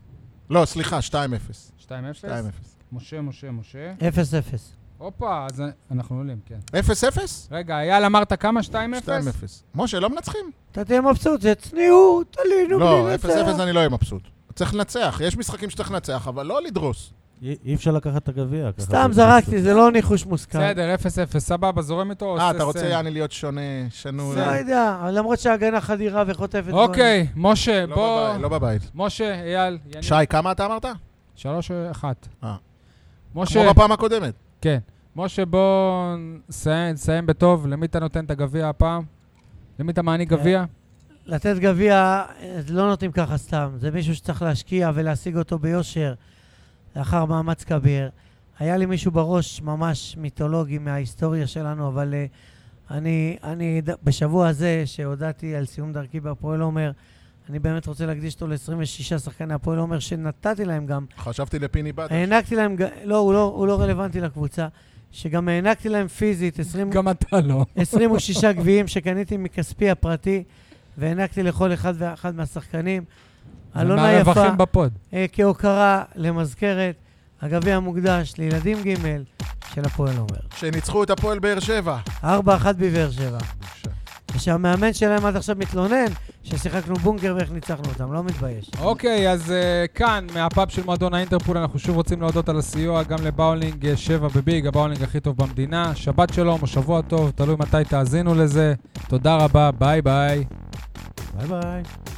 D: לא, סליחה, 2-0.
A: 2-0?
D: 2-0.
A: משה, משה, משה.
D: אה.
C: 0-0.
A: הופה, אז אנחנו עולים, כן.
D: 0-0? 2-0.
A: רגע, אייל אמרת כמה? 2-0?
D: משה, לא מנצחים?
C: אתה תהיה מבסוט, זה צניעות, עלינו
D: לא,
C: בלי
D: 0-0
C: נצח.
D: אני לא אהיה מבסוט. צריך לנצח, יש משחקים שצריך לנצח, אבל לא לדרוס.
B: אי אי אפשר לקחת את הגביע. ככה.
C: סתם זרקתי, זה לא ניחוש מושכל.
A: בסדר, 0-0, סבבה, זורם איתו.
D: אה,
A: עושה
D: אתה רוצה
A: סן.
D: יעני להיות שונה, שנוי?
C: לא יודע, למרות שההגנה חדירה וחוטפת גול.
A: אוקיי, משה,
D: לא
A: בוא...
D: בבית, לא בבית.
A: משה, אייל, יניב.
D: שי, כמה אתה אמרת?
A: 3-1.
D: אה.
A: משה,
D: כמו בפעם הקודמת.
A: כן. משה, בוא נסיים- נסיים בטוב. למי אתה נותן את הגביע הפעם? למי אתה מעניק
D: כן.
A: גביע?
C: לתת גביע, אה, לא נותנים ככה סתם. זה מישהו שצריך להשקיע ולהשיג אותו ביושר, לאחר מאמץ כביר. היה לי מישהו בראש ממש מיתולוגי מההיסטוריה שלנו, אבל אה, אני, אני ד- בשבוע הזה, שהודעתי על סיום דרכי בהפועל עומר, אני באמת רוצה להקדיש אותו ל-26 שחקני הפועל עומר, שנתתי להם גם
D: חשבתי לפיני בת.
C: אה. הענקתי להם, ג- לא, הוא לא, הוא לא רלוונטי לקבוצה. שגם הענקתי להם פיזית 20,
A: גם אתה לא.
C: 26 גביעים שקניתי מכספי הפרטי, והענקתי לכל אחד ואחד מהשחקנים. אלונה יפה,
A: מהרווחים בפוד.
C: אה, כהוקרה למזכרת, הגביע המוקדש לילדים ג' של הפועל עומר.
D: שניצחו את הפועל באר שבע. אה,
C: 4-1 בבאר שבע. ושהמאמן שלהם עד עכשיו מתלונן ששיחקנו בונקר ואיך ניצחנו אותם, לא מתבייש.
A: אוקיי, אז אה, כאן, מהפאב של מועדון האינטרפול, אנחנו שוב רוצים להודות על הסיוע גם לבאולינג אה, 7 בביג, הבאולינג הכי טוב במדינה. שבת שלום או שבוע טוב, תלוי מתי תאזינו לזה. תודה רבה, ביי ביי.
B: ביי ביי.